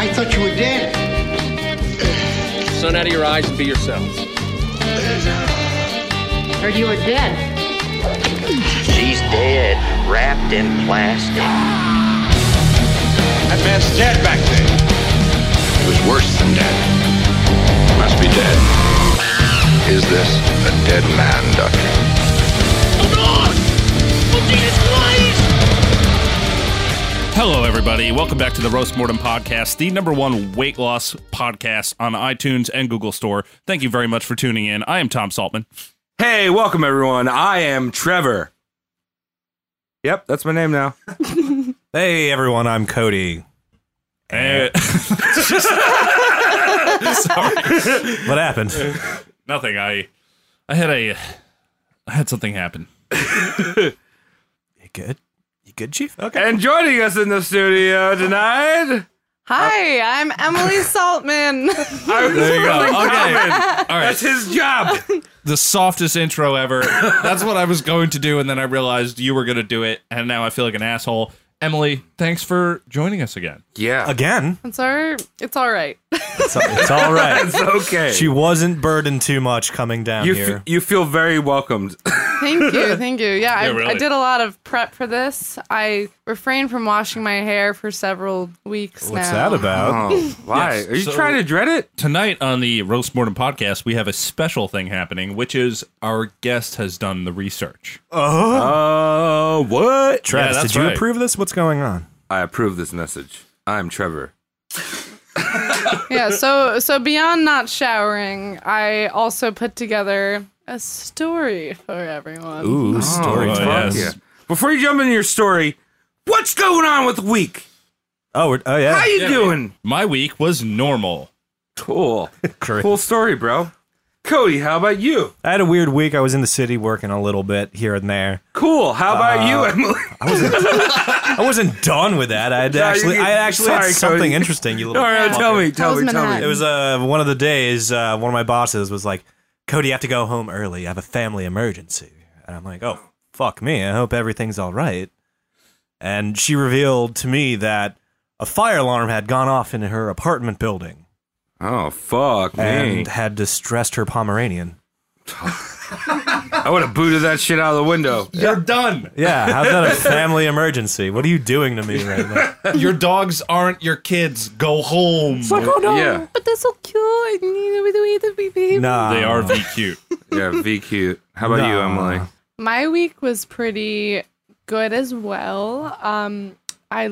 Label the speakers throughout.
Speaker 1: I thought you were dead.
Speaker 2: Sun out of your eyes and be yourselves.
Speaker 3: Heard you were dead.
Speaker 4: She's dead, wrapped in plastic.
Speaker 5: That man's dead back there.
Speaker 6: It was worse than dead. Must be dead. Is this a dead man, Doctor?
Speaker 7: Hello, everybody. Welcome back to the Roast Mortem Podcast, the number one weight loss podcast on iTunes and Google Store. Thank you very much for tuning in. I am Tom Saltman.
Speaker 8: Hey, welcome everyone. I am Trevor. Yep, that's my name now.
Speaker 9: Hey everyone, I'm Cody.
Speaker 7: Eh,
Speaker 9: What happened?
Speaker 7: nothing. I I had a I had something happen.
Speaker 9: You good? You good, Chief? Okay.
Speaker 8: And joining us in the studio tonight,
Speaker 10: Hi, I'm Emily Saltman.
Speaker 7: There you go. Okay.
Speaker 8: that's his job.
Speaker 7: The softest intro ever. That's what I was going to do, and then I realized you were going to do it, and now I feel like an asshole. Emily, thanks for joining us again.
Speaker 8: Yeah,
Speaker 9: Again?
Speaker 10: It's all, it's all right.
Speaker 9: It's, it's all right.
Speaker 8: it's okay.
Speaker 9: She wasn't burdened too much coming down
Speaker 8: you,
Speaker 9: here.
Speaker 8: f- you feel very welcomed.
Speaker 10: Thank you, thank you. Yeah, I,
Speaker 7: really.
Speaker 10: I did a lot of prep for this. I refrained from washing my hair for several weeks
Speaker 9: What's
Speaker 10: now.
Speaker 9: that about?
Speaker 8: Oh, why?
Speaker 7: Yes,
Speaker 8: Are you
Speaker 7: so-
Speaker 8: trying to dread it?
Speaker 7: Tonight on the Roast Mortem Podcast, we have a special thing happening, which is our guest has done the research.
Speaker 8: Uh, what?
Speaker 9: Travis,
Speaker 7: that's
Speaker 9: did you
Speaker 7: right.
Speaker 9: approve of this? What's going on?
Speaker 8: I approve this message. I'm Trevor.
Speaker 10: Yeah, so so beyond not showering, I also put together a story for everyone.
Speaker 9: Ooh, story
Speaker 8: Oh,
Speaker 7: time.
Speaker 8: fuck
Speaker 7: yes.
Speaker 8: yeah. Before you jump into your story, what's going on with the week?
Speaker 9: Oh, we're, oh
Speaker 8: How
Speaker 9: yeah.
Speaker 8: you doing?
Speaker 7: My week was normal.
Speaker 8: Cool.
Speaker 9: Great.
Speaker 8: cool story, bro. Cody, how about you?
Speaker 9: I had a weird week. I was in the city working a little bit here and there.
Speaker 8: Cool. How about
Speaker 9: Uh,
Speaker 8: you, Emily?
Speaker 9: I wasn't done with that. I had
Speaker 8: Yeah, you
Speaker 9: actually,
Speaker 8: can-
Speaker 9: I actually had
Speaker 8: sorry,
Speaker 9: something
Speaker 8: Cody.
Speaker 9: interesting. You
Speaker 8: All
Speaker 9: little.
Speaker 8: right, tell me, tell
Speaker 10: How's
Speaker 8: me, tell me.
Speaker 10: Manhattan?
Speaker 9: It was uh, one of the days. Uh, one of my bosses was like, "Cody, you have to go home early. I have a family emergency." And I'm like, "Oh, fuck me. I hope everything's all right." And she revealed to me that a fire alarm had gone off in her apartment building
Speaker 8: Oh fuck me!
Speaker 9: and had distressed her Pomeranian.
Speaker 8: I would have booted that shit out of the window.
Speaker 7: You're done.
Speaker 9: Yeah, how's that a family emergency? What are you doing to me right now?
Speaker 7: Your dogs aren't your kids. Go home.
Speaker 8: Yeah,
Speaker 10: Oh, But that's so cute. We do eat the baby.
Speaker 9: No,
Speaker 7: They are the cute.
Speaker 8: yeah. V cute. How about you,
Speaker 9: Nah.
Speaker 8: Emily?
Speaker 10: my week was pretty good as well. Um, I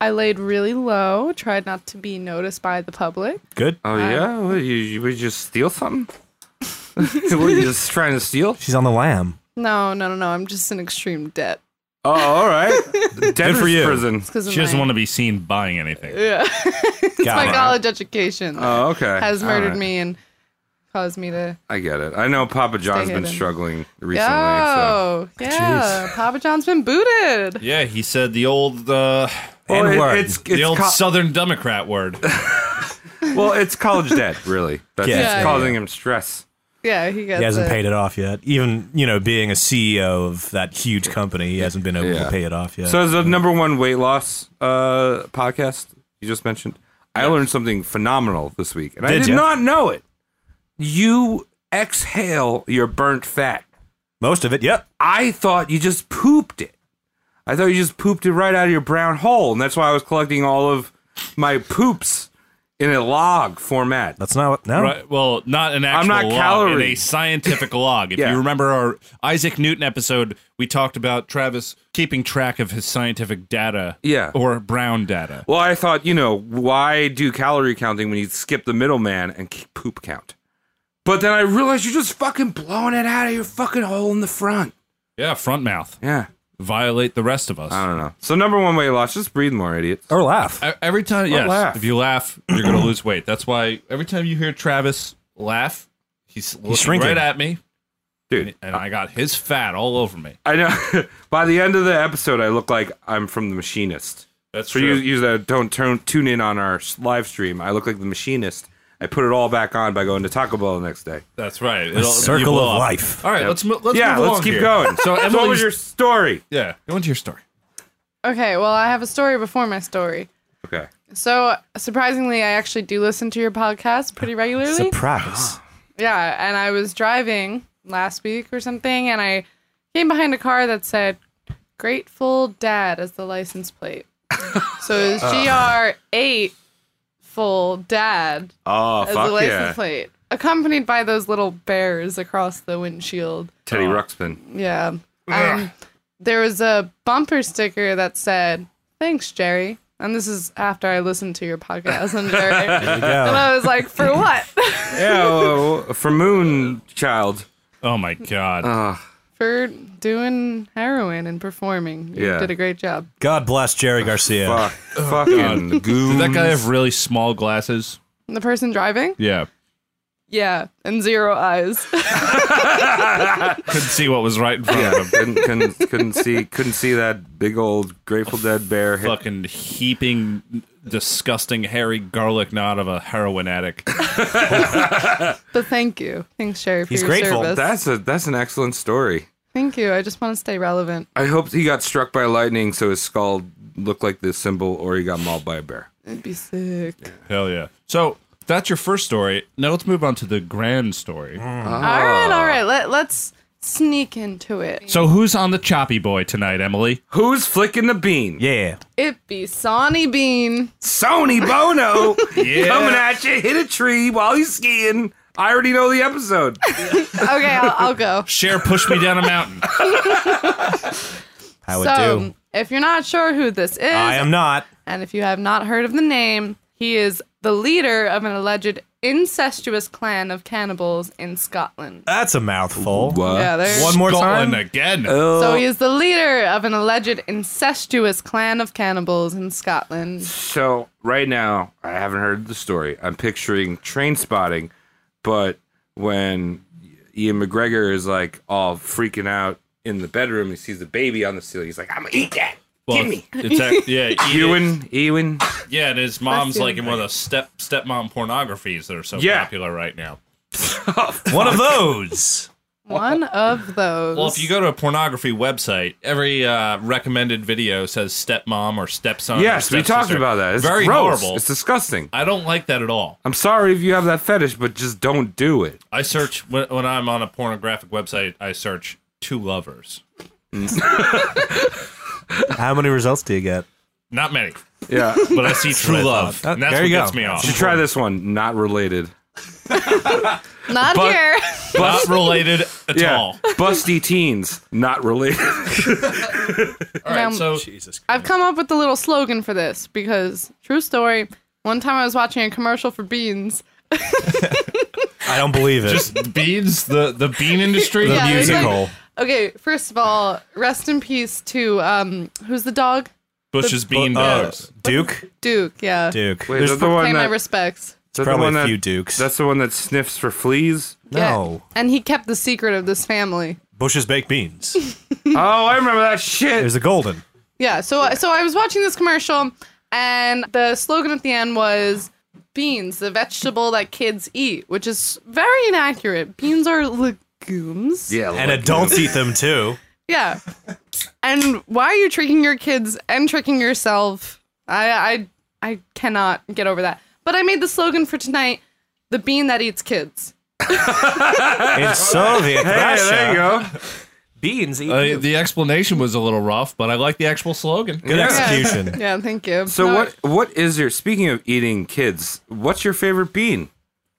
Speaker 10: I laid really low, tried not to be noticed by the public. Um,
Speaker 9: good.
Speaker 8: Oh yeah, what, you, you would just steal something? were you just trying to steal?
Speaker 9: She's on the lamb.
Speaker 10: No, no, no, no. I'm just in extreme debt
Speaker 8: Oh, all right. Denver's
Speaker 9: for you.
Speaker 8: prison.
Speaker 10: because
Speaker 7: She doesn't want to be seen buying anything.
Speaker 10: Yeah, it's
Speaker 9: Got
Speaker 10: my
Speaker 9: it.
Speaker 10: college education that
Speaker 8: Oh, okay.
Speaker 10: has
Speaker 8: All
Speaker 10: murdered
Speaker 8: right.
Speaker 10: me and caused me to.
Speaker 8: I get it. I know Papa John's been
Speaker 10: hidden.
Speaker 8: struggling recently. so.
Speaker 9: Ah,
Speaker 10: Oh, yeah. Papa John's been booted.
Speaker 7: Yeah, he said the old uh,
Speaker 8: Well,
Speaker 9: And
Speaker 8: it-
Speaker 9: word.
Speaker 8: it's
Speaker 7: the
Speaker 8: it's
Speaker 7: old
Speaker 10: Uh,
Speaker 8: co-
Speaker 7: Southern Democrat word.
Speaker 8: well, it's college debt, really. That's
Speaker 9: Yeah.
Speaker 8: it's
Speaker 10: Yeah.
Speaker 8: causing him stress.
Speaker 10: Yeah, he gets
Speaker 9: He hasn't
Speaker 10: it.
Speaker 9: paid it off yet. Even you know, being a CEO of that huge company, he hasn't been able
Speaker 8: Yeah.
Speaker 9: to pay it off yet.
Speaker 8: So as the number one weight loss uh, podcast you just mentioned, I learned something phenomenal this week, and I
Speaker 9: Did
Speaker 8: did
Speaker 9: ya?
Speaker 8: not know it. You exhale your burnt fat.
Speaker 9: Most of it, yep.
Speaker 8: I thought you just pooped it. I thought you just pooped it right out of your brown hole, and that's why I was collecting all of my poops in a log format.
Speaker 9: That's not what. No,
Speaker 7: Right. Well, not an actual
Speaker 8: I'm not
Speaker 7: log, in
Speaker 8: calorie.
Speaker 7: a scientific log. If
Speaker 8: Yeah.
Speaker 7: you remember our Isaac Newton episode, we talked about Travis keeping track of his scientific data.
Speaker 8: Yeah.
Speaker 7: Or brown data.
Speaker 8: Well, I thought, you know, why do calorie counting when you skip the middleman and keep poop count? But then I realized you're just fucking blowing it out of your fucking hole in the front.
Speaker 7: Yeah, front mouth.
Speaker 8: Yeah.
Speaker 7: Violate the rest of us.
Speaker 8: I don't know. So number one weight loss, just breathe more, idiots.
Speaker 9: or laugh.
Speaker 7: E- Every time, yes.
Speaker 8: laugh.
Speaker 7: If you laugh, you're going to lose weight. That's why every time you hear Travis laugh, he's looking
Speaker 9: shrinking.
Speaker 7: right at me,
Speaker 8: Dude,
Speaker 7: and I got his fat all over me.
Speaker 8: I know. By the end of the episode, I look like I'm from The Machinist.
Speaker 7: That's
Speaker 8: So you use that. Don't turn, tune in on our s- live stream. I look like The Machinist. I put it all back on by going to Taco Bell the next day.
Speaker 7: That's right.
Speaker 9: The circle of life.
Speaker 7: All right, let's mo- let's
Speaker 8: yeah,
Speaker 7: move
Speaker 8: let's
Speaker 7: along
Speaker 8: keep
Speaker 7: here.
Speaker 8: going.
Speaker 7: So, Emily's,
Speaker 8: what was your story?
Speaker 7: yeah, go into your story.
Speaker 10: Okay, well, I have a story before my story.
Speaker 8: Okay.
Speaker 10: So surprisingly, I actually do listen to your podcast pretty regularly.
Speaker 9: Surprise.
Speaker 10: Yeah, and I was driving last week or something, and I came behind a car that said "Grateful Dad" as the license plate. so it was GR eight full dad
Speaker 8: Oh
Speaker 10: as the
Speaker 8: fuck
Speaker 10: license
Speaker 8: yeah,
Speaker 10: plate, accompanied by those little bears across the windshield.
Speaker 8: Teddy Ruxpin.
Speaker 10: Yeah. Um, there was a bumper sticker that said, Thanks, Jerry. And this is after I listened to your podcast on Jerry. and I was like, For what?
Speaker 8: Yeah, well, for Moon Child.
Speaker 7: Oh my god.
Speaker 9: Uh,
Speaker 10: For doing heroin and performing. You
Speaker 8: Yeah.
Speaker 10: did a great job.
Speaker 9: God bless Jerry Garcia.
Speaker 8: Fuck, fucking goon.
Speaker 7: Did that guy have really small glasses?
Speaker 10: And the person driving?
Speaker 7: Yeah.
Speaker 10: Yeah. And zero eyes.
Speaker 7: Couldn't see what was right in front of
Speaker 8: Yeah, couldn't,
Speaker 7: him.
Speaker 8: couldn't couldn't see couldn't see that big old Grateful Dead bear. hit-
Speaker 7: Fucking heaping, disgusting, hairy garlic knot of a heroin addict.
Speaker 10: but thank you. Thanks, Jerry, for
Speaker 9: He's
Speaker 10: your
Speaker 9: grateful.
Speaker 10: service.
Speaker 8: That's a that's an excellent story.
Speaker 10: thank you. I just want to stay relevant.
Speaker 8: I hope he got struck by lightning so his skull looked like this symbol, or he got mauled by a bear.
Speaker 10: It'd be sick.
Speaker 7: Hell yeah. So that's your first story. Now let's move on to the grand story.
Speaker 10: All
Speaker 8: Ah.
Speaker 10: right, all right. Let, let's sneak into it.
Speaker 7: So who's on the choppy boy tonight, Emily?
Speaker 8: Who's flicking the bean?
Speaker 9: Yeah.
Speaker 10: It be Sonny Bean.
Speaker 8: Sony Bono
Speaker 7: Yeah.
Speaker 8: coming at you. Hit a tree while he's skiing. I already know the episode.
Speaker 10: Okay, I'll, I'll go.
Speaker 7: Cher pushed me down a mountain.
Speaker 9: How
Speaker 10: so,
Speaker 9: it do?
Speaker 10: if you're not sure who this is,
Speaker 9: I am not.
Speaker 10: and if you have not heard of the name, he is the leader of an alleged incestuous clan of cannibals in Scotland.
Speaker 9: That's a mouthful.
Speaker 10: yeah, there's
Speaker 9: One more
Speaker 7: Scotland
Speaker 9: time. Oh.
Speaker 7: again.
Speaker 10: So he is the leader of an alleged incestuous clan of cannibals in Scotland.
Speaker 8: So right now, I haven't heard the story. I'm picturing train spotting, but when Ian McGregor is like all freaking out in the bedroom, he sees the baby on the ceiling. He's like, "I'm gonna eat that."
Speaker 7: Well,
Speaker 8: Give me.
Speaker 7: It's act- yeah, Ewan.
Speaker 8: Ewan, Ewan.
Speaker 7: Yeah, and his mom's
Speaker 10: That's
Speaker 7: like in one of those step stepmom pornographies that are so
Speaker 8: Yeah.
Speaker 7: popular right now.
Speaker 9: One of those.
Speaker 10: One of those.
Speaker 7: Well, if you go to a pornography website, every uh, recommended video says stepmom or stepson. or
Speaker 8: Yes, we talked
Speaker 7: stepsister.
Speaker 8: about that. It's
Speaker 7: Very
Speaker 8: gross.
Speaker 7: horrible.
Speaker 8: It's disgusting.
Speaker 7: I don't like that at all.
Speaker 8: I'm sorry if you have that fetish, but just don't do it.
Speaker 7: I search when, when I'm on a pornographic website. I search two lovers.
Speaker 9: How many results do you get?
Speaker 7: Not many,
Speaker 8: Yeah.
Speaker 7: but I see true love,
Speaker 9: Oh,
Speaker 7: and that's
Speaker 9: there
Speaker 7: what
Speaker 9: you go.
Speaker 7: gets me off.
Speaker 8: Should try this one. Not related.
Speaker 10: not
Speaker 8: but-
Speaker 10: here.
Speaker 7: Not related at all.
Speaker 8: Busty teens. Not related.
Speaker 7: All right,
Speaker 10: Now-
Speaker 7: so
Speaker 9: Jesus
Speaker 10: I've come up with a little slogan for this because, true story, one time I was watching a commercial for beans.
Speaker 9: I don't believe it.
Speaker 7: just beans the the bean industry.
Speaker 9: the
Speaker 10: Yeah, there's like-
Speaker 9: musical.
Speaker 10: Okay, first of all, rest in peace to um, who's the dog?
Speaker 7: Bush's bean
Speaker 9: Uh,
Speaker 7: bags.
Speaker 9: Duke?
Speaker 10: Duke. Yeah,
Speaker 9: Duke.
Speaker 8: Wait,
Speaker 9: There's
Speaker 8: that's the
Speaker 10: pay
Speaker 8: one
Speaker 10: my
Speaker 8: that,
Speaker 10: respects.
Speaker 8: that's the
Speaker 9: probably
Speaker 8: one
Speaker 9: a
Speaker 8: that-
Speaker 9: few Dukes.
Speaker 8: That's the one that sniffs for fleas.
Speaker 9: no.
Speaker 10: Yeah. And he kept the secret of this family.
Speaker 9: Bush's baked beans.
Speaker 8: Oh, I remember that shit.
Speaker 9: There's a golden.
Speaker 10: Yeah. So so I was watching this commercial, and the slogan at the end was beans, the vegetable that kids eat, which is very inaccurate. Beans are legumes.
Speaker 8: Yeah,
Speaker 9: And adults eat them too.
Speaker 10: Yeah. and why are you tricking your kids and tricking yourself? I I I cannot get over that. But I made the slogan for tonight: the bean that eats kids.
Speaker 9: In Soviet
Speaker 8: Hey,
Speaker 9: Russia,
Speaker 8: there you go.
Speaker 9: beans eat
Speaker 7: Uh, the explanation was a little rough, but I like the actual slogan.
Speaker 9: Good
Speaker 8: Yeah.
Speaker 9: execution.
Speaker 10: Yeah, thank you.
Speaker 8: So
Speaker 10: No,
Speaker 8: what? What is your? Speaking of eating kids, what's your favorite bean?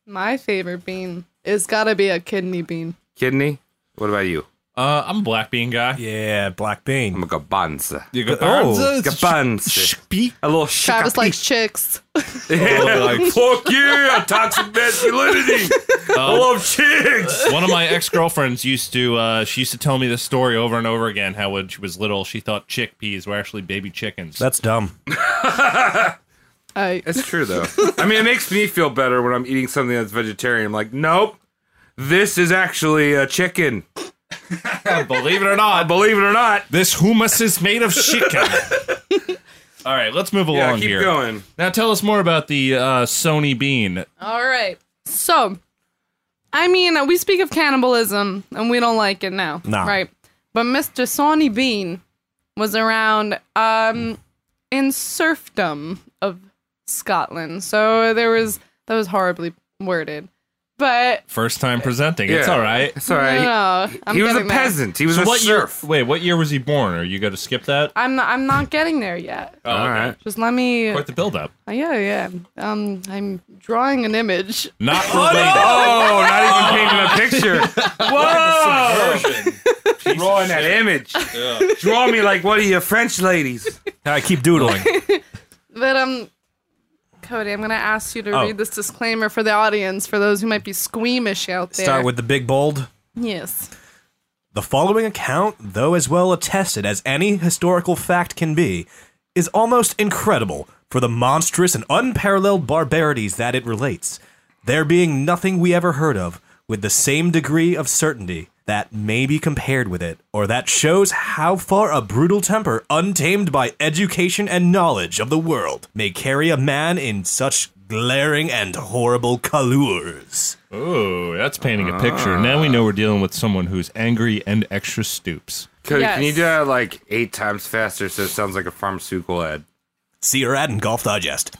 Speaker 10: My favorite bean is gotta be a kidney bean.
Speaker 8: Kidney. What about you?
Speaker 7: Uh, I'm a black bean guy.
Speaker 9: Yeah, black
Speaker 8: I'm
Speaker 9: bean.
Speaker 8: a gabanza.
Speaker 7: You got
Speaker 9: Oh,
Speaker 7: Barnes, uh,
Speaker 8: Gabanza.
Speaker 7: Speak.
Speaker 8: A little
Speaker 10: Travis
Speaker 8: shikapi-
Speaker 10: likes chicks.
Speaker 7: Oh,
Speaker 8: like, fuck yeah, toxic masculinity.
Speaker 7: Uh,
Speaker 8: I love chicks.
Speaker 7: One of my ex girlfriends used to. Uh, she used to tell me this story over and over again. How when she was little, she thought chickpeas were actually baby chickens.
Speaker 9: That's dumb.
Speaker 10: I
Speaker 8: It's true though. I mean, it makes me feel better when I'm eating something that's vegetarian. I'm like, nope, this is actually a chicken.
Speaker 7: Believe it or not,
Speaker 8: Believe it or not.
Speaker 7: this hummus is made of chicken. All right, let's move
Speaker 8: Yeah,
Speaker 7: along
Speaker 8: keep
Speaker 7: here.
Speaker 8: going.
Speaker 7: Now tell us more about the uh, Sony bean.
Speaker 10: All right. So, I mean, we speak of cannibalism and we don't like it now.
Speaker 9: No.
Speaker 10: Right. But Mr. Sonny Bean was around um and serfdom of Scotland. So there was that was horribly worded, but
Speaker 7: First time presenting. It's
Speaker 8: Yeah.
Speaker 7: all right.
Speaker 8: It's all right.
Speaker 10: no, no, I'm
Speaker 8: he was a
Speaker 10: getting there.
Speaker 8: peasant. He was
Speaker 7: So
Speaker 8: a
Speaker 7: what
Speaker 8: serf.
Speaker 7: year? Wait, what year was he born? Are you going to skip that?
Speaker 10: I'm not, I'm not getting there yet.
Speaker 7: Oh,
Speaker 8: All
Speaker 7: okay.
Speaker 8: right.
Speaker 10: Just let me.
Speaker 7: Quite the build up.
Speaker 10: yeah, yeah. Um, I'm drawing an image.
Speaker 7: Not related.
Speaker 8: Oh, not even painting a picture. Whoa! Drawing that image. Draw me like one of your French ladies.
Speaker 9: I keep doodling.
Speaker 10: But um, Cody, I'm gonna ask you to
Speaker 9: Oh.
Speaker 10: read this disclaimer for the audience, for those who might be squeamish out there.
Speaker 9: Start with the big bold.
Speaker 10: yes.
Speaker 9: The following account, though as well attested as any historical fact can be, is almost incredible for the monstrous and unparalleled barbarities that it relates, there being nothing we ever heard of with the same degree of certainty that may be compared with it, or that shows how far a brutal temper untamed by education and knowledge of the world may carry a man in such glaring and horrible colors.
Speaker 7: Oh, that's painting a picture.
Speaker 8: Ah.
Speaker 7: Now we know we're dealing with someone who's angry and extra stoops.
Speaker 8: Cody, can you
Speaker 10: Yes.
Speaker 8: do that like eight times faster so it sounds like a pharmaceutical ad?
Speaker 9: See her ad in Golf Digest.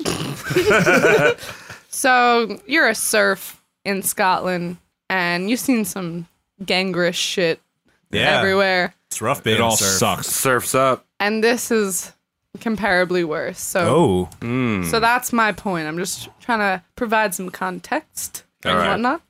Speaker 10: So you're a serf in Scotland, and you've seen some gangrenous shit everywhere,
Speaker 9: It's rough being
Speaker 7: it all
Speaker 9: a surf.
Speaker 7: sucks.
Speaker 8: Surfs up.
Speaker 10: and this is comparably worse. So,
Speaker 9: Oh,
Speaker 10: so that's my point. I'm just trying to provide some context and
Speaker 7: Alright.
Speaker 10: whatnot.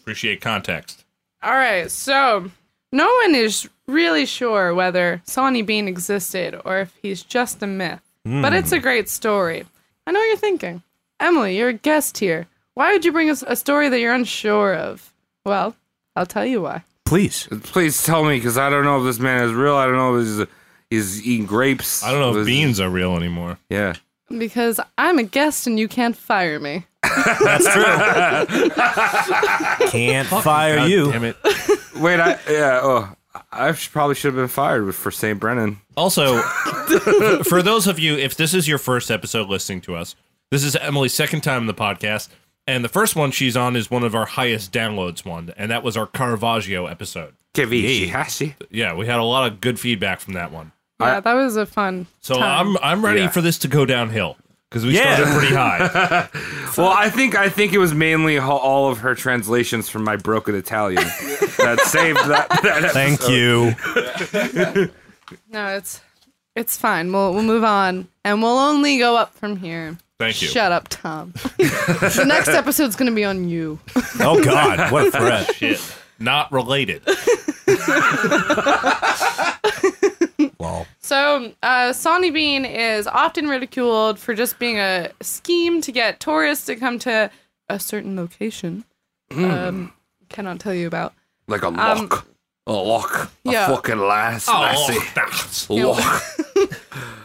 Speaker 7: Appreciate context.
Speaker 10: All right, so no one is really sure whether Sawney Bean existed or if he's just a myth, but it's
Speaker 7: Mm.
Speaker 10: a great story. I know what you're thinking. Emily, you're a guest here. Why would you bring us a story that you're unsure of? Well, I'll tell you why.
Speaker 9: please.
Speaker 8: Please tell me, because I don't know if this man is real. I don't know if he's, he's eating grapes.
Speaker 7: I don't know if
Speaker 8: This-
Speaker 7: beans are real anymore.
Speaker 8: Yeah.
Speaker 10: Because I'm a guest and you can't fire me.
Speaker 9: Can't fire you.
Speaker 7: Damn it.
Speaker 8: Wait, I yeah. Oh, I sh- probably should have been fired for St. Brennan.
Speaker 7: Also, for those of you, if this is your first episode listening to us, this is Emily's second time in the podcast, and the first one she's on is one of our highest downloads one, and that was our Caravaggio episode.
Speaker 8: Kivichi
Speaker 7: Yeah, we had a lot of good feedback from that one.
Speaker 10: Yeah, that was a fun.
Speaker 7: So
Speaker 10: time.
Speaker 7: I'm I'm ready
Speaker 8: Yeah.
Speaker 7: for this to go downhill because we
Speaker 9: Yeah.
Speaker 7: started pretty high.
Speaker 8: Well, I think I think it was mainly ho- all of her translations from my broken Italian that saved that. that episode.
Speaker 9: Thank you.
Speaker 10: No, it's it's fine. We'll we'll move on and we'll only go up from here.
Speaker 7: Thank you.
Speaker 10: Shut up, Tom. the next episode's gonna be on you.
Speaker 9: Oh God, what a threat!
Speaker 7: Shit, not related.
Speaker 9: Lol.
Speaker 10: So, uh, Sonny Bean is often ridiculed for just being a scheme to get tourists to come to a certain location.
Speaker 8: Hmm.
Speaker 10: Um, cannot tell you about. Um,
Speaker 8: Like a lock, a lock,
Speaker 10: yeah.
Speaker 8: a fucking last
Speaker 7: Oh,
Speaker 8: lassie.
Speaker 7: that's-
Speaker 8: Lock.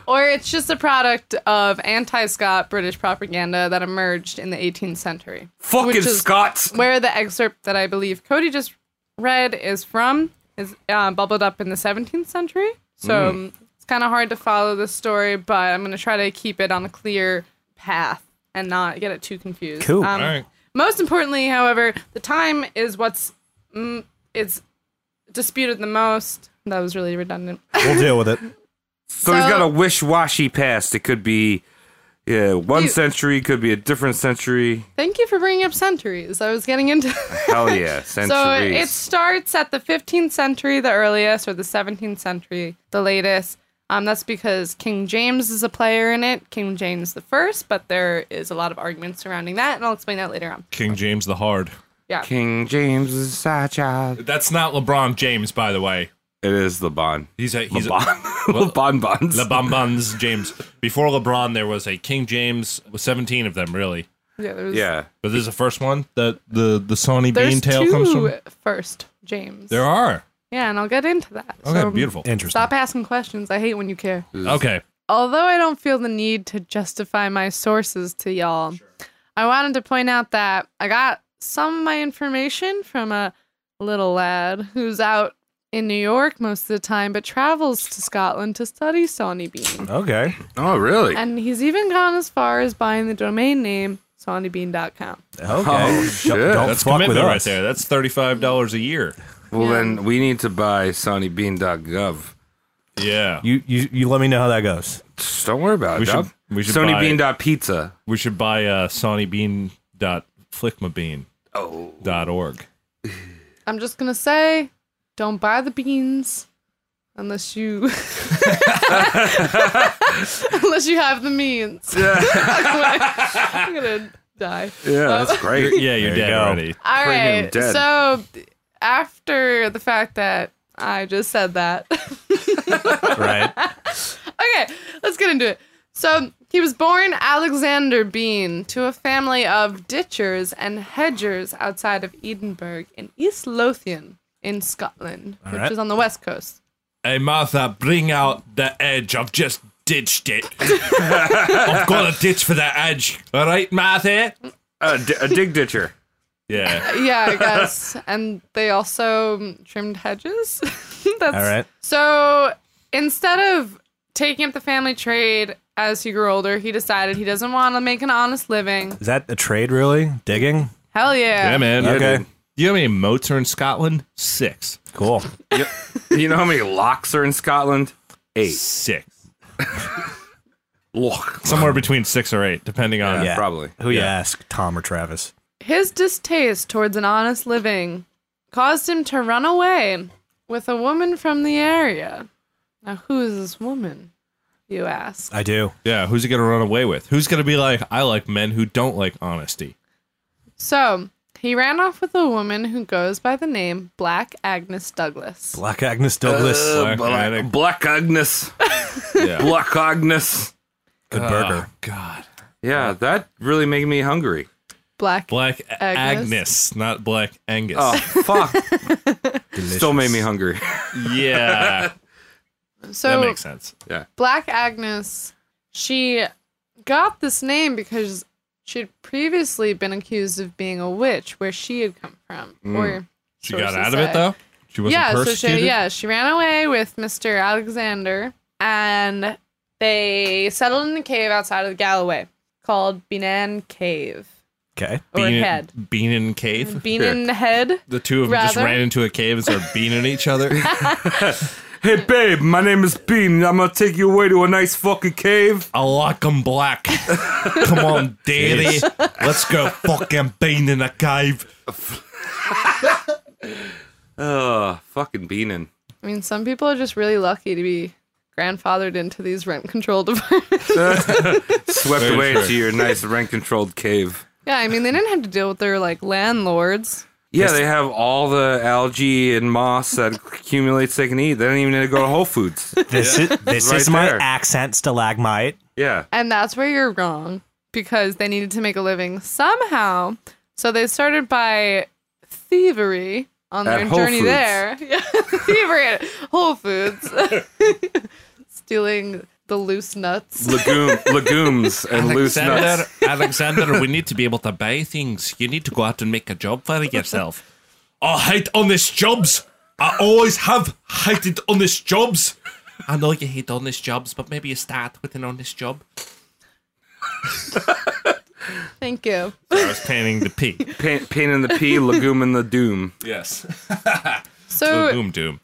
Speaker 10: Or it's just a product of anti Scot British propaganda that emerged in the 18th century.
Speaker 8: Fucking
Speaker 10: Which is-
Speaker 8: Scots.
Speaker 10: where the excerpt that I believe Cody just read is from is uh, bubbled up in the 17th century. So um, it's kind of hard to follow this story, but I'm going to try to keep it on a clear path and not get it too confused.
Speaker 9: Cool.
Speaker 10: Um,
Speaker 7: All right.
Speaker 10: Most importantly, however, the time is what's mm, it's disputed the most. That was really redundant.
Speaker 9: We'll deal with it.
Speaker 8: So, he's got a wish-washy past. It could be, yeah, one
Speaker 10: You-
Speaker 8: century. Could be a different century.
Speaker 10: Thank you for bringing up centuries. I was getting into.
Speaker 8: Hell yeah,
Speaker 10: So it-
Speaker 8: centuries.
Speaker 10: it starts at the 15th century, the earliest, or the 17th century, the latest. Um, that's because King James is a player in it, King James the First, but there is a lot of arguments surrounding that, and I'll explain that later on.
Speaker 7: King James the Hard.
Speaker 10: Yeah.
Speaker 8: King James is such a.
Speaker 7: That's not LeBron James, by the way.
Speaker 8: It is LeBon.
Speaker 7: He's a he's a,
Speaker 8: LeBon. LeBon Bonds.
Speaker 7: The Bonbons James. Before LeBron, there was a King James, with 17 of them, really.
Speaker 10: yeah, there's,
Speaker 8: Yeah.
Speaker 7: But this is the first one that the, the Sony Bean
Speaker 10: there's
Speaker 7: tail
Speaker 10: two
Speaker 7: comes from?
Speaker 10: first James.
Speaker 7: There are.
Speaker 10: yeah, and I'll get into that.
Speaker 7: Okay,
Speaker 10: So,
Speaker 7: beautiful.
Speaker 9: Interesting.
Speaker 10: Stop asking questions. I hate when you care.
Speaker 7: Okay.
Speaker 10: although I don't feel the need to justify my sources to y'all, I wanted to point out that I got some of my information from a little lad who's out in New York most of the time, but travels to Scotland to study Sawney Bean.
Speaker 9: Okay.
Speaker 8: Oh, really?
Speaker 10: And he's even gone as far as buying the domain name sawneybean.com.
Speaker 9: Okay.
Speaker 8: Oh, shit.
Speaker 9: Don't, don't
Speaker 7: That's
Speaker 9: fuck with
Speaker 7: commitment
Speaker 9: us.
Speaker 7: right there. That's $35 a year.
Speaker 8: Well, then we need to buy sunnybean.gov.
Speaker 7: Yeah.
Speaker 9: You, you you let me know how that goes.
Speaker 8: Just Don't worry about
Speaker 7: We
Speaker 8: it.
Speaker 7: should-
Speaker 8: Dub.
Speaker 7: we should buy-
Speaker 8: SonyBean.pizza.
Speaker 7: We should buy uh, sonnybean.flickmabean.org.
Speaker 8: Oh.
Speaker 10: I'm just gonna say, don't buy the beans unless you unless you have the means. I'm gonna die. Uh,
Speaker 8: Yeah, that's great.
Speaker 7: Yeah, you're
Speaker 9: you
Speaker 7: dead
Speaker 9: go.
Speaker 7: already.
Speaker 10: All
Speaker 8: Bring him
Speaker 10: right.
Speaker 8: dead.
Speaker 10: So after the fact that I just said that,
Speaker 9: Right?
Speaker 10: okay, let's get into it. So he was born Alexander Bean to a family of ditchers and hedgers outside of Edinburgh in East Lothian in Scotland, which
Speaker 9: right.
Speaker 10: is on the west coast.
Speaker 7: Hey, Martha, bring out the edge. I've just ditched it. I've got a ditch for that edge. All right, Martha?
Speaker 8: A di- a dig ditcher.
Speaker 7: Yeah.
Speaker 10: yeah, I guess. And they also trimmed hedges. That's
Speaker 9: All right.
Speaker 10: So instead of taking up the family trade as he grew older, he decided he doesn't want to make an honest living.
Speaker 9: Is that a trade really? Digging?
Speaker 10: Hell yeah.
Speaker 7: Yeah, man.
Speaker 9: Okay.
Speaker 8: dude.
Speaker 7: You know how many moats are in Scotland? Six.
Speaker 9: Cool.
Speaker 8: You know how many locks are in Scotland? Eight.
Speaker 7: Six.
Speaker 8: Lock.
Speaker 7: Somewhere between six or eight, depending on.
Speaker 9: Yeah.
Speaker 8: Probably.
Speaker 9: Who you ask, Tom or Travis?
Speaker 10: His distaste towards an honest living caused him to run away with a woman from the area. Now, who is this woman? You ask.
Speaker 9: I do.
Speaker 7: Yeah, who's he going to run away with? Who's going to be like, I like men who don't like honesty?
Speaker 10: So he ran off with a woman who goes by the name Black Agnes Douglas.
Speaker 9: Black Agnes Douglas.
Speaker 8: Uh,
Speaker 7: Black-
Speaker 8: Black, Black Agnes.
Speaker 7: Yeah.
Speaker 8: Black Agnes.
Speaker 9: Good burger.
Speaker 7: God.
Speaker 8: Yeah, that really made me hungry.
Speaker 10: Black
Speaker 7: Black A- Agnes,
Speaker 10: Agnes.
Speaker 7: not Black Angus.
Speaker 8: Oh, fuck. Still made me hungry.
Speaker 7: Yeah. that
Speaker 10: So
Speaker 7: makes sense.
Speaker 10: Black Agnes, she got this name because she had previously been accused of being a witch where she had come from.
Speaker 8: Mm.
Speaker 10: Or
Speaker 7: She got
Speaker 10: sources
Speaker 7: out of it,
Speaker 10: say.
Speaker 7: though? She wasn't
Speaker 10: yeah, so
Speaker 7: persecuted?
Speaker 10: she yeah, she ran away with Mr. Alexander and they settled in a cave outside of Galloway called Beanan Cave.
Speaker 9: Okay.
Speaker 10: Or
Speaker 7: Bean,
Speaker 10: head.
Speaker 7: Bean and Cave?
Speaker 10: Beanan Head.
Speaker 7: The two of them just
Speaker 10: Rather.
Speaker 7: ran into a cave and started beaning each other.
Speaker 8: Hey, babe, my name is Bean. I'm gonna take you away to a nice fucking cave.
Speaker 7: I like 'em black. Come on, daddy. Let's go fucking bean in a cave.
Speaker 8: Ugh, fucking Beanin.
Speaker 10: I mean, some people are just really lucky to be grandfathered into these rent controlled apartments.
Speaker 8: Swept
Speaker 7: Very
Speaker 8: away
Speaker 7: true.
Speaker 8: to your nice rent controlled cave.
Speaker 10: yeah, I mean, they didn't have to deal with their like landlords.
Speaker 8: Yeah, they have all the algae and moss that accumulates they can eat. They don't even need to go to Whole Foods.
Speaker 9: This is this
Speaker 8: Right
Speaker 9: is my
Speaker 8: there.
Speaker 9: accent stalagmite.
Speaker 8: Yeah.
Speaker 10: And that's where you're wrong because they needed to make a living somehow. So they started by thievery on
Speaker 8: At
Speaker 10: their
Speaker 8: Whole
Speaker 10: journey
Speaker 8: Foods.
Speaker 10: there. Yeah, thievery at Whole Foods. Stealing the loose nuts.
Speaker 8: Legume, legumes and loose nuts.
Speaker 7: Alexander, Alexander, we need to be able to buy things. You need to go out and make a job for yourself. I hate honest jobs. I always have hated honest jobs. I know you hate honest jobs, but maybe you start with an honest job.
Speaker 10: Thank you.
Speaker 7: I was panning the pea.
Speaker 8: Pain, pain in the pea, legume in the doom.
Speaker 7: Yes.
Speaker 10: So
Speaker 7: Doom, doom.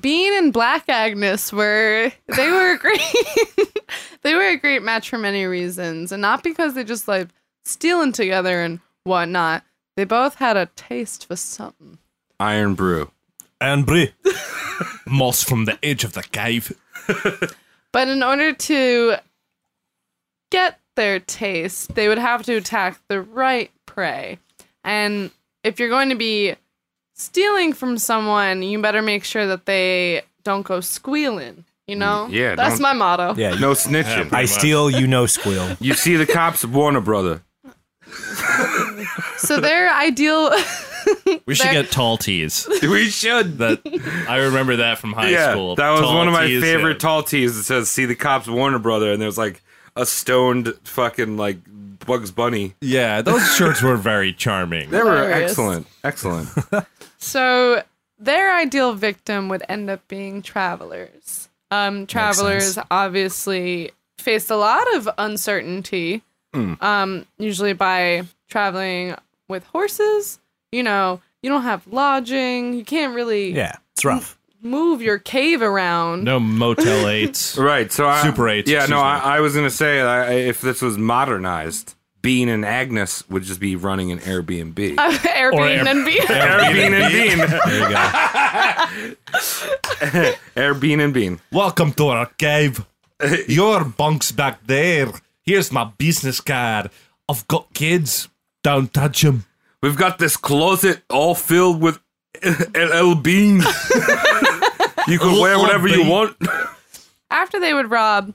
Speaker 10: Bean and Black Agnes were they were a great they were a great match for many reasons, and not because they just like stealing together and whatnot. They both had a taste for something.
Speaker 8: Iron brew.
Speaker 9: And brie.
Speaker 7: Moss from the edge of the cave.
Speaker 10: But in order to get their taste, they would have to attack the right prey. And if you're going to be stealing from someone, you better make sure that they don't go squealing. You know,
Speaker 8: Mm, yeah,
Speaker 10: that's
Speaker 8: don't-
Speaker 10: my motto.
Speaker 9: Yeah.
Speaker 8: No snitching.
Speaker 9: I steal, you know squeal.
Speaker 8: You see the cops, Warner Brother.
Speaker 10: So their ideal.
Speaker 7: We should
Speaker 10: There-
Speaker 7: get tall tees.
Speaker 8: We should.
Speaker 7: That I remember that from high
Speaker 8: yeah,
Speaker 7: school.
Speaker 8: that was
Speaker 7: Tall
Speaker 8: one of my
Speaker 7: tees,
Speaker 8: favorite
Speaker 7: yeah.
Speaker 8: tall tees that says "See the cops, Warner Brother," and there's like a stoned fucking like Bugs Bunny.
Speaker 7: yeah, those shirts were very charming.
Speaker 8: They were
Speaker 10: Hilarious.
Speaker 8: excellent, excellent.
Speaker 10: So their ideal victim would end up being travelers. Um, travelers obviously faced a lot of uncertainty,
Speaker 8: Hmm.
Speaker 10: um, usually by traveling with horses. You know, you don't have lodging. You can't really
Speaker 9: Yeah. It's rough.
Speaker 10: move your cave around.
Speaker 7: No Motel 8s.
Speaker 8: Right. So I,
Speaker 7: Super eights,
Speaker 8: Yeah. No,
Speaker 7: excuse
Speaker 8: I, I was gonna say I, if this was modernized, being an Agnes would just be running an Airbnb.
Speaker 10: Airbnb.
Speaker 8: Airbnb and Bean.
Speaker 9: There you go.
Speaker 8: Airbnb and Bean.
Speaker 7: Welcome to our cave. Your bunk's back there. Here's my business card. I've got kids. Don't touch them.
Speaker 8: We've got this closet all filled with LL Bean. you can wear
Speaker 7: LL
Speaker 8: whatever you
Speaker 7: Bean.
Speaker 8: want.
Speaker 10: After they would rob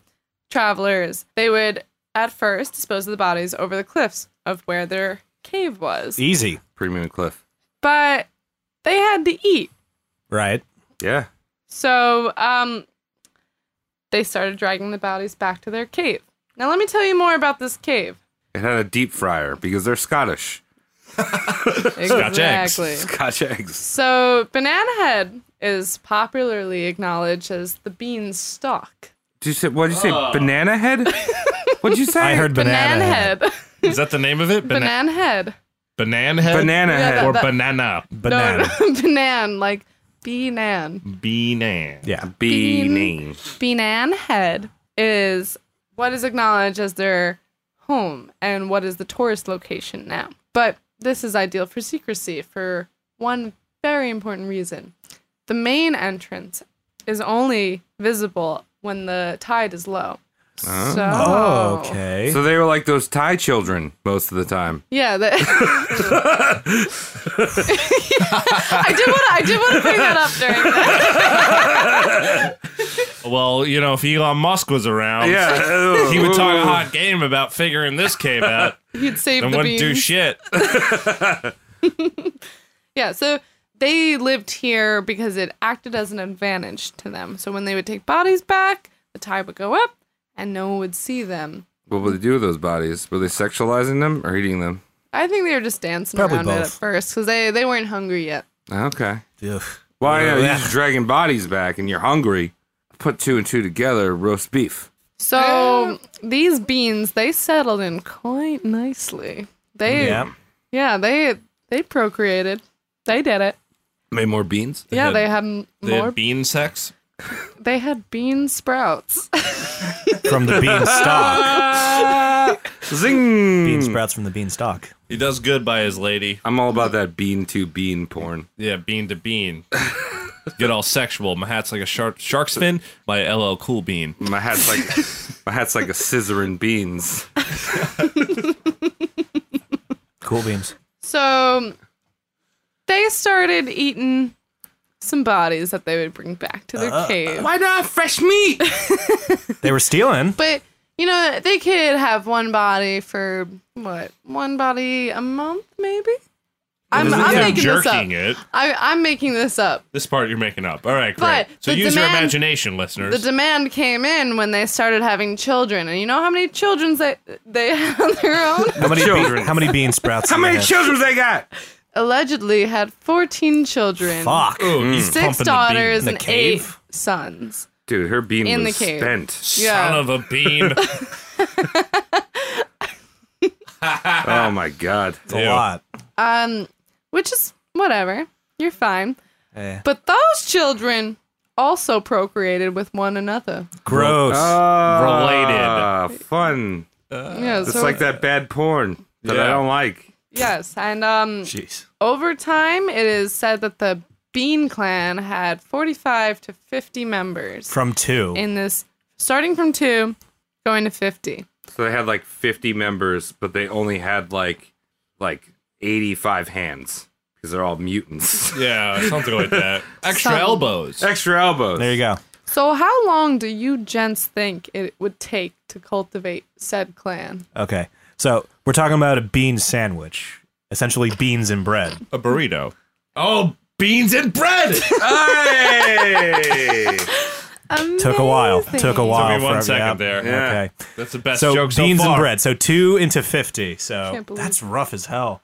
Speaker 10: travelers, they would at first dispose of the bodies over the cliffs of where their cave was.
Speaker 9: Easy,
Speaker 8: Premium Cliff.
Speaker 10: But they had to eat.
Speaker 9: right?
Speaker 8: Yeah.
Speaker 10: So um, they started dragging the bodies back to their cave. Now, let me tell you more about this cave.
Speaker 8: It had a deep fryer because they're Scottish.
Speaker 7: eggs.
Speaker 10: exactly.
Speaker 8: Scotch eggs.
Speaker 10: So, banana head is popularly acknowledged as the bean stalk.
Speaker 8: Did you say? What did you say? Banana head? What'd you say?
Speaker 9: Uh. I heard banana.
Speaker 10: Banana head.
Speaker 7: Is that the name of it? Bana-
Speaker 10: banana head.
Speaker 7: banana head?
Speaker 8: banana
Speaker 10: Yeah,
Speaker 8: head.
Speaker 7: Or
Speaker 10: that-
Speaker 7: banana.
Speaker 9: Banana.
Speaker 10: No, banan, like banan.
Speaker 7: Beanan.
Speaker 9: Yeah.
Speaker 10: Bean.
Speaker 8: Beanie.
Speaker 10: Banan head is what is acknowledged as their home and what is the tourist location now. But this is ideal for secrecy for one very important reason. The main entrance is only visible when the tide is low. So,
Speaker 9: Oh, okay.
Speaker 8: So they were like those Thai children most of the time.
Speaker 10: Yeah, that. I did want to. I did want to bring that up during that.
Speaker 7: Well, you know, if Elon Musk was around, he would talk a hot game about figuring this cave out
Speaker 10: You'd save
Speaker 7: and
Speaker 10: the
Speaker 7: wouldn't
Speaker 10: beans.
Speaker 7: do shit.
Speaker 10: Yeah, so they lived here because it acted as an advantage to them. So when they would take bodies back, the tide would go up, and no one would see them.
Speaker 8: What would they do with those bodies? Were they sexualizing them or eating them?
Speaker 10: I think they were just dancing
Speaker 9: Probably
Speaker 10: around it
Speaker 9: both.
Speaker 10: at first because they they weren't hungry yet.
Speaker 8: Okay.
Speaker 9: Ugh.
Speaker 8: Well, yeah, you're
Speaker 9: Yeah.
Speaker 8: just dragging bodies back and you're hungry. Put two and two together, roast beef.
Speaker 9: Um,
Speaker 10: So these beans they settled in quite nicely. They
Speaker 9: Yeah.
Speaker 10: yeah they they procreated. They did it.
Speaker 8: Made more beans?
Speaker 10: yeah,
Speaker 7: had-
Speaker 10: they had m-
Speaker 7: They
Speaker 10: more.
Speaker 7: had bean sex.
Speaker 10: they had bean sprouts.
Speaker 9: From the bean stalk.
Speaker 7: Uh,
Speaker 8: Zing!
Speaker 9: bean sprouts from the bean stalk.
Speaker 7: He does good by his lady.
Speaker 8: I'm all about that bean to bean porn.
Speaker 7: Yeah, bean to bean. Get all sexual. My hat's like a shark shark's fin. My LL Cool Bean.
Speaker 8: My hat's like my hat's like a scissoring beans.
Speaker 9: Cool beans.
Speaker 10: So they started eating some bodies that they would bring back to their
Speaker 7: Uh.
Speaker 10: cave.
Speaker 8: Why not fresh meat?
Speaker 9: They were stealing.
Speaker 10: But you know, they could have one body for what? One body a month, maybe. I'm,
Speaker 7: Doesn't
Speaker 10: I'm
Speaker 7: sound
Speaker 10: making this up.
Speaker 7: jerking it.
Speaker 10: I, I'm making this up.
Speaker 7: This part you're making up. All right, great.
Speaker 10: But
Speaker 7: so
Speaker 10: the
Speaker 7: use your
Speaker 10: demand-
Speaker 7: imagination,
Speaker 10: The
Speaker 7: listeners.
Speaker 10: demand came in when they started having children, and you know how many children they they had on their own.
Speaker 9: How many,
Speaker 8: children.
Speaker 9: Be- how many bean sprouts?
Speaker 8: How
Speaker 9: did they
Speaker 8: many
Speaker 9: have?
Speaker 8: children they got?
Speaker 10: Allegedly, had 14 children,
Speaker 9: Fuck.
Speaker 7: Ooh, he's
Speaker 10: six
Speaker 7: pumping the bean.
Speaker 10: daughters,
Speaker 9: the
Speaker 10: and
Speaker 9: cave?
Speaker 10: eight sons.
Speaker 8: Dude, her bean
Speaker 10: In
Speaker 8: was
Speaker 10: the cave.
Speaker 8: spent.
Speaker 7: Son of a bean.
Speaker 8: Oh my god.
Speaker 9: It's a lot.
Speaker 10: Um, which is whatever. You're fine.
Speaker 9: Eh.
Speaker 10: But those children also procreated with one another.
Speaker 9: Gross.
Speaker 8: uh,
Speaker 10: Uh,
Speaker 8: Ah,
Speaker 7: Uh,
Speaker 8: fun.
Speaker 10: yeah,
Speaker 8: It's
Speaker 10: so,
Speaker 8: like that bad porn that I
Speaker 7: Yeah.
Speaker 8: don't like.
Speaker 10: Yes, and um,
Speaker 9: Jeez.
Speaker 10: over time, it is said that the Bean Clan had 45 to 50 members
Speaker 9: From two.
Speaker 10: in this, starting from two, going to 50.
Speaker 8: So they had like 50 members, but they only had like like 85 hands because they're all mutants.
Speaker 7: yeah, something like that. Extra
Speaker 10: Some-
Speaker 7: elbows.
Speaker 8: Extra elbows.
Speaker 9: there you go.
Speaker 10: So, how long do you gents think it would take to cultivate said clan?
Speaker 9: Okay. So we're talking about a bean sandwich. Essentially beans and bread.
Speaker 7: A burrito. Oh, beans and bread.
Speaker 8: Hey!
Speaker 9: Took a while. Took a
Speaker 10: Amazing.
Speaker 9: while.
Speaker 7: me one
Speaker 9: for-
Speaker 7: second
Speaker 9: yeah.
Speaker 7: there. Yeah.
Speaker 9: Okay.
Speaker 7: That's the best
Speaker 9: So
Speaker 7: joke so
Speaker 9: beans and
Speaker 7: far.
Speaker 9: bread. So two into fifty. So
Speaker 10: Can't believe-
Speaker 9: that's rough as hell.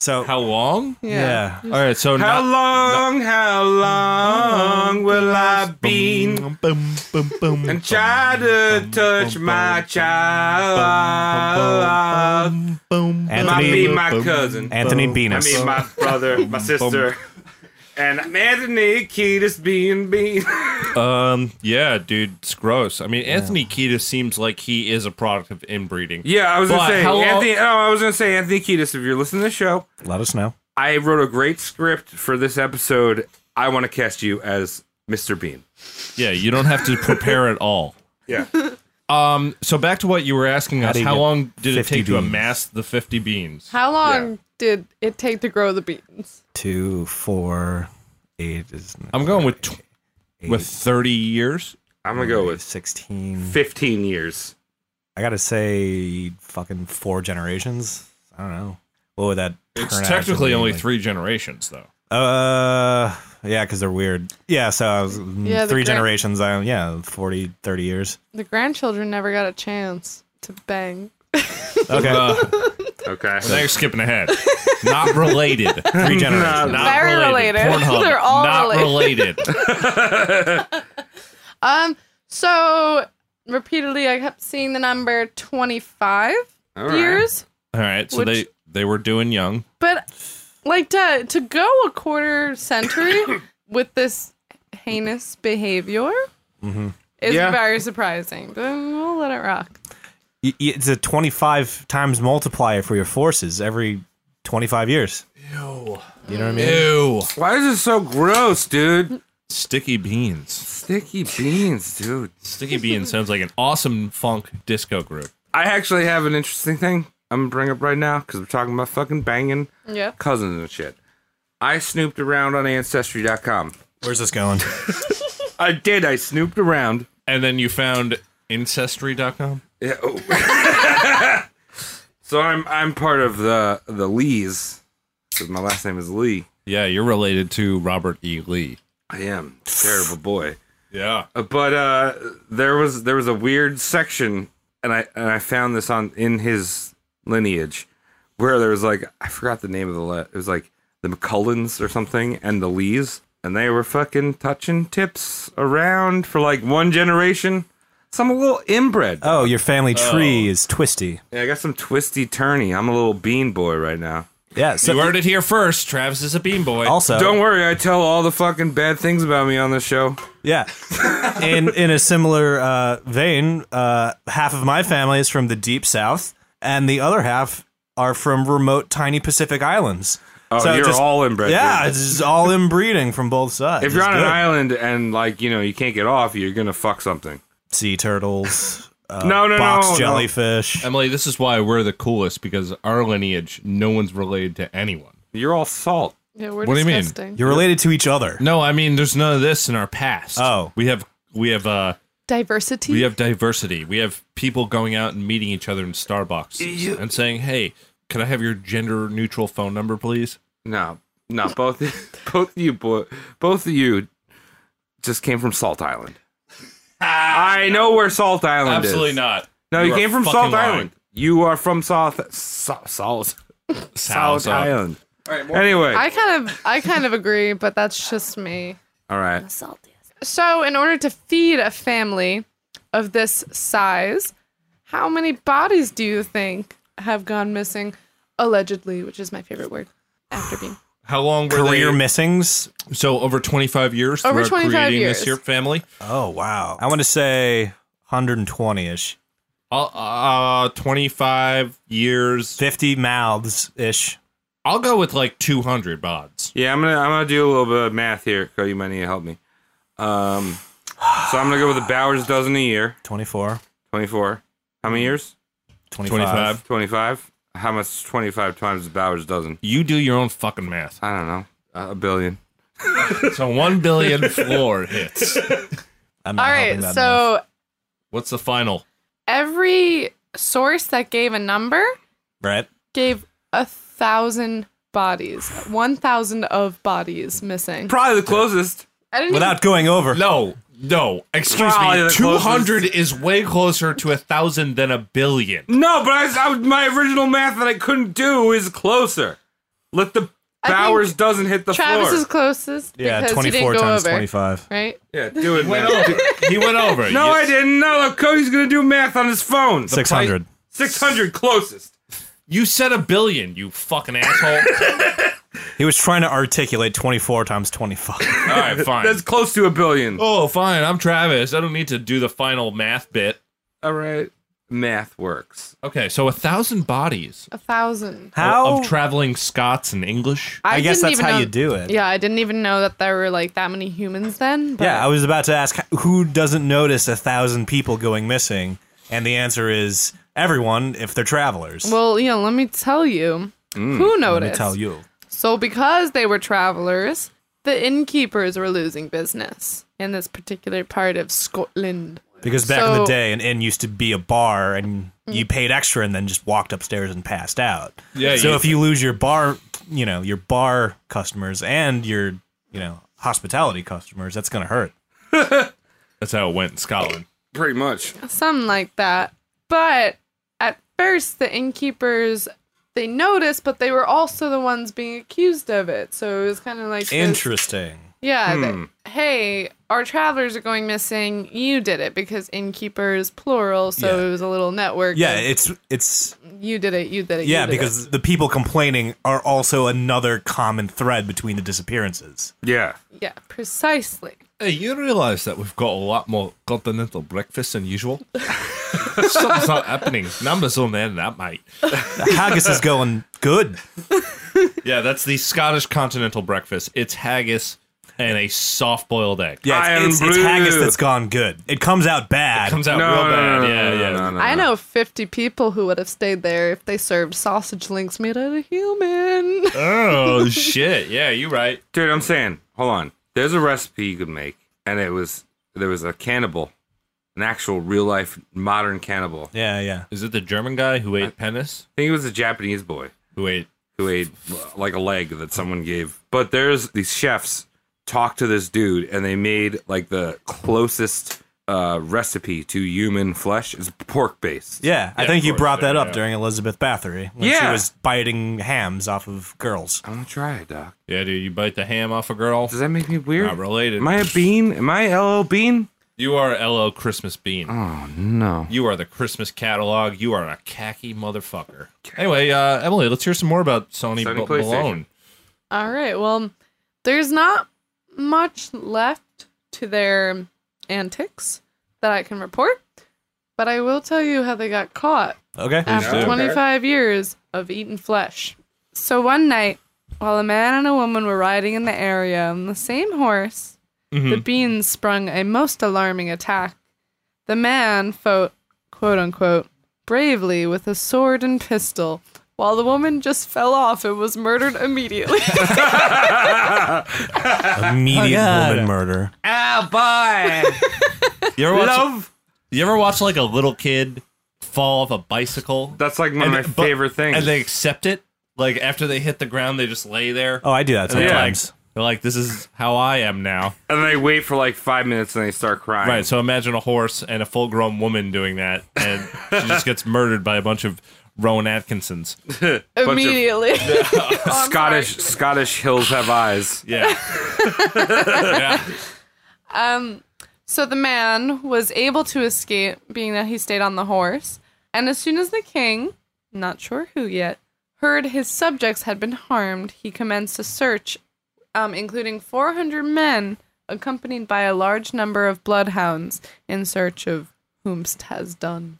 Speaker 9: So
Speaker 7: How long?
Speaker 9: yeah.
Speaker 7: All right, so
Speaker 8: How
Speaker 7: not-
Speaker 8: long, how long will I be
Speaker 7: Boom, boom, boom, boom,
Speaker 8: and try to touch my child?
Speaker 7: boom, boom, boom,
Speaker 8: Might
Speaker 9: Anthony
Speaker 8: be my cousin.
Speaker 9: Anthony
Speaker 8: I
Speaker 9: Beanus.
Speaker 8: mean, my brother, my sister. and Anthony Kiedis being being.
Speaker 7: Um, yeah, dude, it's gross. I mean, Anthony Kiedis seems like he is a product of inbreeding.
Speaker 8: Yeah, I was
Speaker 7: But
Speaker 8: gonna say
Speaker 7: how long-
Speaker 8: Anthony. Oh, I was gonna say Anthony Kiedis. If you're listening to the show,
Speaker 9: Let us know.
Speaker 8: I wrote a great script for this episode. I want to cast you as Mr. Bean.
Speaker 7: Yeah, you don't have to prepare at all.
Speaker 8: Yeah.
Speaker 7: Um, so back to what you were asking us,
Speaker 9: do you
Speaker 7: how
Speaker 9: get
Speaker 7: long did it
Speaker 9: 50
Speaker 7: take to
Speaker 9: beans?
Speaker 7: amass the 50 beans?
Speaker 10: How long
Speaker 8: Yeah.
Speaker 10: did it take to grow the beans?
Speaker 9: Two, four, eight is.
Speaker 7: I'm going with tw- with 30 years.
Speaker 8: I'm gonna go with
Speaker 9: sixteen.
Speaker 8: 15 years.
Speaker 9: I gotta say, fucking four generations. I don't know. What would that?
Speaker 7: It's
Speaker 9: turn out to
Speaker 7: technically
Speaker 9: be,
Speaker 7: only
Speaker 9: like-
Speaker 7: three generations, though.
Speaker 9: Uh, yeah, because they're weird. Yeah, so I was mm,
Speaker 10: Yeah, the
Speaker 9: three
Speaker 10: grand-
Speaker 9: generations. I, yeah, 40, 30 years.
Speaker 10: The grandchildren never got a chance to bang.
Speaker 9: Okay,
Speaker 7: Uh,
Speaker 8: Okay.
Speaker 7: now you're skipping ahead. Not related.
Speaker 9: three generations.
Speaker 7: Not
Speaker 10: Very related.
Speaker 7: Pornhub,
Speaker 10: They're all
Speaker 7: not related.
Speaker 10: Um, so repeatedly I kept seeing the number 25
Speaker 8: All right.
Speaker 10: years,
Speaker 7: all right, so
Speaker 10: Which-
Speaker 7: they they were doing young.
Speaker 10: but like to to go a quarter century with this heinous behavior is
Speaker 8: Mm-hmm. Yeah.
Speaker 10: very surprising. But we'll let it rock.
Speaker 9: Y- y- It's a twenty-five times multiplier for your forces every twenty-five years. You know what I mean?
Speaker 7: Ew.
Speaker 8: Why is it so gross, dude?
Speaker 7: Sticky beans.
Speaker 8: Sticky beans, dude.
Speaker 7: Sticky beans sounds like an awesome funk disco group.
Speaker 8: I actually have an interesting thing I'm gonna bring up right now because we're talking about fucking banging
Speaker 10: Yeah.
Speaker 8: cousins and shit. I snooped around on Ancestry.com.
Speaker 9: Where's this going?
Speaker 8: I did. I snooped around.
Speaker 7: And then you found ancestry.com.
Speaker 8: Yeah. oh. so I'm I'm part of the the Lees. 'cause my last name is Lee.
Speaker 7: Yeah, you're related to Robert E. Lee.
Speaker 8: I am terrible boy.
Speaker 7: Yeah.
Speaker 8: Uh, But uh, there was there was a weird section, and I and I found this on in his lineage, where there was like I forgot the name of the le- it was like the McCullens or something, and the Lees, and they were fucking touching tips around for like one generation. So I'm a little inbred.
Speaker 9: Oh, your family tree is twisty.
Speaker 8: Yeah, I got some twisty turny. I'm a little bean boy right now.
Speaker 9: Yeah. So
Speaker 7: you heard it here first. Travis is a bean boy.
Speaker 9: also,
Speaker 8: Don't worry, I tell all the fucking bad things about me on the show.
Speaker 9: Yeah. in in a similar uh, vein, uh, half of my family is from the deep south, and the other half are from remote, tiny Pacific islands.
Speaker 8: Oh,
Speaker 9: So
Speaker 8: you're
Speaker 9: just-
Speaker 8: all inbred.
Speaker 9: Yeah,
Speaker 8: dude.
Speaker 9: it's just all inbreeding from both sides.
Speaker 8: If you're
Speaker 9: It's
Speaker 8: on an
Speaker 9: good.
Speaker 8: island and like you know you can't get off, you're gonna fuck something.
Speaker 9: sea turtles, uh,
Speaker 8: No, no,
Speaker 9: box
Speaker 8: no, no.
Speaker 9: jellyfish.
Speaker 7: Emily, this is why we're the coolest because our lineage, no one's related to anyone.
Speaker 8: You're all salt.
Speaker 10: Yeah, we're
Speaker 7: What do you mean?
Speaker 10: disgusting.
Speaker 9: You're related to each other.
Speaker 7: No, I mean, there's none of this in our past.
Speaker 9: Oh.
Speaker 7: we have we have uh
Speaker 10: Diversity?
Speaker 7: we have diversity. We have people going out and meeting each other in Starbucks and saying, "Hey, can I have your gender neutral phone number, please?"
Speaker 8: No, no, both both of you boy, both of you just came from Salt Island. I know where Salt Island is.
Speaker 7: not.
Speaker 8: No, you,
Speaker 7: are
Speaker 8: came from
Speaker 7: fucking
Speaker 8: Salt
Speaker 7: lying.
Speaker 8: Island. You are from South Sa- Salt South
Speaker 7: Salsa.
Speaker 8: Island. anyway,
Speaker 10: I kind of I kind of agree, but that's just me.
Speaker 8: all right.
Speaker 10: So, in order to feed a family of this size, how many bodies do you think have gone missing? Allegedly, which is my favorite word after being.
Speaker 7: How long were
Speaker 9: Career
Speaker 7: they?
Speaker 9: missings.
Speaker 7: so over 25 years.
Speaker 10: Over
Speaker 7: throughout
Speaker 10: 25
Speaker 7: creating
Speaker 10: years.
Speaker 7: This here family.
Speaker 9: Oh wow! I want to say 120 ish,
Speaker 7: I'll, uh, 25 years.
Speaker 9: 50 mouths ish.
Speaker 7: I'll go with like 200 bods.
Speaker 8: Yeah, I'm gonna I'm gonna do a little bit of math here. Cody, you might need to help me. Um, so I'm gonna go with a Bowers dozen a year,
Speaker 9: 24,
Speaker 8: 24. How many years?
Speaker 9: 25.
Speaker 7: 25.
Speaker 8: 25. How much? 25 times a Bowers dozen?
Speaker 7: You do your own fucking math.
Speaker 8: I don't know. Uh, a billion.
Speaker 7: So 1 billion floor hits.
Speaker 9: I'm
Speaker 10: All
Speaker 9: not helping
Speaker 10: right,
Speaker 9: that
Speaker 10: so
Speaker 7: What's the final?
Speaker 10: every source that gave a number
Speaker 9: Brett.
Speaker 10: gave a thousand bodies, one thousand of bodies missing.
Speaker 8: Probably the closest.
Speaker 10: I didn't
Speaker 9: Without going over.
Speaker 7: No, no. Excuse
Speaker 8: Probably
Speaker 7: me.
Speaker 8: the
Speaker 7: 200 is way closer to a 1,000 than a billion.
Speaker 8: No, but I, I, my original math that I couldn't do is closer. Let the
Speaker 10: think
Speaker 8: Bowers dozen hit the
Speaker 10: even, Travis
Speaker 8: floor.
Speaker 10: is closest.
Speaker 9: Yeah,
Speaker 10: because he
Speaker 9: 24
Speaker 10: didn't go
Speaker 9: times
Speaker 10: over,
Speaker 9: 25.
Speaker 10: Right?
Speaker 8: yeah, do it,
Speaker 7: Went
Speaker 8: man.
Speaker 7: over. He went over.
Speaker 8: No, I didn't. No, look, Cody's gonna do math on his phone.
Speaker 9: 600.
Speaker 8: 600 closest.
Speaker 7: You said a billion, you fucking asshole.
Speaker 9: He was trying to articulate 24 times 25.
Speaker 7: All right, fine.
Speaker 8: That's close to a billion.
Speaker 7: oh, fine. I'm Travis. I don't need to do the final math bit.
Speaker 8: All right. Math works.
Speaker 7: Okay, so a thousand bodies
Speaker 10: A thousand.
Speaker 9: How?
Speaker 7: of traveling Scots and English.
Speaker 9: I guess
Speaker 10: didn't
Speaker 9: that's
Speaker 10: even
Speaker 9: how
Speaker 10: know-
Speaker 9: you do it.
Speaker 10: Yeah, I didn't even know that there were like that many humans then. But
Speaker 9: yeah, I was about to ask who doesn't notice a thousand people going missing, and the answer is everyone if they're travelers.
Speaker 10: Well, yeah, let me tell you. who
Speaker 9: Mm, Let
Speaker 10: noticed?
Speaker 9: me tell you.
Speaker 10: So, because they were travelers, the innkeepers were losing business in this particular part of Scotland.
Speaker 9: Because back in the
Speaker 10: So- Mm.
Speaker 9: day, an inn used to be a bar, and you paid extra and then just walked upstairs and passed out.
Speaker 7: Yeah,
Speaker 9: So
Speaker 7: you-
Speaker 9: if you lose your bar, you know your bar customers and your you know hospitality customers, that's gonna hurt.
Speaker 7: That's how it went in Scotland.
Speaker 8: Pretty much.
Speaker 10: something like that. But at first, the innkeepers they noticed, but they were also the ones being accused of it. So it was kind of like this-
Speaker 9: Interesting. Hmm.
Speaker 10: yeah, that, hey, our travelers are going missing. You did it because innkeepers plural, so
Speaker 9: Yeah.
Speaker 10: it was a little network.
Speaker 9: Yeah,
Speaker 10: of
Speaker 9: it's it's
Speaker 10: you did it. You did it. you
Speaker 9: yeah
Speaker 10: did it.
Speaker 9: because the people complaining are also another common thread between the disappearances.
Speaker 8: Yeah.
Speaker 10: yeah, precisely.
Speaker 7: Hey, you realize that we've got a lot more continental breakfast than usual? Something's not happening. Numbers on the end of that, mate.
Speaker 9: The haggis is going good.
Speaker 7: Yeah, that's the Scottish continental breakfast. It's haggis and a soft boiled egg.
Speaker 9: Yeah,
Speaker 8: Iron
Speaker 9: it's, it's, it's
Speaker 8: Brew.
Speaker 9: haggis that's gone good. It comes out bad.
Speaker 7: It comes out
Speaker 8: No,
Speaker 7: real
Speaker 8: no, no,
Speaker 7: bad.
Speaker 8: no,
Speaker 7: yeah,
Speaker 8: no,
Speaker 7: yeah.
Speaker 8: no, no,
Speaker 10: I
Speaker 8: no.
Speaker 10: know 50 people who would have stayed there if they served sausage links made out of human.
Speaker 7: Oh shit. Yeah, you right.
Speaker 8: Dude, I'm saying, hold on. There's a recipe you could make, and it was there was a cannibal, an actual real life modern cannibal. I
Speaker 9: Yeah, yeah.
Speaker 7: Is it the German guy who ate penis?
Speaker 8: think it was a Japanese boy
Speaker 7: Who ate
Speaker 8: who ate like a leg that someone gave. But there's these chefs talk to this dude, and they made like the closest uh, recipe to human flesh is pork based.
Speaker 9: Yeah, I
Speaker 7: Yeah,
Speaker 9: think
Speaker 7: of
Speaker 9: you
Speaker 7: course,
Speaker 9: brought that
Speaker 7: yeah,
Speaker 9: up
Speaker 7: yeah.
Speaker 9: during Elizabeth Bathory when she
Speaker 8: Yeah.
Speaker 9: was biting hams off of girls.
Speaker 8: I'm gonna try it, doc.
Speaker 7: Yeah, dude, you bite the ham off a girl.
Speaker 8: Does that make me weird?
Speaker 7: Not related.
Speaker 8: Am I a bean? Am I LL Bean?
Speaker 7: you are LO Christmas bean.
Speaker 8: Oh no.
Speaker 7: You are the Christmas catalog. You are a khaki motherfucker. Anyway, uh, Emily, let's hear some more about Sony,
Speaker 8: Sony
Speaker 7: B-
Speaker 8: PlayStation.
Speaker 7: Malone.
Speaker 10: All right. Well, there's not much left to their antics that I can report, but I will tell you how they got caught
Speaker 9: Okay.
Speaker 10: after 25 years of eating flesh. So one night, while a man and a woman were riding in the area on the same horse, the beans sprung a most alarming attack. The man fought, quote unquote, bravely with a sword and pistol, while the woman just fell off and was murdered immediately.
Speaker 8: Oh,
Speaker 9: Immediate woman murder.
Speaker 7: You ever watch? You ever watch like a little kid fall off a bicycle?
Speaker 8: That's like one of my
Speaker 7: but-
Speaker 8: favorite things.
Speaker 7: And they accept it. Like after they hit the ground, they just lay there.
Speaker 9: Oh, I do that
Speaker 7: And they're like,
Speaker 9: sometimes.
Speaker 7: they're like, this is how I am now.
Speaker 8: And they wait for like five minutes and they start crying.
Speaker 7: Right. So imagine a horse and a full grown woman doing that, and she just gets murdered by a bunch of Rowan Atkinsons.
Speaker 8: of-
Speaker 10: immediately.
Speaker 8: Scottish Scottish hills have eyes.
Speaker 7: Yeah. yeah.
Speaker 10: So the man was able to escape, being that he stayed on the horse. And as soon as the king, not sure who yet, heard his subjects had been harmed, he commenced a search, um, including 400 men, accompanied by a large number of bloodhounds in search of whomst has done.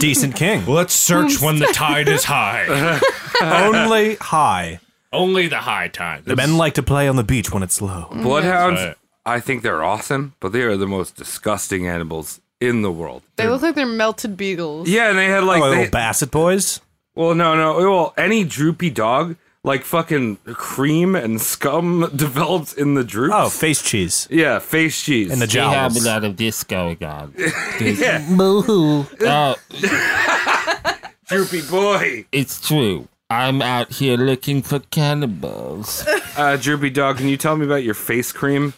Speaker 9: Decent king.
Speaker 7: Let's search when the tide is high.
Speaker 9: Only high.
Speaker 7: Only the high tide.
Speaker 9: The men like to play on the beach when it's low.
Speaker 8: Mm-hmm. Bloodhounds,
Speaker 7: Right.
Speaker 8: I think they're awesome, but they are the most disgusting animals in the world.
Speaker 10: They look like they're melted beagles.
Speaker 8: Yeah, and they had like
Speaker 9: oh,
Speaker 8: they,
Speaker 9: little basset boys.
Speaker 8: well, no, no, well, any droopy dog, like fucking cream and scum develops in the droops.
Speaker 9: Oh, face cheese
Speaker 8: yeah, face cheese.
Speaker 9: and the jowls.
Speaker 7: of this going on.
Speaker 1: Boo-hoo. Oh,
Speaker 8: Uh, droopy boy.
Speaker 1: it's true. I'm out here looking for cannibals.
Speaker 8: Uh, droopy dog, can you tell me about your face cream?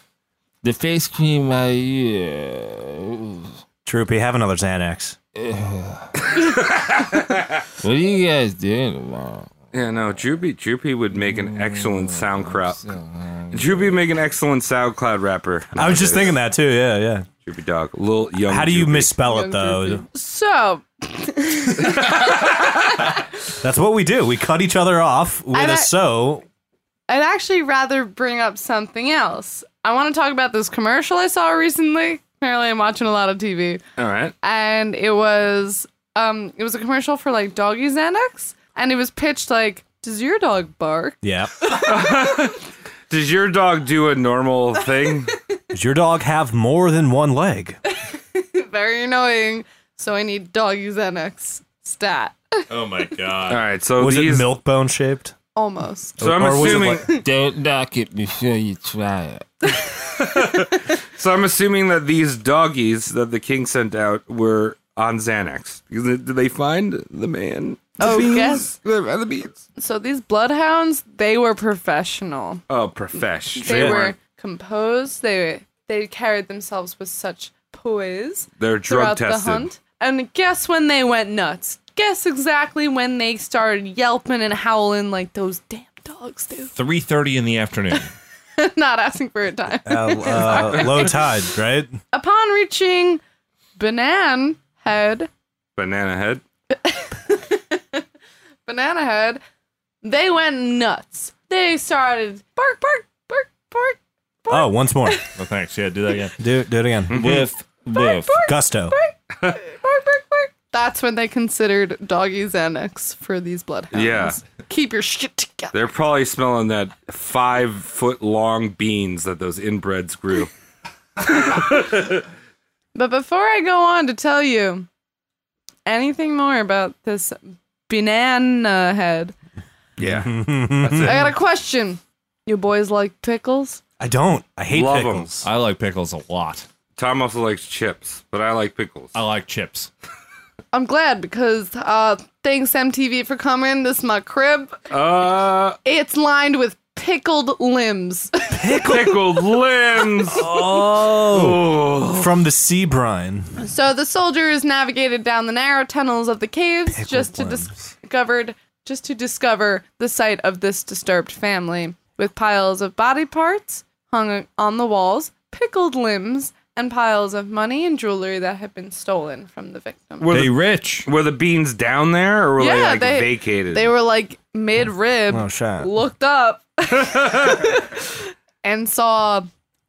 Speaker 1: The face cream I use.
Speaker 9: Troopy, have another Xanax.
Speaker 1: What are you guys doing tomorrow?
Speaker 8: Yeah, no, Droopy Droopy would make an excellent SoundCloud. Droopy would make an excellent SoundCloud rapper.
Speaker 9: I was just thinking that too. Yeah, yeah.
Speaker 8: Droopy Dog, little young.
Speaker 9: How do you
Speaker 8: Droopy.
Speaker 9: misspell it
Speaker 10: Young
Speaker 9: though?
Speaker 10: So,
Speaker 9: That's what we do. We cut each other off with
Speaker 10: I'm
Speaker 9: a
Speaker 10: not-
Speaker 9: so.
Speaker 10: I'd actually rather bring up something else. I want to talk about this commercial I saw recently. Apparently, I'm watching a lot of TV,
Speaker 8: All right.
Speaker 10: and it was um, it was a commercial for like doggy Xanax, and it was pitched like, "Does your dog bark?"
Speaker 9: Yeah.
Speaker 8: Does your dog do a normal thing?
Speaker 9: Does your dog have more than one leg?
Speaker 10: Very annoying. So I need doggy Xanax stat
Speaker 7: Oh my
Speaker 8: All
Speaker 7: god.
Speaker 8: right. So
Speaker 9: Was it
Speaker 8: these.
Speaker 9: milk bone shaped?
Speaker 10: almost.
Speaker 8: so I'm
Speaker 9: or was it
Speaker 8: assuming.
Speaker 1: Don't knock it before you try it.
Speaker 8: So I'm assuming that these doggies that the king sent out were on Xanax. Did they find the man?
Speaker 10: Oh,
Speaker 8: The beans?
Speaker 10: yes.
Speaker 8: The, the beans.
Speaker 10: So these bloodhounds, they were professional.
Speaker 8: Oh, profesh.
Speaker 10: They were composed. They they carried themselves with such poise
Speaker 8: They're drug
Speaker 10: throughout
Speaker 8: tested.
Speaker 10: the hunt. And guess when they went nuts? Guess exactly when they started yelping and howling like those damn dogs do.
Speaker 7: Three thirty in the afternoon.
Speaker 10: Not asking for a time.
Speaker 9: Uh, uh, low tide, right?
Speaker 10: Upon reaching Banan Head,
Speaker 8: Banana head.
Speaker 10: Banana Head, they went nuts. They started bark, bark, bark, bark.
Speaker 9: Oh, once more.
Speaker 7: Well, thanks. Yeah, do that again.
Speaker 9: Do, do it
Speaker 8: Mm-hmm.
Speaker 9: again.
Speaker 1: With, with.
Speaker 9: Gusto.
Speaker 10: bark, bark, bark. That's when they considered doggy Xanax for these bloodhounds.
Speaker 8: Yeah.
Speaker 10: Keep your shit together.
Speaker 8: They're probably smelling that five foot long beans that those inbreds grew.
Speaker 10: But before I go on to tell you anything more about this banana head,
Speaker 8: Yeah.
Speaker 10: I got a question. You boys like pickles?
Speaker 9: I don't. I hate
Speaker 8: Love 'em.
Speaker 9: pickles.
Speaker 7: I like pickles a lot.
Speaker 8: Tom also likes chips, but I like pickles.
Speaker 7: I like chips.
Speaker 10: I'm glad because uh thanks MTV for coming. This is my crib.
Speaker 8: Uh,
Speaker 10: It's lined with pickled limbs.
Speaker 8: pickled limbs. Oh.
Speaker 9: From the sea brine.
Speaker 10: so the soldiers navigated down the narrow tunnels of the caves just to
Speaker 9: limbs.
Speaker 10: discovered just to discover the site of this disturbed family with piles of body parts hung on the walls, pickled limbs, and piles of money and jewelry that had been stolen from the victim.
Speaker 8: Were,
Speaker 7: They
Speaker 8: the,
Speaker 7: rich.
Speaker 8: were the beans down there, or were they
Speaker 10: Yeah,
Speaker 8: like
Speaker 10: they-
Speaker 8: vacated?
Speaker 10: They were like mid rib,
Speaker 9: Oh, shit.
Speaker 10: looked up, and saw,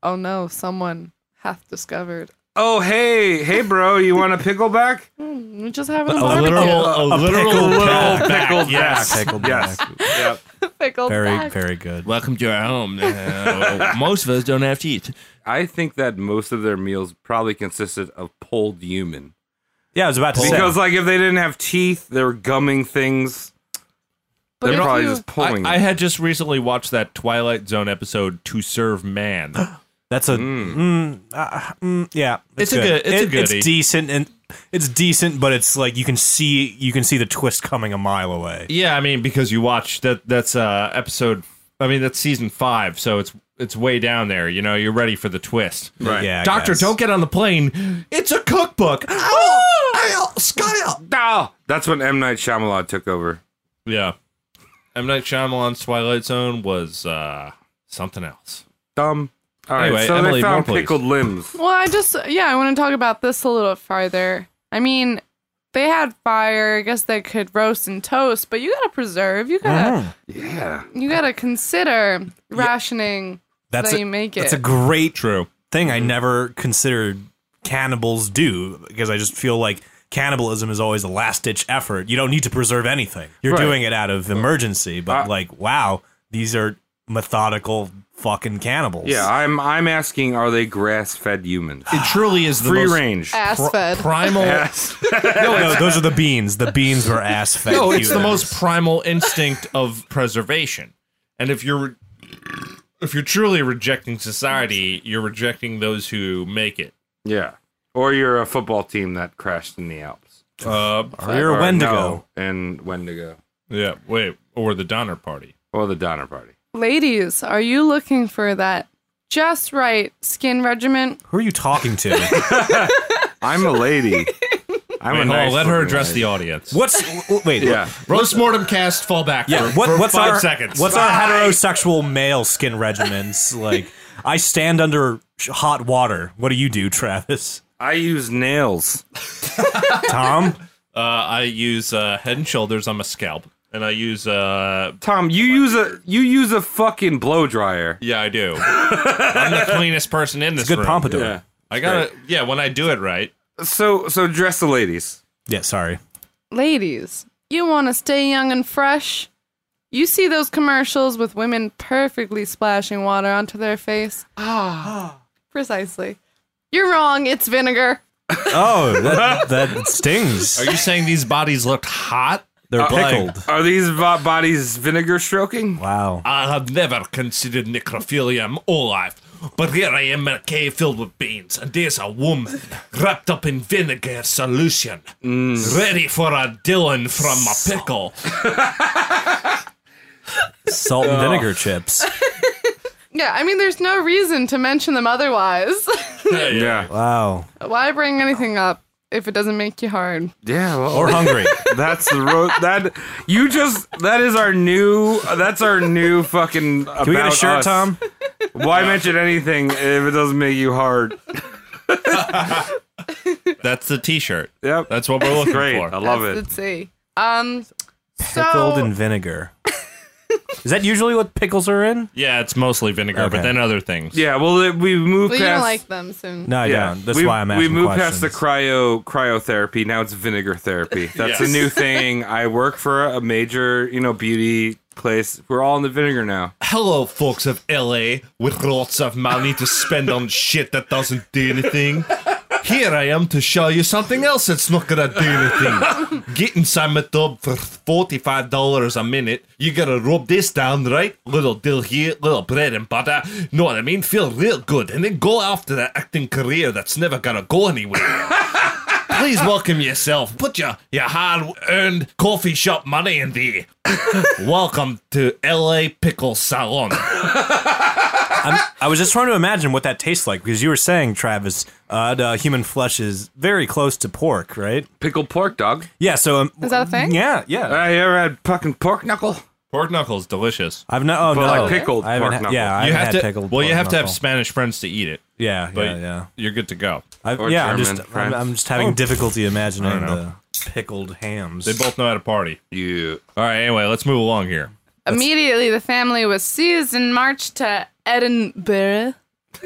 Speaker 10: oh no, someone hath discovered.
Speaker 8: Oh hey, hey bro, you want a pickleback?
Speaker 10: Hmm, We just having a
Speaker 7: A
Speaker 10: barbecue.
Speaker 7: literal, a literal
Speaker 8: little
Speaker 7: pickle back.
Speaker 8: pickle
Speaker 7: Yes.
Speaker 9: Pickled
Speaker 8: Yes.
Speaker 9: back.
Speaker 8: yep.
Speaker 10: Pickled
Speaker 9: Very,
Speaker 10: back.
Speaker 9: very good.
Speaker 1: Welcome to our home. Uh, most of us don't have to eat.
Speaker 8: I think that most of their meals probably consisted of pulled human.
Speaker 9: Yeah, I was about to
Speaker 8: Because
Speaker 9: say.
Speaker 8: like if they didn't have teeth, they were gumming things.
Speaker 10: But
Speaker 8: They're
Speaker 10: if
Speaker 8: probably
Speaker 10: you-
Speaker 8: just pulling.
Speaker 7: I, I had just recently watched that Twilight Zone episode "To Serve Man."
Speaker 9: That's a. Mm, uh, mm, yeah,
Speaker 7: It's a good- it's a
Speaker 9: It-
Speaker 7: goodie.
Speaker 9: It's decent and it's decent, but it's like you can see you can see the twist coming a mile away.
Speaker 7: yeah, I mean because you watch that. That's uh, episode. I mean that's season five, so it's it's way down there. You know, you're ready for the twist.
Speaker 8: Right.
Speaker 9: Yeah, I
Speaker 7: Doctor,
Speaker 9: guess.
Speaker 7: don't get on the plane. It's a cookbook. Ah! oh, I'll- Scott.
Speaker 8: Ah, that's when M Night Shyamalan took over.
Speaker 7: Yeah, M Night Shyamalan's Twilight Zone was uh, something else.
Speaker 8: Dumb. All right,
Speaker 7: Anyway,
Speaker 8: so
Speaker 7: Emily,
Speaker 8: they found
Speaker 7: more, please.
Speaker 8: pickled limbs.
Speaker 10: Well, I just yeah, I want to talk about this a little farther. I mean, they had fire. I guess they could roast and toast, but you gotta preserve. You gotta
Speaker 8: Yeah.
Speaker 10: you gotta consider rationing
Speaker 9: That's
Speaker 10: that
Speaker 9: a,
Speaker 10: you make
Speaker 9: That's
Speaker 10: it.
Speaker 9: a great
Speaker 7: True. Mm-hmm.
Speaker 9: thing I never considered cannibals do because I just feel like cannibalism is always a last ditch effort. You don't need to preserve anything. You're
Speaker 8: Right.
Speaker 9: doing it out of emergency, but
Speaker 8: Uh,
Speaker 9: like wow, these are methodical fucking cannibals.
Speaker 8: Yeah, I'm I'm asking are they grass fed humans?
Speaker 7: It truly is the
Speaker 8: Free
Speaker 7: most
Speaker 8: range.
Speaker 10: ass fed.
Speaker 7: primal.
Speaker 9: No, no, those are the beans. The beans were ass fed.
Speaker 7: No, it's the most primal instinct of preservation. And if you're if you're truly rejecting society, you're rejecting those who make it.
Speaker 8: Yeah. Or you're a football team that crashed in the Alps.
Speaker 7: Uh,
Speaker 9: You're a
Speaker 8: Or
Speaker 9: Wendigo.
Speaker 8: no, and Wendigo.
Speaker 7: yeah, wait, or the Donner Party.
Speaker 8: Or the Donner Party.
Speaker 10: Ladies, are you looking for that just right skin regiment?
Speaker 9: Who are you talking to?
Speaker 8: I'm a lady. I'm a
Speaker 7: Wait, hold on,
Speaker 8: nice
Speaker 7: let her
Speaker 8: looking
Speaker 7: address
Speaker 8: lady.
Speaker 7: the audience.
Speaker 9: what's w- wait?
Speaker 8: Yeah.
Speaker 7: Roast Mortem cast fall back
Speaker 9: yeah.
Speaker 7: for,
Speaker 9: What,
Speaker 7: for
Speaker 9: what's
Speaker 7: five
Speaker 9: our
Speaker 7: seconds.
Speaker 9: what's our heterosexual male skin regimens like? I stand under sh- hot water. What do you do, Travis?
Speaker 8: I use nails.
Speaker 9: Tom?
Speaker 7: uh, I use uh, head and shoulders on my scalp. and I use uh
Speaker 8: Tom, you use a you use a fucking blow dryer.
Speaker 7: yeah, I do. I'm the cleanest person in this
Speaker 9: Good
Speaker 7: room.
Speaker 9: pompadour. Yeah.
Speaker 8: Yeah.
Speaker 7: I got to yeah, when I do it right.
Speaker 8: So so dress the ladies.
Speaker 9: sorry.
Speaker 10: Ladies, you want to stay young and fresh? You see those commercials with women perfectly splashing water onto their face? Ah. Precisely. You're wrong. It's vinegar.
Speaker 9: Oh, that, that stings.
Speaker 7: Are you saying these bodies looked hot?
Speaker 8: uh,
Speaker 9: They're
Speaker 7: like-
Speaker 9: pickled.
Speaker 8: Are these vo- bodies vinegar stroking?
Speaker 9: wow.
Speaker 7: I have never considered necrophilia in all life, but here I am in a cave filled with beans, and there's a woman wrapped up in vinegar solution,
Speaker 8: Mm.
Speaker 7: ready for a Dylan from a pickle.
Speaker 9: Salt and vinegar chips.
Speaker 10: Yeah, I mean, there's no reason to mention them otherwise.
Speaker 8: Yeah.
Speaker 9: Wow.
Speaker 10: Why bring anything up if it doesn't make you hard?
Speaker 8: Yeah. Well,
Speaker 9: Or hungry.
Speaker 8: that's the road. That you just that is our new. That's our new fucking.
Speaker 9: Can we get a shirt, Tom?
Speaker 8: Why mention anything if it doesn't make you hard?
Speaker 7: That's the T-shirt.
Speaker 8: Yep.
Speaker 7: That's what we're looking
Speaker 8: great. I
Speaker 7: for.
Speaker 8: love it.
Speaker 10: Let's see. Um,
Speaker 9: Pickled
Speaker 10: so
Speaker 9: in vinegar. Is that usually what pickles are in?
Speaker 7: Yeah, it's mostly vinegar, but
Speaker 9: Okay.
Speaker 7: then other things.
Speaker 8: Yeah. Well, it- we moved
Speaker 10: well, you don't
Speaker 8: past.
Speaker 10: like them soon.
Speaker 9: No, I
Speaker 8: yeah,
Speaker 9: don't. That's
Speaker 8: we,
Speaker 9: why I'm asking
Speaker 8: We moved past
Speaker 9: questions.
Speaker 8: the cryo cryotherapy. Now it's vinegar therapy. That's
Speaker 7: Yes.
Speaker 8: a new thing. I work for a major, you know, beauty place. We're all in the vinegar now.
Speaker 7: Hello, folks of LA with lots of money to spend on shit that doesn't do anything. Here I am to show you something else that's not gonna do anything. Get inside my tub for $45 a minute. You gotta rub this down, right? Little dill here, little bread and butter. Know what I mean? Feel real good. And then go after that acting career that's never gonna go anywhere. Please welcome yourself. Put your, your hard earned coffee shop money in there. Welcome to LA Pickle Salon.
Speaker 9: I'm, I was just trying to imagine what that tastes like because you were saying, Travis, uh, the human flesh is very close to pork, right?
Speaker 8: Pickled pork dog.
Speaker 9: Yeah. So um,
Speaker 10: Is that a thing?
Speaker 9: Yeah, yeah.
Speaker 8: I ever had fucking pork knuckle.
Speaker 7: Pork knuckles delicious.
Speaker 9: I've not. Oh
Speaker 8: But
Speaker 9: no,
Speaker 8: like pickled
Speaker 9: I haven't.
Speaker 8: pork
Speaker 9: ha-
Speaker 8: knuckle.
Speaker 9: yeah, I
Speaker 7: you
Speaker 9: haven't
Speaker 7: have
Speaker 9: had
Speaker 7: to.
Speaker 9: pickled.
Speaker 7: well, you
Speaker 9: pork
Speaker 7: have to have
Speaker 9: knuckle.
Speaker 7: Spanish friends to eat it.
Speaker 9: Yeah,
Speaker 7: But
Speaker 9: yeah, yeah.
Speaker 7: you're good to go.
Speaker 9: I've,
Speaker 8: Or
Speaker 9: yeah, I'm
Speaker 8: German,
Speaker 9: just, I'm,
Speaker 8: French.
Speaker 9: I'm just having difficulty imagining
Speaker 7: know.
Speaker 9: the pickled hams.
Speaker 7: They both know how to party.
Speaker 8: Yeah.
Speaker 7: All right. Anyway, let's move along here.
Speaker 10: Immediately, the family was seized and marched to Edinburgh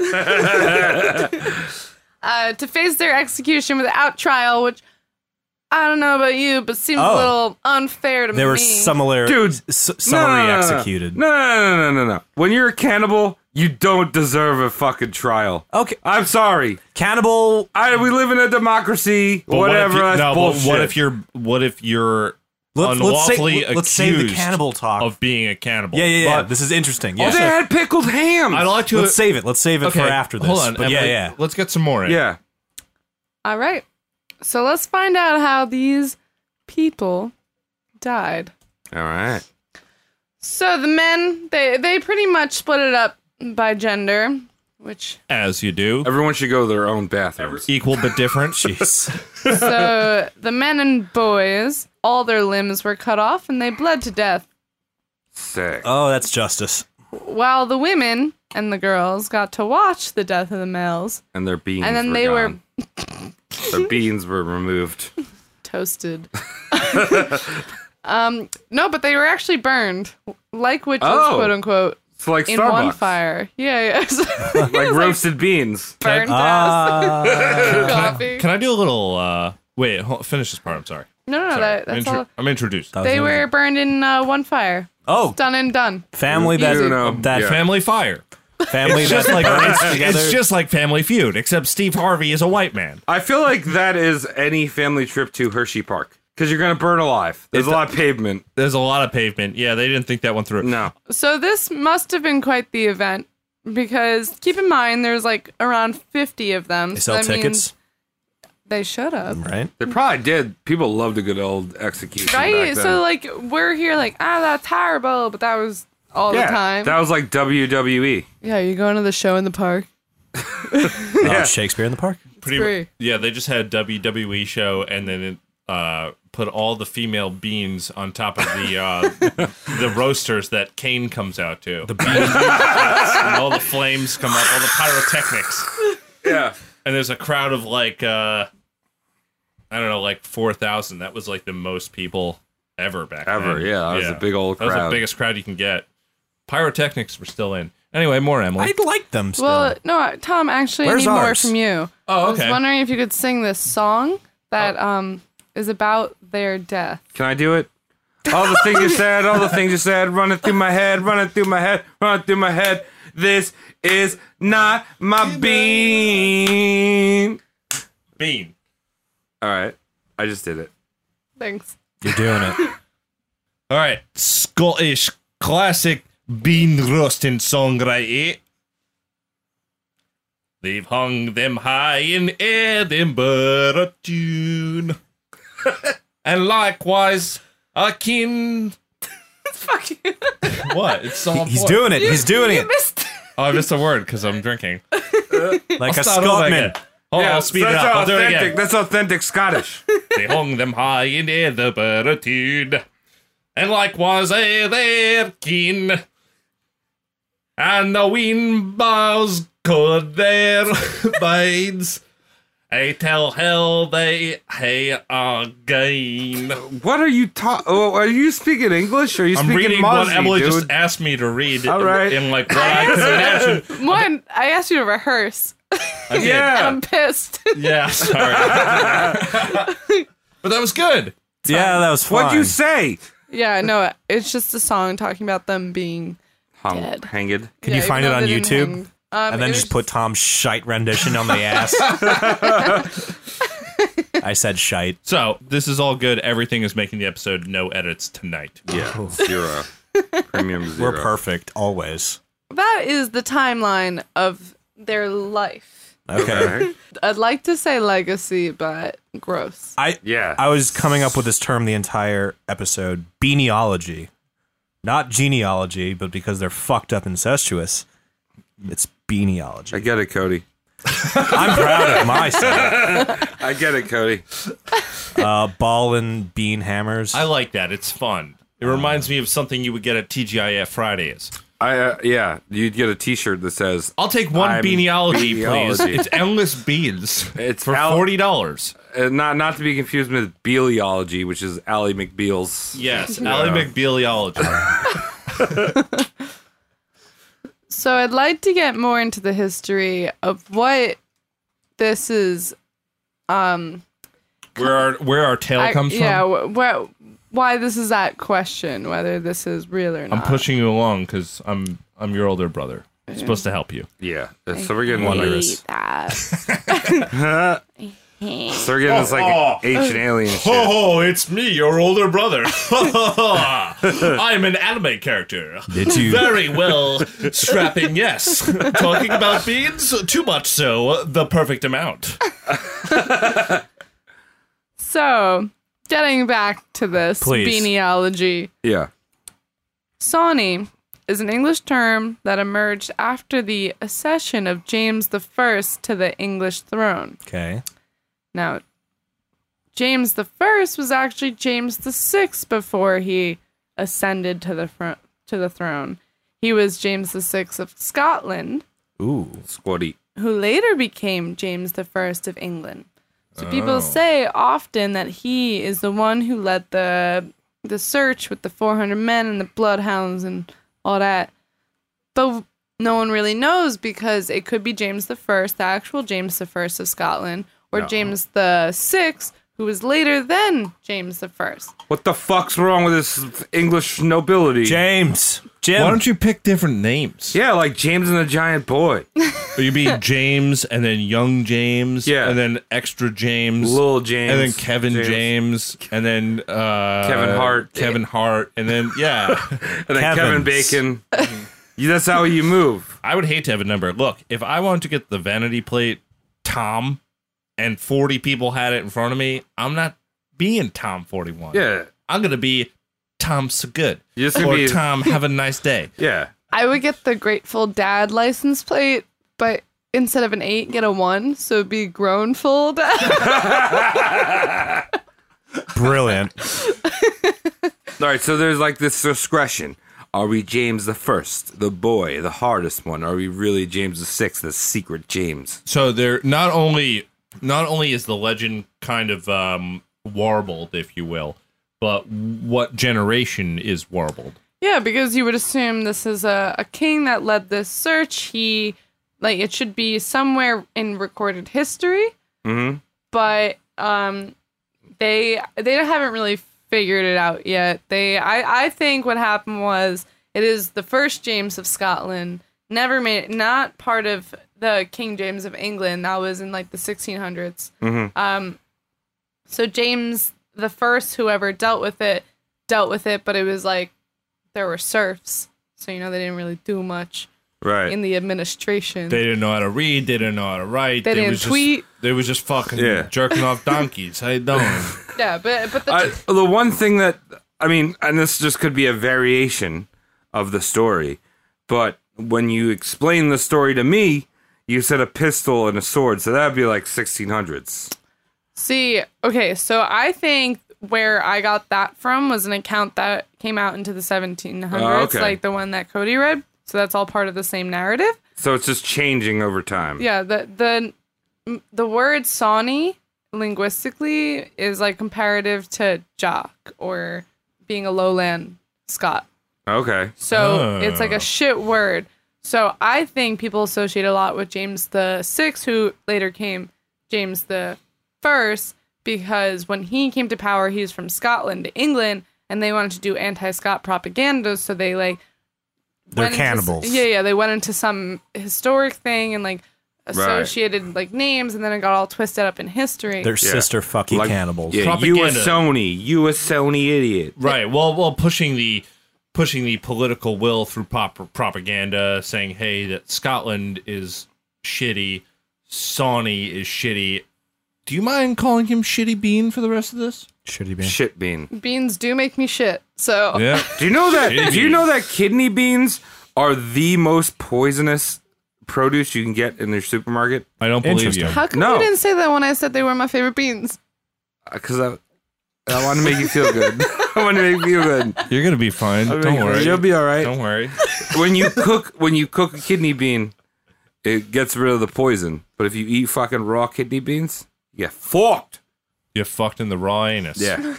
Speaker 10: uh, to face their execution without trial, which I don't know about you, but seems
Speaker 9: Oh.
Speaker 10: a little unfair to me.
Speaker 9: they were similar,
Speaker 8: Dude,
Speaker 9: s-
Speaker 8: no, no, no,
Speaker 9: summary
Speaker 8: no.
Speaker 9: executed.
Speaker 8: No, no, no, no, no, no. When you're a cannibal, you don't deserve a fucking trial.
Speaker 9: Okay,
Speaker 8: I'm sorry.
Speaker 9: cannibal.
Speaker 8: I we live in a democracy.
Speaker 7: But what if
Speaker 8: whatever.
Speaker 7: you-
Speaker 8: that's
Speaker 7: no, but
Speaker 8: bullshit.
Speaker 7: what if you're? What if you're
Speaker 9: Let's, let's, say,
Speaker 7: unlawfully
Speaker 9: let's save the
Speaker 7: accused
Speaker 9: cannibal talk.
Speaker 7: of being a cannibal?
Speaker 9: yeah, yeah, yeah.
Speaker 7: But
Speaker 9: this is interesting. Yeah.
Speaker 8: Oh, they had pickled ham?
Speaker 7: I'd like to.
Speaker 9: let's save it. Let's save it
Speaker 7: okay,
Speaker 9: for after this.
Speaker 7: Hold on.
Speaker 9: but yeah,
Speaker 7: Emily,
Speaker 9: yeah.
Speaker 7: Let's get some more in.
Speaker 8: yeah.
Speaker 10: All right. So let's find out how these people died.
Speaker 8: All right.
Speaker 10: So the men, they, they pretty much split it up by gender, which,
Speaker 7: As you do.
Speaker 8: Everyone should go to their own bathrooms.
Speaker 7: Equal but different.
Speaker 9: Jeez.
Speaker 10: so the men and boys, all their limbs were cut off and they bled to death.
Speaker 8: Sick.
Speaker 9: Oh, that's justice.
Speaker 10: while the women and the girls got to watch the death of the males
Speaker 8: and their beans.
Speaker 10: and then
Speaker 8: were
Speaker 10: they were
Speaker 8: gone. Their beans were removed.
Speaker 10: toasted um no but they were actually burned like witches
Speaker 8: Oh.
Speaker 10: quote unquote
Speaker 8: It's like
Speaker 10: in
Speaker 8: Starbucks.
Speaker 10: one fire yeah yeah
Speaker 8: Like roasted beans.
Speaker 10: burned ass
Speaker 9: Ah,
Speaker 10: coffee
Speaker 7: Can I do a little? uh Wait, hold, finish this part. I'm sorry.
Speaker 10: no no no
Speaker 7: Sorry.
Speaker 10: that,
Speaker 7: I'm,
Speaker 10: that's
Speaker 7: intro-
Speaker 10: all
Speaker 7: I'm introduced.
Speaker 10: they were burned in uh, one fire
Speaker 9: oh,
Speaker 10: done and done
Speaker 9: family
Speaker 8: You know,
Speaker 9: that that
Speaker 8: yeah.
Speaker 7: Family fire.
Speaker 9: family
Speaker 7: It's
Speaker 9: that
Speaker 7: just like
Speaker 9: burns
Speaker 7: it's,
Speaker 9: together.
Speaker 7: it's just like Family Feud, except Steve Harvey is a white man.
Speaker 8: I feel like that is any family trip to Hershey Park because you're gonna burn alive. There's a lot of pavement.
Speaker 7: There's a lot of pavement. Yeah, they didn't think that one through.
Speaker 8: No.
Speaker 10: so this must have been quite the event because keep in mind there's like around 50 of them
Speaker 9: they
Speaker 10: so
Speaker 9: sell
Speaker 10: that means
Speaker 9: tickets,
Speaker 10: they shut up
Speaker 9: right?
Speaker 8: They probably did. People loved a good old execution.
Speaker 10: Right?
Speaker 8: back
Speaker 10: So
Speaker 8: then.
Speaker 10: like we're here like, ah, that's horrible, but that was all
Speaker 8: yeah,
Speaker 10: the time.
Speaker 8: that was like E. WWE.
Speaker 10: yeah, you're going to the show in the park.
Speaker 9: Oh, Shakespeare in the Park.
Speaker 7: Pretty mu-
Speaker 10: It's
Speaker 7: yeah, they just had a WWE show and then it, uh, put all the female beans on top of the uh, the roasters that Kane comes out to. The beans, and all the flames come up, all the pyrotechnics,
Speaker 8: Yeah.
Speaker 7: and there's a crowd of like uh, I don't know, like four thousand. That was like the most people ever back
Speaker 8: Ever,
Speaker 7: then.
Speaker 8: yeah, that was a big old
Speaker 7: That was
Speaker 8: crowd.
Speaker 7: the biggest crowd you can get. Pyrotechnics were still in. Anyway, more Emily.
Speaker 9: I like them still.
Speaker 10: Well, no, Tom, actually,
Speaker 9: Where's
Speaker 10: I need more
Speaker 9: ours?
Speaker 10: from you.
Speaker 7: oh,
Speaker 10: I was
Speaker 7: okay.
Speaker 10: wondering if you could sing this song that
Speaker 8: Oh.
Speaker 10: um is about their death.
Speaker 8: Can I do it? All the things you said, all the things you said, running through my head, running through my head, running through my head. This is not my bean.
Speaker 7: Bean.
Speaker 8: All right, I just did it.
Speaker 10: Thanks.
Speaker 9: You're doing it.
Speaker 7: All right, Scottish classic bean roasting song right here. They've hung them high in Edinburgh tune, and likewise a kin.
Speaker 10: Fuck you.
Speaker 7: What? It's all
Speaker 9: He's doing it. He's doing it.
Speaker 10: Missed.
Speaker 7: Oh, I missed a word because I'm drinking.
Speaker 9: Like a
Speaker 7: Start over
Speaker 9: Scotsman.
Speaker 7: again. Hold on, I'll speed it up. I'll do it
Speaker 8: authentic.
Speaker 7: again.
Speaker 8: That's authentic Scottish.
Speaker 7: they hung them high in Edinburgh tune, and likewise eh, a their kin. And the wind bows could their bides. I tell hell they hey again.
Speaker 8: what are you talking? Oh, are you speaking English? Or are you
Speaker 7: I'm
Speaker 8: speaking
Speaker 7: reading
Speaker 8: Mosby,
Speaker 7: what Emily
Speaker 8: dude?
Speaker 7: just asked me to read.
Speaker 8: All right.
Speaker 7: In like what I could imagine.
Speaker 10: One, I asked you to rehearse.
Speaker 7: I did.
Speaker 8: Yeah.
Speaker 10: I'm pissed.
Speaker 7: Yeah. Sorry. but that was good.
Speaker 9: Yeah, that was fun.
Speaker 8: What'd you say?
Speaker 10: yeah, no, it's just a song talking about them being.
Speaker 8: Hung,
Speaker 10: Dead.
Speaker 8: hanged.
Speaker 9: Can you
Speaker 10: Yeah,
Speaker 9: find it
Speaker 10: even though
Speaker 9: on
Speaker 10: they didn't
Speaker 9: YouTube?
Speaker 10: hang. Um,
Speaker 9: and then
Speaker 10: it was
Speaker 9: just put Tom's shite rendition on the ass. I said shite.
Speaker 7: So this is all good. Everything is making the episode no edits tonight.
Speaker 8: Yeah, zero. Premium
Speaker 9: We're
Speaker 8: zero.
Speaker 9: perfect always.
Speaker 10: That is the timeline of their life.
Speaker 9: Okay.
Speaker 8: Right?
Speaker 10: I'd like to say legacy, but gross.
Speaker 9: I
Speaker 8: Yeah.
Speaker 9: I was coming up with this term the entire episode, beaniology. Not genealogy, but because they're fucked up incestuous, it's
Speaker 8: I
Speaker 9: beaniology.
Speaker 8: get it, Cody.
Speaker 9: I'm proud of myself.
Speaker 8: I get it, Cody.
Speaker 9: Uh, ball and bean hammers.
Speaker 7: I like that. It's fun. It reminds me of something you would get at TGIF Fridays.
Speaker 8: I uh, yeah, you'd get a T-shirt that says
Speaker 7: I'll take one
Speaker 8: I'm
Speaker 7: beaniology, please.
Speaker 8: beaniology.
Speaker 7: It's endless beans.
Speaker 8: It's
Speaker 7: for
Speaker 8: al-
Speaker 7: forty dollars.
Speaker 8: uh, not not to be confused with Bealeology, which is Ally McBeal's.
Speaker 7: Yes, Ally McBealiology.
Speaker 10: So I'd like to get more into the history of what this is. Um,
Speaker 7: where our where our tale
Speaker 10: I-
Speaker 7: comes
Speaker 10: yeah,
Speaker 7: from.
Speaker 10: wh- wh- why this is that question, whether this is real or
Speaker 7: I'm
Speaker 10: not.
Speaker 7: pushing you along because I'm I'm your older brother. I'm supposed to help you.
Speaker 8: Yeah, uh, so we're getting
Speaker 10: I
Speaker 8: like,
Speaker 10: hate that.
Speaker 8: so we're getting this like
Speaker 7: Oh,
Speaker 8: ancient alien shit.
Speaker 7: it's me, your older brother. I'm an anime character.
Speaker 9: Did you
Speaker 7: Very well, strapping, yes. Talking about beans, too much so, the perfect amount.
Speaker 10: so, getting back to this
Speaker 9: Please.
Speaker 10: genealogy,
Speaker 8: Yeah,
Speaker 10: Sawney is an English term that emerged after the accession of James I to the English throne.
Speaker 9: Okay.
Speaker 10: Now, James the First was actually James the Sixth before he ascended to the front to the throne. He was James the Sixth of Scotland,
Speaker 9: Ooh.
Speaker 8: squatty.
Speaker 10: who later became James the First of England. So people say often that he is the one who led the the search with the 400 men and the bloodhounds and all that. But no one really knows because it could be James the First, the actual James the First of Scotland, or James the Sixth, who was later than James the First.
Speaker 8: What the fuck's wrong with this English nobility?
Speaker 9: James. Jim.
Speaker 7: you pick different names?
Speaker 8: yeah, like James and the Giant Boy,
Speaker 7: Or you be James and then Young James,
Speaker 8: Yeah.
Speaker 7: and then Extra James,
Speaker 8: Little James,
Speaker 7: and then Kevin James, and then uh,
Speaker 8: Kevin Hart.
Speaker 7: Kevin Hart, and then yeah.
Speaker 8: and then Kevin
Speaker 9: Kevins.
Speaker 8: Bacon. Yeah, That's how you move.
Speaker 7: I would hate to have a number. Look, if I wanted to get the vanity plate, Tom, and forty people had it in front of me, I'm not being Tom forty one.
Speaker 8: Yeah,
Speaker 7: I'm gonna be Tom so good.
Speaker 8: You're just gonna
Speaker 7: or
Speaker 8: be-
Speaker 7: Tom have a nice day.
Speaker 8: yeah.
Speaker 10: I would get the Grateful Dad license plate, but instead of an eight, get a one, so it'd be Grownful Dad.
Speaker 9: Brilliant.
Speaker 8: All right, so there's like this discretion. Are we James the First, the boy, the hardest one? Are we really James the Sixth, the secret James?
Speaker 7: So there not only not only is the legend kind of um warbled, if you will, but what generation is warbled?
Speaker 10: Yeah, because you would assume this is a, a king that led this search. He, like, it should be somewhere in recorded history,
Speaker 8: Mm-hmm.
Speaker 10: but um, they they haven't really figured it out yet. They, I, I think what happened was it is the first James of Scotland, never made, not part of the King James of England. That was in like the 1600s.
Speaker 8: Mm-hmm.
Speaker 10: Um, so James the first, whoever dealt with it, dealt with it, but it was like there were serfs, so you know they didn't really do much
Speaker 8: Right.
Speaker 10: in the administration.
Speaker 7: They didn't know how to read. They didn't know how to write.
Speaker 10: They didn't
Speaker 7: was
Speaker 10: tweet.
Speaker 7: Just, they was just fucking
Speaker 8: Yeah.
Speaker 7: jerking off donkeys. How you doing?
Speaker 10: yeah, but but the,
Speaker 8: I, the one thing that I mean, and this just could be a variation of the story, but when you explain the story to me, you said a pistol and a sword, so that'd be like 1600s.
Speaker 10: see, okay, so I think where I got that from was an account that came out into the 1700s,
Speaker 8: Oh, okay.
Speaker 10: like the one that Cody read. So that's all part of the same narrative.
Speaker 8: So it's just changing over time.
Speaker 10: Yeah, the the m- the word Sawney linguistically is like comparative to jock or being a lowland Scot.
Speaker 8: Okay.
Speaker 7: Oh.
Speaker 10: So it's like a shit word. So I think people associate a lot with James the Sixth, who later came James the First, because when he came to power, he was from Scotland to England, and they wanted to do anti-Scot propaganda. So they like
Speaker 9: They're
Speaker 10: went into s-
Speaker 9: cannibals.
Speaker 10: yeah, yeah. They went into some historic thing and like associated like names, and then it got all twisted up in history.
Speaker 9: They're sister fucky
Speaker 8: Like-
Speaker 9: cannibals.
Speaker 8: Yeah, you a
Speaker 7: Propaganda.
Speaker 8: Sony. You a Sony idiot.
Speaker 7: right. Well, well, pushing the pushing the political will through pop- propaganda, saying, "Hey, that Scotland is shitty, Sawney is shitty." Do you mind calling him Shitty Bean for the rest of this?
Speaker 9: Should he be?
Speaker 8: Shit bean.
Speaker 10: Beans do make me shit. So
Speaker 7: Yeah.
Speaker 8: Do you know that?
Speaker 7: Shit
Speaker 8: do you
Speaker 7: bean.
Speaker 8: know that kidney beans are the most poisonous produce you can get in your supermarket?
Speaker 7: I don't believe you.
Speaker 9: Interesting.
Speaker 10: how come
Speaker 8: No.
Speaker 10: you didn't say that when I said they were my favorite beans?
Speaker 8: Because I, I want to make you feel good. I want to make you feel good.
Speaker 7: You're gonna be fine. Don't worry.
Speaker 8: You'll be all right.
Speaker 7: Don't worry.
Speaker 8: When you cook, when you cook a kidney bean, it gets rid of the poison. But if you eat fucking raw kidney beans, you get fucked.
Speaker 7: You're fucked in the raw anus.
Speaker 8: Yeah.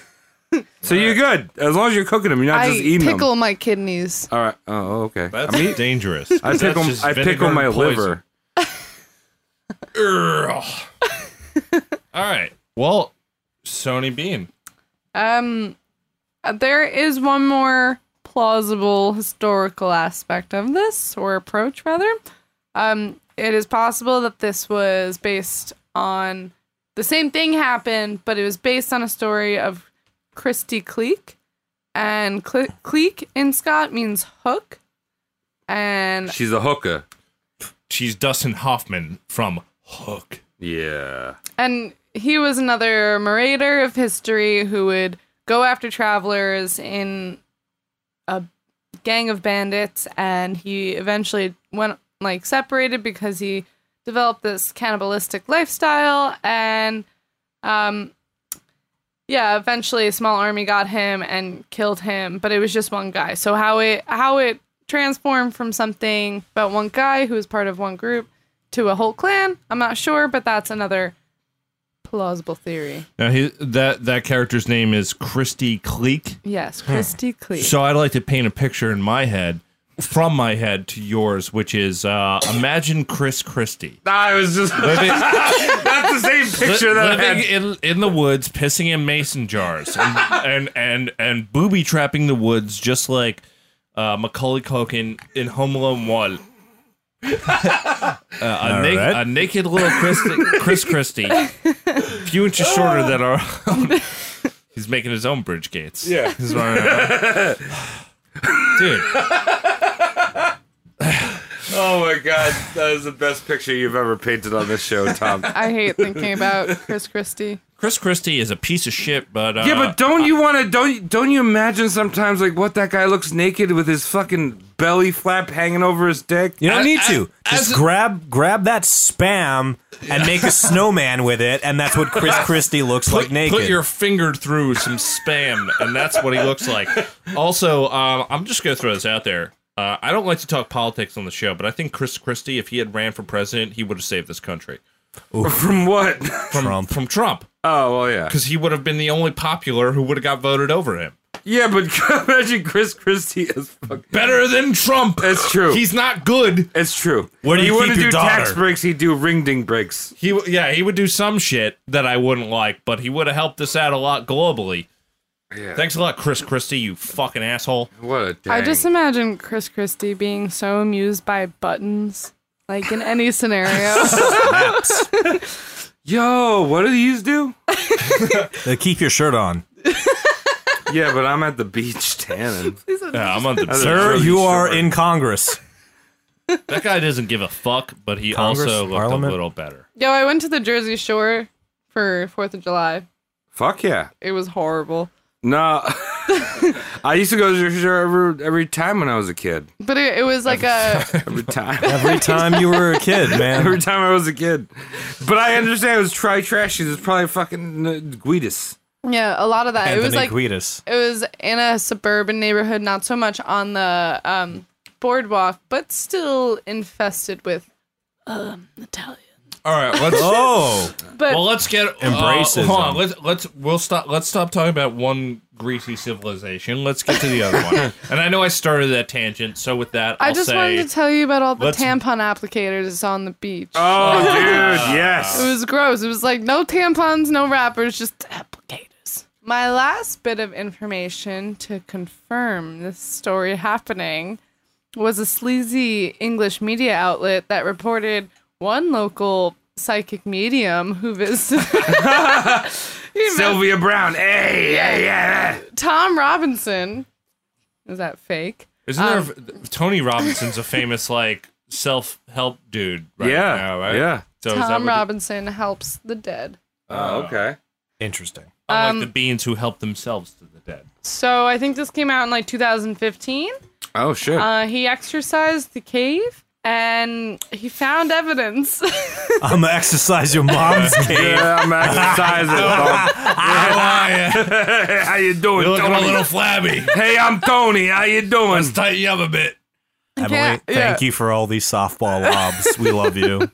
Speaker 8: so you're good as long as you're cooking them. You're not
Speaker 10: I
Speaker 8: just eating
Speaker 10: pickle
Speaker 8: them.
Speaker 10: my kidneys.
Speaker 8: All right. Oh, okay.
Speaker 7: That's
Speaker 8: I mean,
Speaker 7: dangerous.
Speaker 8: I pickle. I pickle my liver.
Speaker 7: All right. Well, Sony Bean.
Speaker 10: Um, there is one more plausible historical aspect of this, or approach rather. Um, it is possible that this was based on the same thing happened, but it was based on a story of Christy Cleek, and Cle- Cleek in Scott means hook, and
Speaker 8: She's a hooker.
Speaker 7: She's Dustin Hoffman from Hook.
Speaker 8: Yeah.
Speaker 10: And he was another marauder of history who would go after travelers in a gang of bandits, and he eventually went like separated because he developed this cannibalistic lifestyle, and um, yeah, eventually a small army got him and killed him, but it was just one guy. So how it how it transformed from something about one guy who was part of one group to a whole clan, I'm not sure, but that's another plausible theory.
Speaker 7: Now he, that that character's name is Christy Cleek.
Speaker 10: Yes, Christy Cleek.
Speaker 7: So I'd like to paint a picture in my head, from my head to yours, which is uh, imagine Chris Christie
Speaker 8: I was just. that's the same picture
Speaker 7: li-
Speaker 8: that I
Speaker 7: living
Speaker 8: had.
Speaker 7: in, in the woods, pissing in mason jars, and and and, and booby trapping the woods, just like uh, Macaulay Culkin in Home Alone One. Uh, a, na-
Speaker 9: right.
Speaker 7: a naked little Chris, Chris Christie, a few inches shorter than our. he's making his own bridge gates. Yeah, he's running around. dude.
Speaker 8: Oh my god, that is the best picture you've ever painted on this show, Tom.
Speaker 10: I hate thinking about Chris Christie.
Speaker 7: Chris Christie is a piece of shit, but uh,
Speaker 8: Yeah, but don't you want to? Don't you- don't you imagine sometimes like what that guy looks naked with his fucking belly flap hanging over his dick?
Speaker 9: You don't need to.
Speaker 7: as-
Speaker 9: Just grab grab that spam and make a snowman with it, and that's what Chris Christie looks like naked.
Speaker 7: Put your finger through some spam, and that's what he looks like. Also, um, I'm just going to throw this out there. Uh, I don't like to talk politics on the show, but I think Chris Christie, if he had ran for president, he would have saved this country.
Speaker 8: From what?
Speaker 7: from
Speaker 9: Trump.
Speaker 7: from Trump
Speaker 8: Oh well, yeah,
Speaker 7: because he would have been the only popular who would have got voted over him.
Speaker 8: yeah. But imagine Chris Christie is fucking.
Speaker 7: Better than Trump.
Speaker 8: That's true.
Speaker 7: He's not good.
Speaker 8: It's true.
Speaker 9: Where do
Speaker 8: he
Speaker 9: you
Speaker 8: wouldn't
Speaker 9: keep your
Speaker 8: do tax
Speaker 9: daughter?
Speaker 8: breaks. He'd do ring ding breaks.
Speaker 7: He w- yeah he would do some shit that I wouldn't like, but he would have helped us out a lot globally.
Speaker 8: Yeah.
Speaker 7: Thanks a lot, Chris Christie. You fucking asshole.
Speaker 8: What a dang.
Speaker 10: I just imagine Chris Christie being so amused by buttons, like in any scenario.
Speaker 8: Yo, what do these do?
Speaker 9: Uh, keep your shirt on.
Speaker 8: yeah, but I'm at the beach tanning.
Speaker 7: Yeah, I'm on the
Speaker 8: That's
Speaker 9: Sir,
Speaker 8: really
Speaker 9: you are
Speaker 8: short.
Speaker 9: in Congress.
Speaker 7: That guy doesn't give a fuck, but he
Speaker 9: Congress,
Speaker 7: also looked
Speaker 9: Parliament?
Speaker 7: a little better.
Speaker 10: Yo, I went to the Jersey Shore for Fourth of July.
Speaker 8: Fuck yeah.
Speaker 10: It was horrible,
Speaker 8: No. I used to go to the shore every, every time when I was a kid.
Speaker 10: but it, it was like a
Speaker 8: Every time.
Speaker 9: Every time you were a kid, man.
Speaker 8: every time I was a kid. But I understand it was try trashy. It was probably fucking uh, Guidus.
Speaker 10: yeah, a lot of that.
Speaker 9: Anthony
Speaker 10: it was like
Speaker 9: Guidas.
Speaker 10: it was in a suburban neighborhood, not so much on the um, boardwalk, but still infested with um, Italian.
Speaker 7: All right, let's
Speaker 9: Oh,
Speaker 10: But
Speaker 7: well let's get
Speaker 9: Embracism.
Speaker 7: Uh, hold on, let's let's we'll stop. Let's stop talking about one greasy civilization. Let's get to the other one. And I know I started that tangent, so with that, I'll
Speaker 10: I just
Speaker 7: say,
Speaker 10: wanted to tell you about all the
Speaker 7: let's-
Speaker 10: tampon applicators on the beach.
Speaker 8: Oh, dude,
Speaker 10: It
Speaker 8: yes.
Speaker 10: was gross. It was like no tampons, no wrappers, just applicators. My last bit of information to confirm this story happening was a sleazy English media outlet that reported one local psychic medium who visited
Speaker 8: Sylvia Brown. Hey, hey, yeah.
Speaker 10: Tom Robinson. Is that fake?
Speaker 7: Isn't there Tony Robinson's a famous like self help dude? Right
Speaker 8: yeah.
Speaker 7: now, right?
Speaker 8: Yeah.
Speaker 7: So is that
Speaker 10: Tom
Speaker 7: what you-
Speaker 10: Robinson helps the dead.
Speaker 8: Oh, okay.
Speaker 9: interesting.
Speaker 7: unlike
Speaker 10: um,
Speaker 7: the beans who help themselves to the dead.
Speaker 10: So I think this came out in like 2015.
Speaker 8: Oh, shit.
Speaker 10: Uh, he exercised the cave and he found evidence.
Speaker 9: I'm gonna exercise your mom's game.
Speaker 8: yeah, I'm exercising. Tom.
Speaker 7: Oh, How are you?
Speaker 8: How you doing,
Speaker 7: You're looking uh, a
Speaker 8: Tony?
Speaker 7: little flabby.
Speaker 8: hey, I'm Tony. How you doing?
Speaker 7: Let's tighten you up a bit.
Speaker 9: Emily,
Speaker 10: Yeah,
Speaker 9: thank you for all these softball lobs. We love you.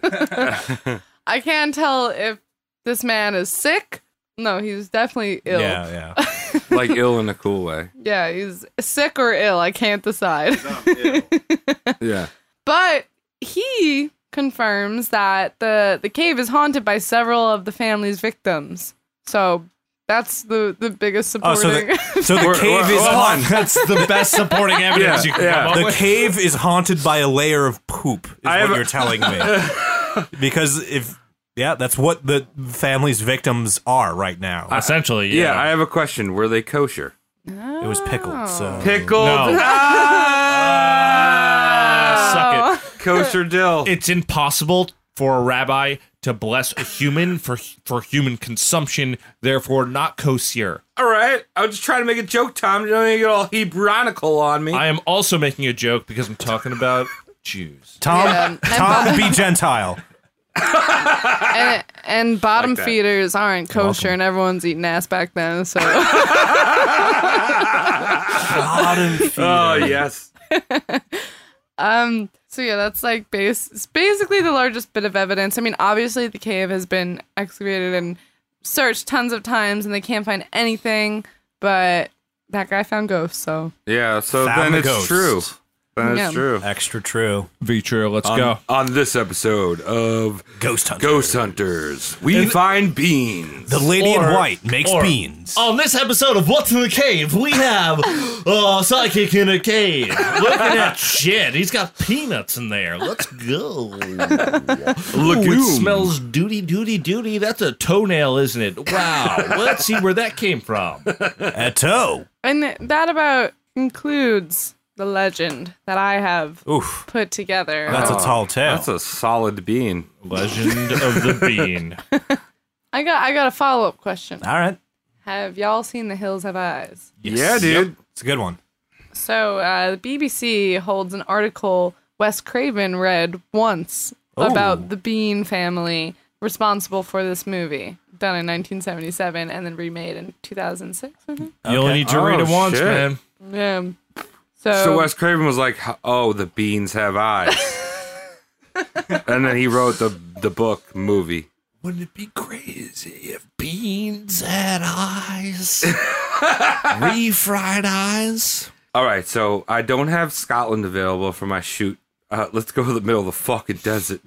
Speaker 10: I can't tell if this man is sick. No, he's definitely ill. Yeah,
Speaker 9: Yeah, yeah.
Speaker 8: like ill in a cool way.
Speaker 10: he's sick or ill. I can't decide.
Speaker 8: Yeah.
Speaker 10: but he confirms that the the cave is haunted by several of the family's victims. So that's the the biggest
Speaker 9: Oh,
Speaker 10: supporting.
Speaker 9: so the, so the
Speaker 8: We're-
Speaker 9: cave
Speaker 8: we're-
Speaker 9: is
Speaker 8: hold on.
Speaker 9: haunted.
Speaker 7: That's the best supporting evidence
Speaker 8: Yeah,
Speaker 7: you can
Speaker 8: yeah.
Speaker 7: come up
Speaker 9: The
Speaker 7: with.
Speaker 9: cave is haunted by a layer of poop, is
Speaker 8: I have
Speaker 9: what
Speaker 8: a-
Speaker 9: you're telling me. because if, yeah, that's what the family's victims are right now.
Speaker 7: Essentially,
Speaker 8: Yeah,
Speaker 7: yeah.
Speaker 8: I have a question. Were they kosher?
Speaker 9: it was
Speaker 10: Oh.
Speaker 9: pickled, so.
Speaker 8: Pickled.
Speaker 7: No.
Speaker 8: Ah!
Speaker 7: Suck it.
Speaker 8: kosher dill.
Speaker 7: It's impossible for a rabbi to bless a human for for human consumption, therefore not kosher.
Speaker 8: all right. I was just trying to make a joke, Tom. You don't need to get all Hebronical on me.
Speaker 7: I am also making a joke because I'm talking about Jews.
Speaker 9: Tom,
Speaker 10: Yeah, and-
Speaker 9: Tom, be Gentile.
Speaker 10: and, and bottom
Speaker 8: Ah. that.
Speaker 10: feeders aren't kosher, and everyone's eating ass back then. So
Speaker 9: Bottom
Speaker 8: oh yes.
Speaker 10: Um. So yeah, that's like base. It's basically the largest bit of evidence. I mean, obviously the cave has been excavated and searched tons of times, and they can't find anything. But that guy found ghosts, so
Speaker 8: Yeah. So
Speaker 9: Found
Speaker 8: then
Speaker 9: the
Speaker 8: it's
Speaker 9: ghost.
Speaker 8: true. Then
Speaker 10: Yeah.
Speaker 8: it's true.
Speaker 9: Extra true.
Speaker 7: Ventura, let's go.
Speaker 8: On this episode of
Speaker 9: Ghost hunter.
Speaker 8: Ghost Hunters, we find beans.
Speaker 9: The lady
Speaker 7: Or-
Speaker 9: in white makes
Speaker 7: or-
Speaker 9: beans.
Speaker 8: Oh.
Speaker 7: On this episode of What's in the Cave, we have uh, Psychic in a Cave. Look at that shit. He's got peanuts in there. Let's go. Look, it smells duty, duty, duty. That's a toenail, isn't it? Wow. Let's see where that came from.
Speaker 9: A toe.
Speaker 10: and that about concludes the legend that I have
Speaker 9: Oof.
Speaker 10: put together.
Speaker 9: That's a tall tale.
Speaker 8: Oh. That's a solid bean.
Speaker 7: Legend of the Bean.
Speaker 10: I got I got a follow up question.
Speaker 8: Ah.
Speaker 9: All right.
Speaker 10: Have y'all seen The Hills Have Eyes?
Speaker 8: Yeah, dude.
Speaker 9: It's a good one.
Speaker 10: So uh, the BBC holds an article Wes Craven read once
Speaker 9: Oh.
Speaker 10: about the Bean family responsible for this movie, done in 1977 and then remade in 2006. I think.
Speaker 7: You only need to
Speaker 8: Oh,
Speaker 7: read it once,
Speaker 8: shit.
Speaker 7: man.
Speaker 10: Yeah. So,
Speaker 8: So Wes Craven was like, "Oh, the beans have eyes," and then he wrote the the book movie.
Speaker 1: Wouldn't it be crazy if beans had eyes? Refried eyes?
Speaker 8: All right, so I don't have Scotland available for my shoot. Uh, let's go to the middle of the fucking desert.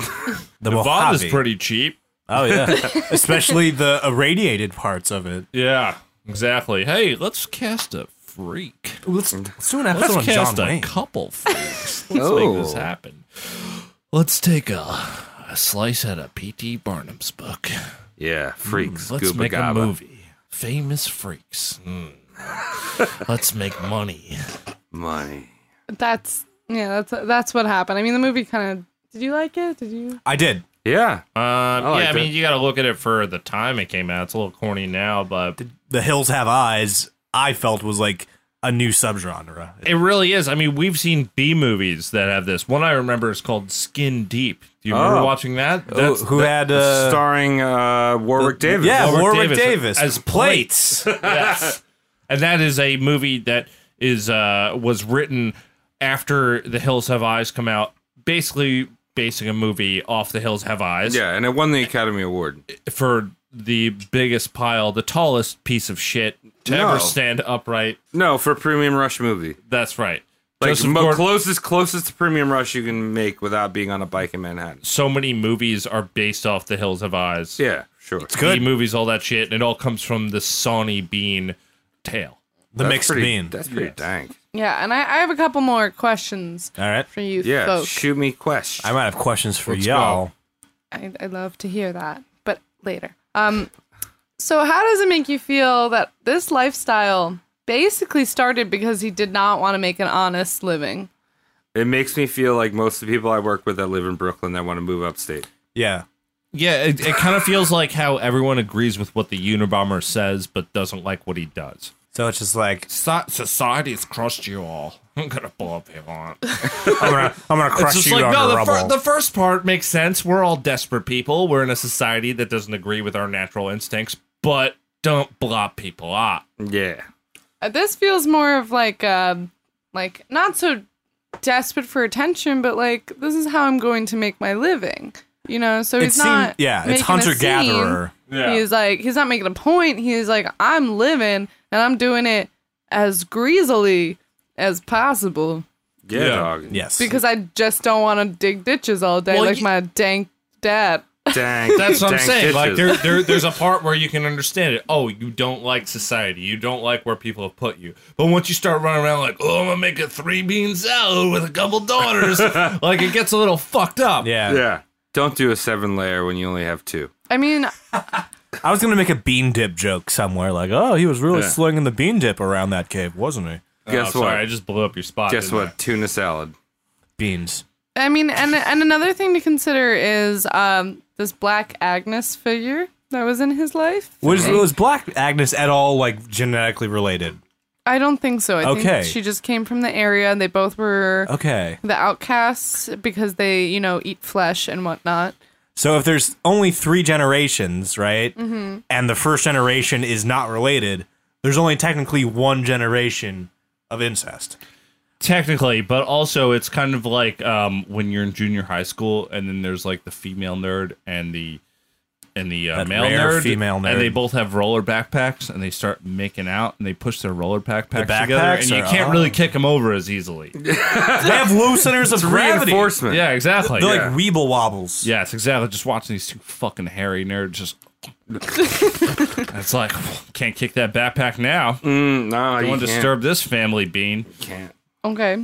Speaker 9: The
Speaker 7: Nevada's
Speaker 9: Mojave.
Speaker 7: pretty cheap.
Speaker 9: Oh yeah, especially the irradiated parts of it.
Speaker 7: Yeah, exactly. Hey, let's cast a freak.
Speaker 9: Let's, let's do an
Speaker 7: Let's
Speaker 9: episode on John
Speaker 7: cast a
Speaker 8: eh?
Speaker 9: Wayne.
Speaker 7: couple freaks. Let's make
Speaker 8: Oh.
Speaker 7: this happen. Let's take a, a slice out of P.T. Barnum's book.
Speaker 8: yeah, freaks.
Speaker 7: Let's
Speaker 8: Gooba
Speaker 7: make
Speaker 8: gaba.
Speaker 7: a movie. Famous freaks. Mm. Let's make money.
Speaker 8: Money.
Speaker 10: That's yeah. That's that's what happened. I mean, the movie kind of. Did you like it? Did you?
Speaker 9: I did.
Speaker 8: Yeah.
Speaker 7: Um,
Speaker 8: like
Speaker 7: yeah, I mean,
Speaker 8: that.
Speaker 7: you got to look at it for the time it came out. It's a little corny now, but
Speaker 9: The Hills Have Eyes. I felt was like a new subgenre.
Speaker 7: it really is. I mean, we've seen B movies that have this. One I remember is called Skin Deep. Do you remember
Speaker 8: Oh.
Speaker 7: watching that?
Speaker 8: Oh,
Speaker 7: That's
Speaker 9: who had, uh,
Speaker 8: starring uh, Warwick Davis?
Speaker 9: Yeah,
Speaker 7: Warwick
Speaker 9: Warwick,
Speaker 7: Davis
Speaker 9: Davis,
Speaker 7: as yes. And that is a movie that is uh was written after The Hills Have Eyes come out, basically basing a movie off The Hills Have Eyes
Speaker 8: Yeah, and it won the Academy Award.
Speaker 7: for the biggest pile, the tallest piece of shit to
Speaker 8: No.
Speaker 7: ever stand upright.
Speaker 8: No, for Premium Rush movie.
Speaker 7: That's right.
Speaker 8: Like
Speaker 7: Joseph
Speaker 8: mo-
Speaker 7: Gordon-
Speaker 8: closest, closest to Premium Rush you can make without being on a bike in Manhattan.
Speaker 7: so many movies are based off The Hills Have Eyes.
Speaker 8: Yeah, sure.
Speaker 7: B movies, all that shit, and it all comes from the Sawney Bean tale.
Speaker 9: the
Speaker 8: That's
Speaker 9: mixed
Speaker 8: pretty,
Speaker 9: bean.
Speaker 8: That's pretty dank.
Speaker 10: Yeah, and I, I have a couple more questions
Speaker 9: All right,
Speaker 10: for you
Speaker 8: Yeah,
Speaker 10: folk.
Speaker 8: shoot me quest.
Speaker 9: I might have questions for
Speaker 8: Let's
Speaker 9: y'all.
Speaker 10: I, I love to hear that, but later. Um, so how does it make you feel that this lifestyle basically started because he did not want to make an honest living?
Speaker 8: it makes me feel like most of the people I work with that live in Brooklyn that want to move upstate.
Speaker 9: Yeah,
Speaker 7: Yeah, it, it kind of feels like how everyone agrees with what the Unabomber says, but doesn't like what he does.
Speaker 9: so it's just like
Speaker 7: So- society's crushed you all. I'm gonna blow up your aunt.
Speaker 9: I'm gonna, I'm gonna
Speaker 7: It's
Speaker 9: crush
Speaker 7: just
Speaker 9: you
Speaker 7: like
Speaker 9: under
Speaker 7: no, the,
Speaker 9: rubble.
Speaker 7: fir- the first part makes sense. We're all desperate people. We're in a society that doesn't agree with our natural instincts, but don't blot people up.
Speaker 8: Yeah.
Speaker 10: Uh, this feels more of like um like not so desperate for attention, but like this is how I'm going to make my living. You know, so
Speaker 9: it
Speaker 10: he's
Speaker 9: seemed,
Speaker 10: not
Speaker 9: yeah, it's
Speaker 10: making a
Speaker 9: hunter gatherer.
Speaker 10: scene. He's like, he's not making a point. He's like, I'm living and I'm doing it as greasily as possible
Speaker 8: Yeah,
Speaker 7: Yeah.
Speaker 8: dog.
Speaker 9: Yes,
Speaker 10: because I just don't want to dig ditches all day
Speaker 7: Well,
Speaker 10: like
Speaker 7: you-
Speaker 10: my dank dad.
Speaker 8: Dang.
Speaker 7: That's what I'm
Speaker 8: dang
Speaker 7: saying. Like
Speaker 8: bitches.
Speaker 7: there, there, there's a part where you can understand it. Oh, you don't like society. You don't like where people have put you. But once you start running around like, oh, I'm gonna make a three bean salad with a couple daughters, like it gets a little fucked up.
Speaker 9: yeah.
Speaker 8: Yeah. Don't do a seven layer when you only have two.
Speaker 10: I mean,
Speaker 9: I was gonna make a bean dip joke somewhere, like, oh, he was really
Speaker 8: Yeah. Uh,
Speaker 9: slinging the bean dip around that cave, wasn't he?
Speaker 8: Guess
Speaker 7: Oh,
Speaker 8: what?
Speaker 7: Sorry, I just blew up your spot.
Speaker 8: Guess
Speaker 7: didn't
Speaker 8: what? Tuna salad.
Speaker 9: Beans.
Speaker 10: I mean, and and another thing to consider is um this Black Agnes figure that was in his life.
Speaker 9: Was was Black Agnes at all like genetically related?
Speaker 10: I don't think so. I
Speaker 9: Okay.
Speaker 10: think she just came from the area. They both were
Speaker 9: Okay,
Speaker 10: the outcasts because they, you know, eat flesh and whatnot.
Speaker 9: so if there's only three generations, right, mm-hmm. and the first generation is not related, there's only technically one generation of incest.
Speaker 7: Technically, but also it's kind of like um, when you're in junior high school, and then there's like the female nerd and the and the uh,
Speaker 9: That
Speaker 7: male
Speaker 9: rare
Speaker 7: nerd,
Speaker 9: female nerd.
Speaker 7: and they both have roller backpacks, and they start making out, and they push their roller backpacks together,
Speaker 9: backpacks
Speaker 7: and you
Speaker 9: are-
Speaker 7: can't
Speaker 9: oh.
Speaker 7: really kick them over as easily.
Speaker 9: They have low centers of gravity.
Speaker 8: Uh, Reinforcement.
Speaker 7: Yeah, exactly.
Speaker 9: They're
Speaker 8: Yeah.
Speaker 9: like weeble wobbles.
Speaker 7: Yes, exactly. Just watching these two fucking hairy nerds just. it's like can't kick that backpack now. Don't
Speaker 8: Mm, no, you can't.
Speaker 7: want to disturb this family bean.
Speaker 8: can't.
Speaker 10: Okay.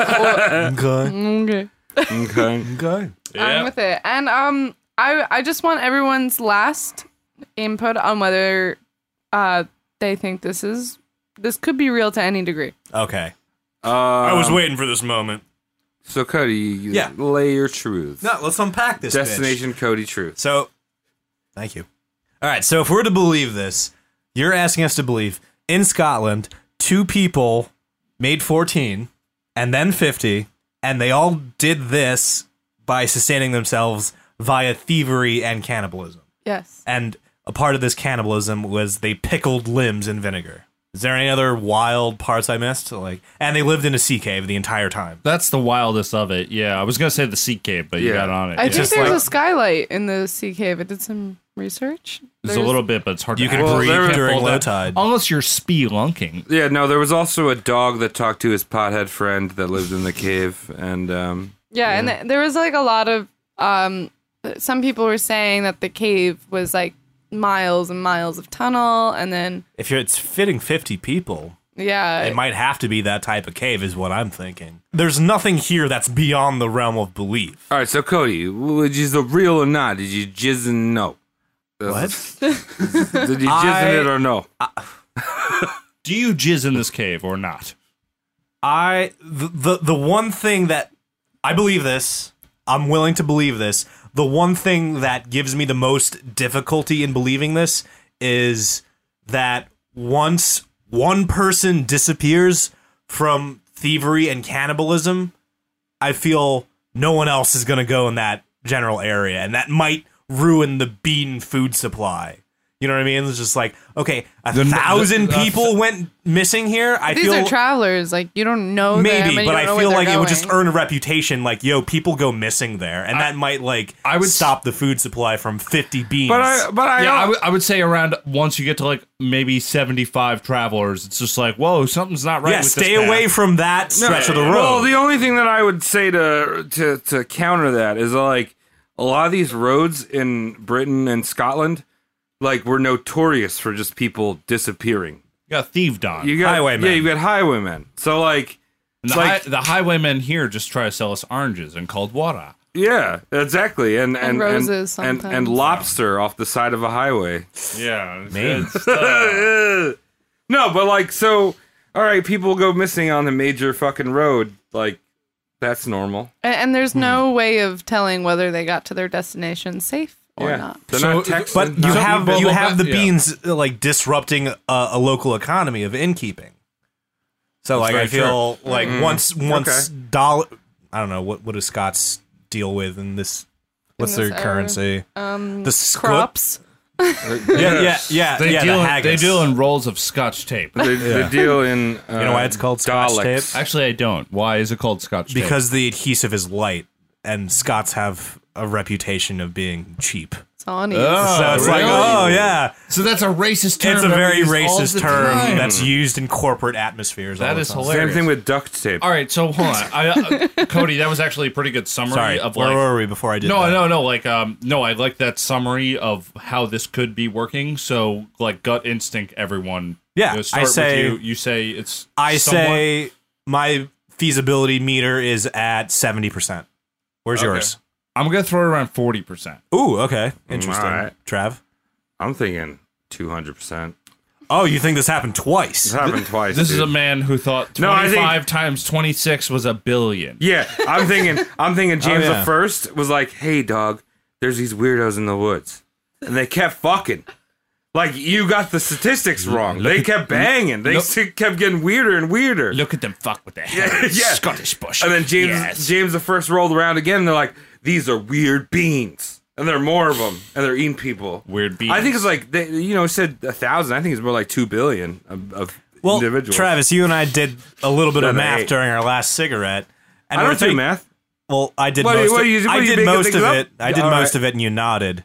Speaker 9: Okay.
Speaker 10: Okay.
Speaker 8: Okay.
Speaker 9: Okay.
Speaker 10: I'm with it. And um I I just want everyone's last input on whether uh they think this is this could be real to any degree.
Speaker 9: Okay.
Speaker 8: Uh,
Speaker 9: I was waiting for this moment.
Speaker 8: So Cody, you
Speaker 9: Yeah.
Speaker 8: lay your truths.
Speaker 9: No, let's unpack this. bitch.
Speaker 8: Destination Cody truth.
Speaker 9: So, thank you. All right. So, if we're to believe this, you're asking us to believe in Scotland, two people made 14 and then 50, and they all did this by sustaining themselves via thievery and cannibalism.
Speaker 10: Yes.
Speaker 9: And a part of this cannibalism was they pickled limbs in vinegar. Is there any other wild parts I missed? Like, and they lived in a sea cave the entire time.
Speaker 7: That's the wildest of it. Yeah, I was gonna say the sea cave, but you
Speaker 8: Yeah.
Speaker 7: got on it.
Speaker 10: I
Speaker 7: Yeah.
Speaker 10: think
Speaker 9: just
Speaker 10: there's
Speaker 9: like-
Speaker 10: a skylight in the sea cave. I did some research.
Speaker 7: There's a little bit, but it's hard.
Speaker 9: You
Speaker 7: to
Speaker 9: can
Speaker 7: access.
Speaker 9: breathe
Speaker 7: You can't
Speaker 9: during
Speaker 7: pull
Speaker 9: low
Speaker 7: that-
Speaker 9: tide.
Speaker 7: unless you're spelunking.
Speaker 8: Yeah, no, there was also a dog that talked to his pothead friend that lived in the cave, and um,
Speaker 10: Yeah, and th- there was like a lot of um some people were saying that the cave was like miles and miles of tunnel and then
Speaker 9: If you're, it's fitting 50 people,
Speaker 10: yeah,
Speaker 9: it might have to be that type of cave, is what I'm thinking. There's nothing here that's beyond the realm of belief.
Speaker 8: all right. So Cody, was you the real or not? Did you jizz and no?
Speaker 9: What?
Speaker 8: Did you jizz
Speaker 9: I-
Speaker 8: in it or no?
Speaker 7: Do you jizz in this cave or not?
Speaker 9: I the, the the one thing that I believe this, I'm willing to believe this. The one thing that gives me the most difficulty in believing this is that once one person disappears from thievery and cannibalism, I feel no one else is going to go in that general area, and that might ruin the bean food supply. You know what I mean? It's just like okay, a thousand people went missing here. I
Speaker 10: these
Speaker 9: feel
Speaker 10: are travelers like you don't know them
Speaker 9: Maybe,
Speaker 10: and you
Speaker 9: but
Speaker 10: Oh, don't
Speaker 9: I
Speaker 10: know where
Speaker 9: feel
Speaker 10: they're
Speaker 9: like it would just
Speaker 10: going.
Speaker 9: earn a reputation like, yo, people go missing there, and that might like I would stop the food supply from fifty beans.
Speaker 8: But I, but I,
Speaker 7: Yeah, I
Speaker 8: al-
Speaker 7: would- I would say around once you get to like maybe 75 travelers, it's just like, whoa, something's not right.
Speaker 9: yeah,
Speaker 7: with
Speaker 9: stay
Speaker 7: this path.
Speaker 9: away from that stretch of the road.
Speaker 8: Well, the only thing that I would say to to to counter that is like a lot of these roads in Britain and Scotland, like were notorious for just people disappearing.
Speaker 7: You got thieved on.
Speaker 8: You got
Speaker 9: Highwaymen.
Speaker 8: Yeah, you got highwaymen. So like,
Speaker 7: the,
Speaker 8: it's like
Speaker 7: hi- the highwaymen here just try to sell us oranges and cold water.
Speaker 8: yeah, exactly. And and
Speaker 10: roses
Speaker 8: and, and,
Speaker 10: sometimes.
Speaker 8: lobster off the side of a highway.
Speaker 7: Yeah,
Speaker 8: no, but like so. All right, people go missing on the major fucking road. Like that's normal.
Speaker 10: and, and there's
Speaker 8: Hmm.
Speaker 10: no way of telling whether they got to their destination safe or
Speaker 8: yeah,
Speaker 10: not.
Speaker 8: they're not
Speaker 7: So-
Speaker 8: texting.
Speaker 9: but you
Speaker 7: So-
Speaker 9: have
Speaker 7: well,
Speaker 9: you
Speaker 7: well,
Speaker 9: have
Speaker 7: that-
Speaker 9: the
Speaker 7: yeah.
Speaker 9: beans uh, like disrupting a, a local economy of innkeeping. So like
Speaker 8: very
Speaker 9: I feel like once once
Speaker 8: Okay.
Speaker 9: dollar, I don't know what what do Scots deal with in this. What's
Speaker 10: this
Speaker 9: their
Speaker 10: era.
Speaker 9: currency? Um, the scut-
Speaker 10: Crops.
Speaker 9: Yeah, yeah, yeah.
Speaker 7: They,
Speaker 9: yeah,
Speaker 7: deal
Speaker 9: the
Speaker 7: in, they
Speaker 9: haggis.
Speaker 7: deal in rolls of scotch tape.
Speaker 8: They, they deal in. Uh, you
Speaker 9: know why it's called Scotch tape?
Speaker 7: Actually, I don't. Why is it called scotch tape?
Speaker 9: because the adhesive is light and Scots have a reputation of being cheap.
Speaker 10: It's on ease.
Speaker 9: so it's like,
Speaker 7: really?
Speaker 9: oh yeah,
Speaker 7: So that's a racist term.
Speaker 9: it's a
Speaker 7: that we
Speaker 9: very
Speaker 7: use all
Speaker 9: racist
Speaker 7: the
Speaker 9: term
Speaker 7: time.
Speaker 9: that's used in corporate atmospheres. all
Speaker 7: That
Speaker 9: the
Speaker 7: is
Speaker 9: time.
Speaker 8: Same
Speaker 7: hilarious.
Speaker 8: thing with duct tape.
Speaker 7: All right, so hold on, I, uh, Cody. That was actually a pretty good summary
Speaker 9: Sorry,
Speaker 7: of
Speaker 9: where
Speaker 7: like.
Speaker 9: were we before I did?
Speaker 7: no,
Speaker 9: that?
Speaker 7: no, no. Like, um, no. I like that summary of how this could be working. So, like, gut instinct, everyone.
Speaker 9: Yeah,
Speaker 7: You know,
Speaker 9: I
Speaker 7: start with
Speaker 9: say-
Speaker 7: you. You say it's.
Speaker 9: I
Speaker 7: somewhat-
Speaker 9: say my feasibility meter is at seventy percent. Where's yours?
Speaker 7: I'm gonna throw it around forty percent.
Speaker 9: Ooh, okay,
Speaker 7: Mm,
Speaker 9: interesting,
Speaker 8: Alright.
Speaker 9: Trav.
Speaker 8: I'm thinking 200. percent
Speaker 9: Oh, you think this happened twice?
Speaker 8: It's happened twice.
Speaker 7: This is
Speaker 8: dude.
Speaker 7: a man who thought
Speaker 8: No, I
Speaker 7: twenty-five
Speaker 8: think-
Speaker 7: times twenty-six was a billion.
Speaker 8: Yeah, I'm thinking. I'm thinking James
Speaker 9: Oh, yeah.
Speaker 8: the First was like, "Hey, dog, there's these weirdos in the woods," and they kept fucking. Like you got the statistics wrong. they kept banging. They
Speaker 7: look-
Speaker 8: s- kept getting weirder and weirder.
Speaker 7: Look at them fuck with their hairy
Speaker 8: yeah.
Speaker 7: Scottish bush.
Speaker 8: and then James
Speaker 7: Yes.
Speaker 8: James the First rolled around again. And they're like, "These are weird beans," and there are more of them, and they're eating people. I
Speaker 7: Weird
Speaker 8: think
Speaker 7: beans.
Speaker 8: it's like they, you know, said a thousand. I think it's more like two billion of, of
Speaker 9: well,
Speaker 8: individuals.
Speaker 9: Travis, you and I did a little bit
Speaker 8: Seven,
Speaker 9: of math
Speaker 8: eight.
Speaker 9: during our last cigarette. And
Speaker 8: I
Speaker 9: we're
Speaker 8: don't do
Speaker 9: think-
Speaker 8: math.
Speaker 9: Well, I did
Speaker 8: What do you-
Speaker 9: most.
Speaker 8: what
Speaker 9: of-
Speaker 8: do you- what
Speaker 9: I
Speaker 8: do you
Speaker 9: did
Speaker 8: make
Speaker 9: most
Speaker 8: things
Speaker 9: of
Speaker 8: up?
Speaker 9: it. I did
Speaker 8: All right.
Speaker 9: most of it, and you nodded.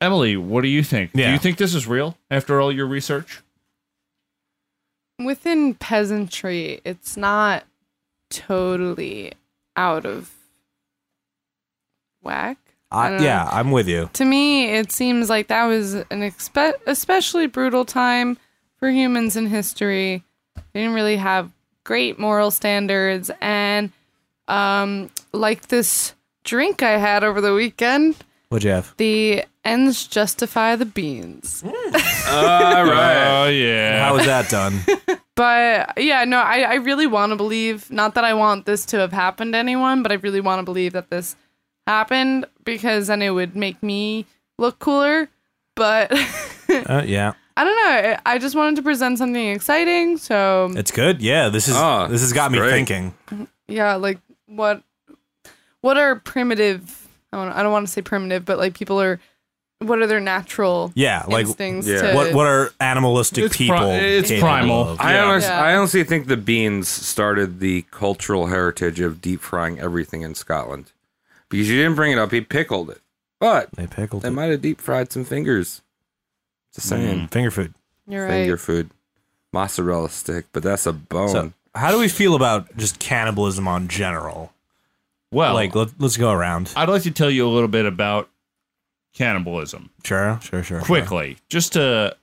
Speaker 7: Emily, what do you think? Do
Speaker 9: Yeah.
Speaker 7: you think this is real after all your research?
Speaker 10: within peasantry, it's not totally out of whack. I
Speaker 9: I,
Speaker 10: don't
Speaker 9: yeah, I'm with you.
Speaker 10: To me, it seems like that was an expe- especially brutal time for humans in history. They didn't really have great moral standards, and um, like this drink I had over the weekend,
Speaker 9: What'd you have?
Speaker 10: the ends justify the beans.
Speaker 8: All right.
Speaker 7: Oh yeah.
Speaker 9: How was that done?
Speaker 10: But yeah, no, I, I really want to believe, not that I want this to have happened to anyone, but I really want to believe that this happened because then it would make me look cooler. But I
Speaker 9: uh, yeah,
Speaker 10: don't know. I- I just wanted to present something exciting. So
Speaker 9: it's good. Yeah, this is
Speaker 8: Ah,
Speaker 9: this has got me
Speaker 8: great.
Speaker 9: thinking.
Speaker 10: yeah, like what what are primitive? I don't, I don't want to say primitive, but like people are what are their natural
Speaker 9: Yeah, like
Speaker 10: instincts
Speaker 2: yeah.
Speaker 10: to
Speaker 9: what what are animalistic
Speaker 11: It's pri-
Speaker 9: people?
Speaker 11: it's
Speaker 9: capable
Speaker 11: primal.
Speaker 9: of?
Speaker 2: I,
Speaker 11: Yeah.
Speaker 2: honest-
Speaker 10: Yeah.
Speaker 2: I honestly think the beans started the cultural heritage of deep frying everything in Scotland because you didn't bring it up. He pickled it, but
Speaker 9: They pickled
Speaker 2: they
Speaker 9: it.
Speaker 2: might have deep fried some fingers. Just saying,
Speaker 9: Mm, finger food.
Speaker 10: you're right
Speaker 2: finger food, mozzarella stick, but that's a bone.
Speaker 9: So, how do we feel about just cannibalism on general?
Speaker 7: Well,
Speaker 9: like, let, let's go around.
Speaker 7: I'd like to tell you a little bit about cannibalism
Speaker 9: Sure, sure, sure.
Speaker 7: quickly, just to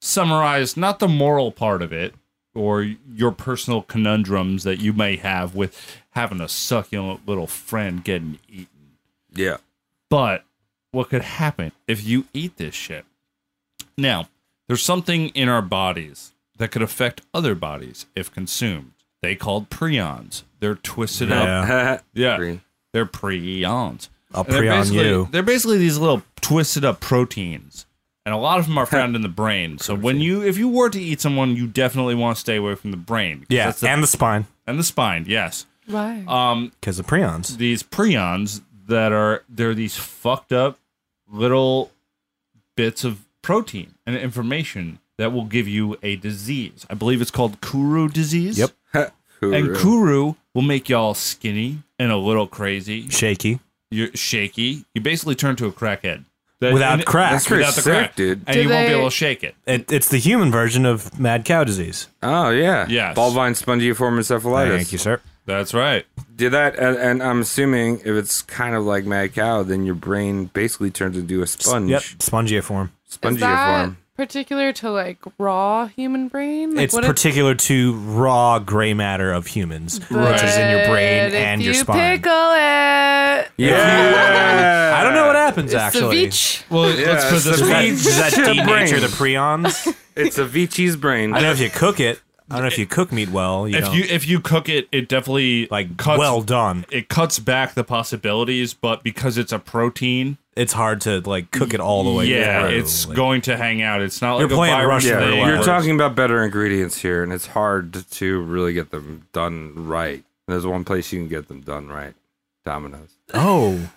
Speaker 7: summarize not the moral part of it or your personal conundrums that you may have with having a succulent little friend getting eaten.
Speaker 2: yeah,
Speaker 7: But what could happen if you eat this shit? Now, there's something in our bodies that could affect other bodies if consumed. They called prions. They're twisted up.
Speaker 9: Yeah,
Speaker 7: Yeah.
Speaker 2: Green.
Speaker 7: They're prions.
Speaker 9: I'll
Speaker 7: And
Speaker 9: pre on
Speaker 7: basically-
Speaker 9: you.
Speaker 7: They're basically these little twisted up proteins, and a lot of them are found in the brain. So when you, if you were to eat someone, you definitely want to stay away from the brain. 'cause
Speaker 9: Yeah,
Speaker 7: that's the-
Speaker 9: and the spine
Speaker 7: and the spine. Yes.
Speaker 10: why
Speaker 2: Uh,
Speaker 7: Um,
Speaker 9: because of prions.
Speaker 7: these prions that are they're these fucked up little bits of protein and information that will give you a disease. I believe it's called Kuru disease.
Speaker 9: Yep.
Speaker 7: And Kuru will make y'all skinny and a little crazy.
Speaker 9: Shaky
Speaker 7: You're shaky. You basically turn to a crackhead. That-
Speaker 9: without
Speaker 7: and-
Speaker 9: crack.
Speaker 2: That's pretty
Speaker 7: without the
Speaker 2: sick,
Speaker 7: crack,
Speaker 2: dude.
Speaker 7: And
Speaker 10: Do
Speaker 7: you won't be
Speaker 10: they-
Speaker 7: able to shake it.
Speaker 9: It, it's the human version of mad cow disease.
Speaker 2: Oh yeah,
Speaker 7: Yes.
Speaker 2: Ballvine spongiform encephalitis.
Speaker 9: Thank you, sir.
Speaker 7: That's right.
Speaker 2: Did that, and, and I'm assuming if it's kind of like mad cow, then your brain basically turns into a sponge,
Speaker 9: Yep, spongiform.
Speaker 2: spongy
Speaker 10: is that
Speaker 2: form.
Speaker 10: particular to like raw human brain Like,
Speaker 9: it's
Speaker 10: what
Speaker 9: particular to raw gray matter of humans, which is in your brain
Speaker 10: But if
Speaker 9: and your
Speaker 10: you
Speaker 9: spine.
Speaker 10: pickle it
Speaker 2: Yeah,
Speaker 9: I don't know what happens
Speaker 10: it's
Speaker 9: actually.
Speaker 10: ceviche
Speaker 7: Well, let's put it this
Speaker 2: so
Speaker 9: Does that,
Speaker 7: way.
Speaker 2: Ceviche
Speaker 9: does that
Speaker 2: to
Speaker 9: denature
Speaker 2: brain.
Speaker 9: the prions?
Speaker 2: it's a Vici's brain.
Speaker 9: I don't know if you cook it. I don't know if you cook meat well. You
Speaker 7: If
Speaker 9: don't,
Speaker 7: you if you cook it, it definitely
Speaker 9: like
Speaker 7: cuts
Speaker 9: well done,
Speaker 7: it cuts back the possibilities, but because it's a protein,
Speaker 9: it's hard to like cook it all the way.
Speaker 7: yeah,
Speaker 9: through.
Speaker 7: it's
Speaker 9: Like,
Speaker 7: going to hang out. It's not
Speaker 9: You're
Speaker 7: like a
Speaker 9: playing
Speaker 7: virus
Speaker 9: Russian
Speaker 2: Yeah,
Speaker 7: thing.
Speaker 9: roulette.
Speaker 2: you're
Speaker 9: Works.
Speaker 2: talking about better ingredients here, and it's hard to really get them done right. There's one place you can get them done right: Domino's.
Speaker 9: Oh,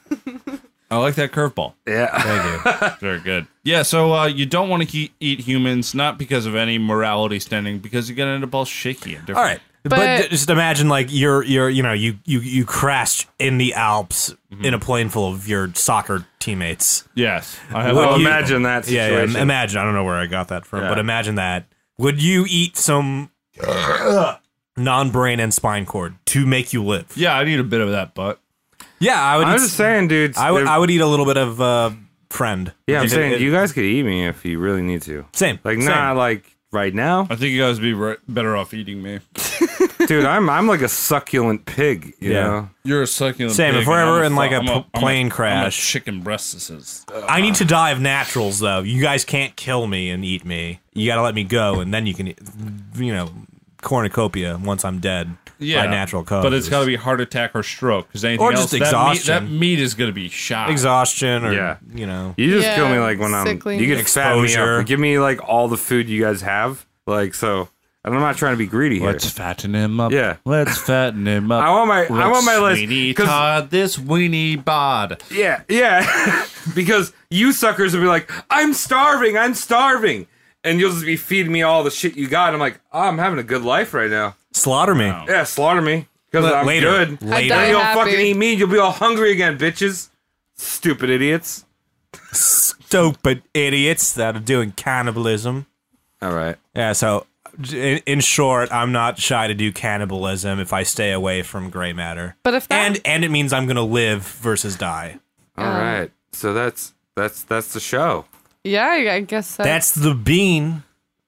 Speaker 7: I like that curveball.
Speaker 2: Yeah,
Speaker 9: thank you.
Speaker 7: Very good. Yeah, so uh, you don't want to he- eat humans, not because of any morality standing, because you're gonna end up all shaky and different.
Speaker 9: All right. But,
Speaker 10: But-
Speaker 9: just imagine like you're you're you know you you you crashed in the Alps in a plane full of your soccer teammates.
Speaker 7: Yes, I have.
Speaker 9: Well,
Speaker 2: well,
Speaker 9: you-
Speaker 2: imagine that
Speaker 9: Yeah, yeah,
Speaker 2: situation.
Speaker 9: im- imagine. I don't know where I got that from,
Speaker 2: Yeah.
Speaker 9: but imagine that. Would you eat some non-brain and spine cord to make you live?
Speaker 7: yeah, I need a bit of that butt.
Speaker 9: Yeah, I would.
Speaker 2: I'm
Speaker 9: Eat,
Speaker 2: just saying, dude.
Speaker 9: I would.
Speaker 2: if-
Speaker 9: I would eat a little bit of uh, friend.
Speaker 2: yeah, I'm
Speaker 9: It-
Speaker 2: saying
Speaker 9: it-
Speaker 2: you guys could eat me if you really need to.
Speaker 9: Same.
Speaker 2: Like,
Speaker 9: same.
Speaker 2: nah, like right now,
Speaker 7: I think you guys would be re- better off eating me.
Speaker 2: dude. I'm I'm like a succulent pig. You
Speaker 9: Yeah.
Speaker 2: know.
Speaker 7: You're a succulent.
Speaker 9: Same,
Speaker 7: pig,
Speaker 9: if we're
Speaker 7: and I'm
Speaker 9: ever in, like,
Speaker 7: fu-
Speaker 9: a
Speaker 7: I'm
Speaker 9: p-
Speaker 7: I'm
Speaker 9: plane
Speaker 7: I'm
Speaker 9: crash.
Speaker 7: chicken breast. This is.
Speaker 9: I need to die of naturals though. You guys can't kill me and eat me. You got to let me go, and then you can, you know, cornucopia once I'm dead
Speaker 7: Yeah,
Speaker 9: by natural cause.
Speaker 7: But it's got to be heart attack or stroke because anything
Speaker 9: Or just
Speaker 7: else That meat, that
Speaker 9: exhaustion.
Speaker 7: meat is going to be shot.
Speaker 9: exhaustion or
Speaker 2: Yeah.
Speaker 9: you know.
Speaker 2: You just kill me
Speaker 10: Yeah,
Speaker 2: like when I'm.
Speaker 10: sickly.
Speaker 2: You can fat me
Speaker 9: Exposure.
Speaker 2: up. Give me like all the food you guys have. Like so, and I'm not trying to be greedy here.
Speaker 7: Let's fatten him up.
Speaker 2: Yeah.
Speaker 7: Let's fatten him up.
Speaker 2: I want my- I
Speaker 7: Let's
Speaker 2: want my list,
Speaker 7: Sweeney
Speaker 2: 'cause-
Speaker 7: Todd, this weenie bod.
Speaker 2: Yeah, yeah. because you suckers will be like, I'm starving, I'm starving. And you'll just be feeding me all the shit you got. I'm like, oh, I'm having a good life right now.
Speaker 9: Slaughter me.
Speaker 2: Yeah, slaughter me. Because I'm
Speaker 9: later.
Speaker 2: good.
Speaker 9: Later.
Speaker 10: I
Speaker 2: Then
Speaker 10: die
Speaker 2: you'll
Speaker 10: happy.
Speaker 2: fucking eat me. You'll be all hungry again, bitches. Stupid idiots.
Speaker 9: Stupid idiots that are doing cannibalism.
Speaker 2: All right.
Speaker 9: Yeah, so in, in short, I'm not shy to do cannibalism if I stay away from gray matter.
Speaker 10: but if that
Speaker 9: And and it means I'm gonna live versus die.
Speaker 2: all
Speaker 10: Oh.
Speaker 2: right. So that's that's that's the show.
Speaker 10: yeah i guess that's,
Speaker 9: That's the bean,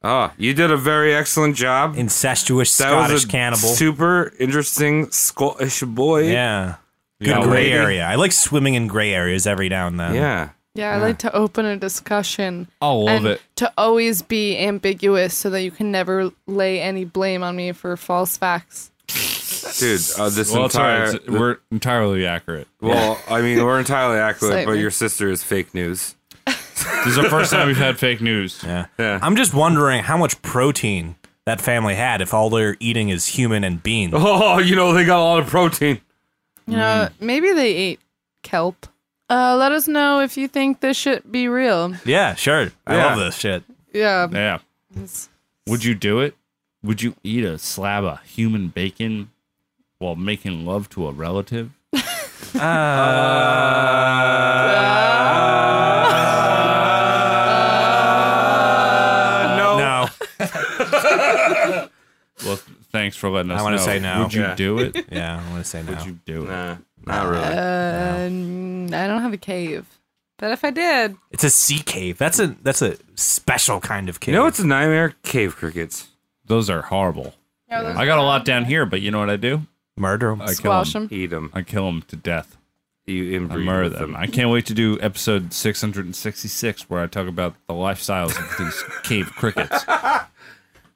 Speaker 2: Oh, you did a very excellent job.
Speaker 9: incestuous
Speaker 2: that
Speaker 9: Scottish
Speaker 2: was a
Speaker 9: cannibal.
Speaker 2: super interesting Scottish boy.
Speaker 9: yeah, good
Speaker 2: Yeah,
Speaker 9: gray
Speaker 2: lady.
Speaker 9: area. I like swimming in gray areas every now and then.
Speaker 2: Yeah.
Speaker 10: yeah i like to open a discussion
Speaker 7: I love
Speaker 10: and
Speaker 7: it.
Speaker 10: to always be ambiguous so that you can never lay any blame on me for false facts
Speaker 2: Dude, uh, this
Speaker 7: Well, it's all right.
Speaker 2: entire
Speaker 7: It's- we're entirely accurate.
Speaker 2: Well, I mean, we're entirely accurate, but
Speaker 10: Slightly.
Speaker 2: your sister is fake news.
Speaker 7: This is the first time we've had fake news.
Speaker 9: Yeah.
Speaker 2: Yeah.
Speaker 9: I'm just wondering how much protein that family had if all they're eating is human and beans.
Speaker 2: Oh, you know, they got a lot of protein.
Speaker 10: you know maybe they ate kelp Uh, let us know if you think this shit be real.
Speaker 9: Yeah, sure. I
Speaker 2: Yeah.
Speaker 9: love this shit.
Speaker 10: Yeah.
Speaker 7: Yeah.
Speaker 10: it's-
Speaker 7: Would you do it? Would you eat a slab of human bacon while making love to a relative?
Speaker 2: no.
Speaker 9: Uh, No.
Speaker 7: Well, th- thanks for letting us
Speaker 9: I wanna
Speaker 7: know.
Speaker 9: say no.
Speaker 7: Would you
Speaker 2: Yeah.
Speaker 7: do it?
Speaker 9: Yeah, I want to say no.
Speaker 7: Would you do it?
Speaker 2: Nah, not really.
Speaker 10: Uh, n- I don't have a cave, but if I did,
Speaker 9: It's a sea cave. That's a that's a special kind of cave.
Speaker 2: you know what's a nightmare? Cave crickets.
Speaker 7: Those are horrible.
Speaker 10: Yeah, those
Speaker 7: I got a lot down here, but you know what I do?
Speaker 9: murder 'em.
Speaker 7: I kill
Speaker 10: squash
Speaker 7: them.
Speaker 10: them.
Speaker 2: Eat them.
Speaker 7: I kill them to death.
Speaker 2: You
Speaker 7: I
Speaker 2: inbreed
Speaker 7: murder
Speaker 2: with
Speaker 7: them. I can't wait to do episode 666 where I talk about the lifestyles of these cave crickets.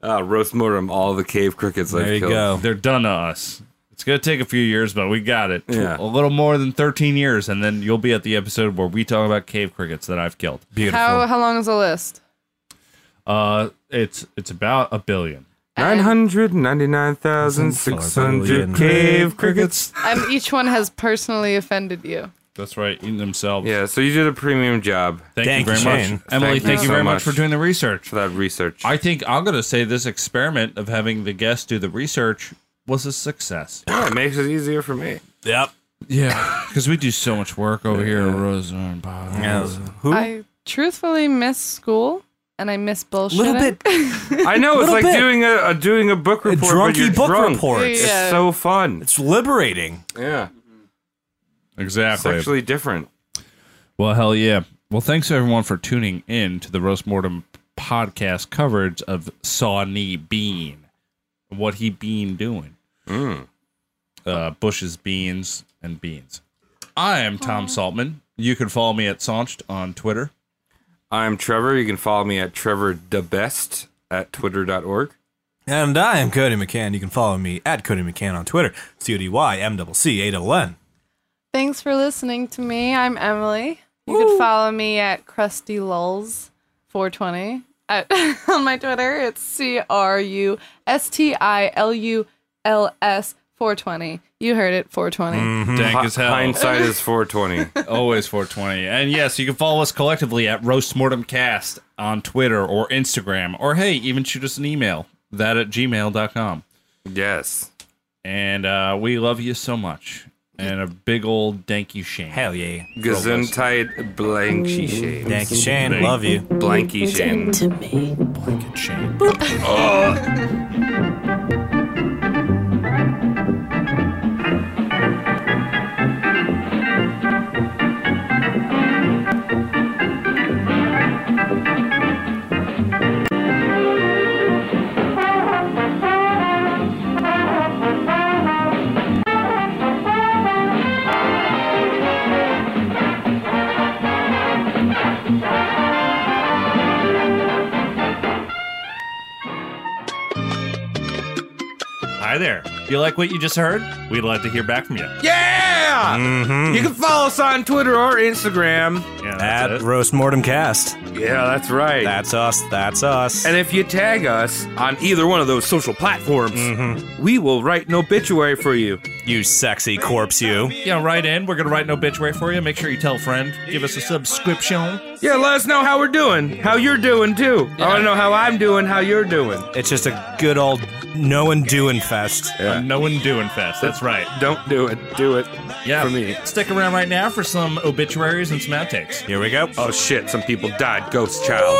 Speaker 2: Uh, roast mortem all the cave crickets
Speaker 9: There
Speaker 2: I've
Speaker 9: you
Speaker 2: killed.
Speaker 9: go.
Speaker 7: They're done to us. It's going to take a few years, but we got it.
Speaker 2: Yeah.
Speaker 7: A little more than 13 years, and then you'll be at the episode where we talk about cave crickets that I've killed.
Speaker 9: Beautiful.
Speaker 10: How how long is the list?
Speaker 7: Uh, it's it's about a billion.
Speaker 2: Nine hundred ninety-nine thousand six hundred cave crickets.
Speaker 10: I'm, Um, each one has personally offended you.
Speaker 7: That's right, eating themselves.
Speaker 2: Yeah, so you did a premium job
Speaker 7: Thank,
Speaker 9: Thank
Speaker 7: you
Speaker 9: you,
Speaker 7: very
Speaker 9: Shane.
Speaker 7: much. Emily,
Speaker 2: Thank
Speaker 7: thank
Speaker 2: you
Speaker 7: you
Speaker 2: so
Speaker 7: very
Speaker 2: much.
Speaker 7: much for doing the research.
Speaker 2: for that research.
Speaker 7: I think I'm going to say this experiment of having the guest do the research was a success.
Speaker 2: yeah, it makes it easier for me.
Speaker 9: Yep.
Speaker 7: Yeah, because we do so much work over here at Rosa and Bob.
Speaker 9: Yeah. Who?
Speaker 10: I truthfully miss school and I miss bullshit.
Speaker 9: little bit.
Speaker 2: I know it's
Speaker 9: Little
Speaker 2: like
Speaker 9: bit.
Speaker 2: doing a, a doing a book report. but you're
Speaker 9: Drunky book
Speaker 2: drunk.
Speaker 9: reports.
Speaker 10: Yeah.
Speaker 2: It's so fun.
Speaker 9: It's liberating.
Speaker 2: Yeah, it's
Speaker 7: Exactly.
Speaker 2: actually different.
Speaker 7: Well, hell yeah. Well, thanks everyone for tuning in to the Roast Mortem podcast coverage of Sawney Bean. What he bean doing? Uh, Bush's beans and beans. I am Tom Saltman. You can follow me at Saunched on Twitter.
Speaker 2: I'm Trevor. You can follow me at Trevor the Best at twitter.org.
Speaker 9: And I am Cody McCann. You can follow me at Cody McCann on Twitter. C O D Y M double C A double N.
Speaker 10: Thanks for listening to me. I'm Emily. You can follow me at Krusty Lulz 420 at, on my Twitter. It's C R U S T I L U L S 420. You heard it, 420.
Speaker 7: Dank
Speaker 2: Hmm. Hi-
Speaker 7: as hell.
Speaker 2: Hindsight is 420.
Speaker 7: Always 420. And yes, you can follow us collectively at Roast Mortem Cast on Twitter or Instagram. Or hey, even shoot us an email. That at gmail.com.
Speaker 2: yes.
Speaker 7: And uh, we love you so much. And a big old thank you, Shane.
Speaker 9: Hell yeah.
Speaker 2: Gesundheit Blanky Shane.
Speaker 9: Thank you, Shane. Love you.
Speaker 2: Blanky Shane.
Speaker 12: Hi there. You like what you just heard? We'd like to hear back from you.
Speaker 2: Yeah! You can follow us on Twitter or Instagram.
Speaker 12: Yeah, that's
Speaker 9: At
Speaker 12: it.
Speaker 9: Roast Mortem Cast.
Speaker 2: Yeah, that's right.
Speaker 9: That's us. That's us.
Speaker 2: and if you tag us on either one of those social platforms, we will write an obituary for you.
Speaker 9: Mm-hmm. you sexy corpse, you.
Speaker 12: Yeah, right in. We're gonna write no bitch way for you. Make sure you tell a friend. Give us a subscription.
Speaker 2: Yeah, let us know how we're doing, how you're doing too. I want to know how I'm doing, how you're doing.
Speaker 9: It's just a good old no and doing fest.
Speaker 2: Yeah.
Speaker 12: A No one doing fest. That's right.
Speaker 2: Don't do it. Do it.
Speaker 12: Yeah.
Speaker 2: For me.
Speaker 12: Stick around right now for some obituaries and some outtakes.
Speaker 9: Here we go.
Speaker 2: Oh shit, some people died. Ghost child.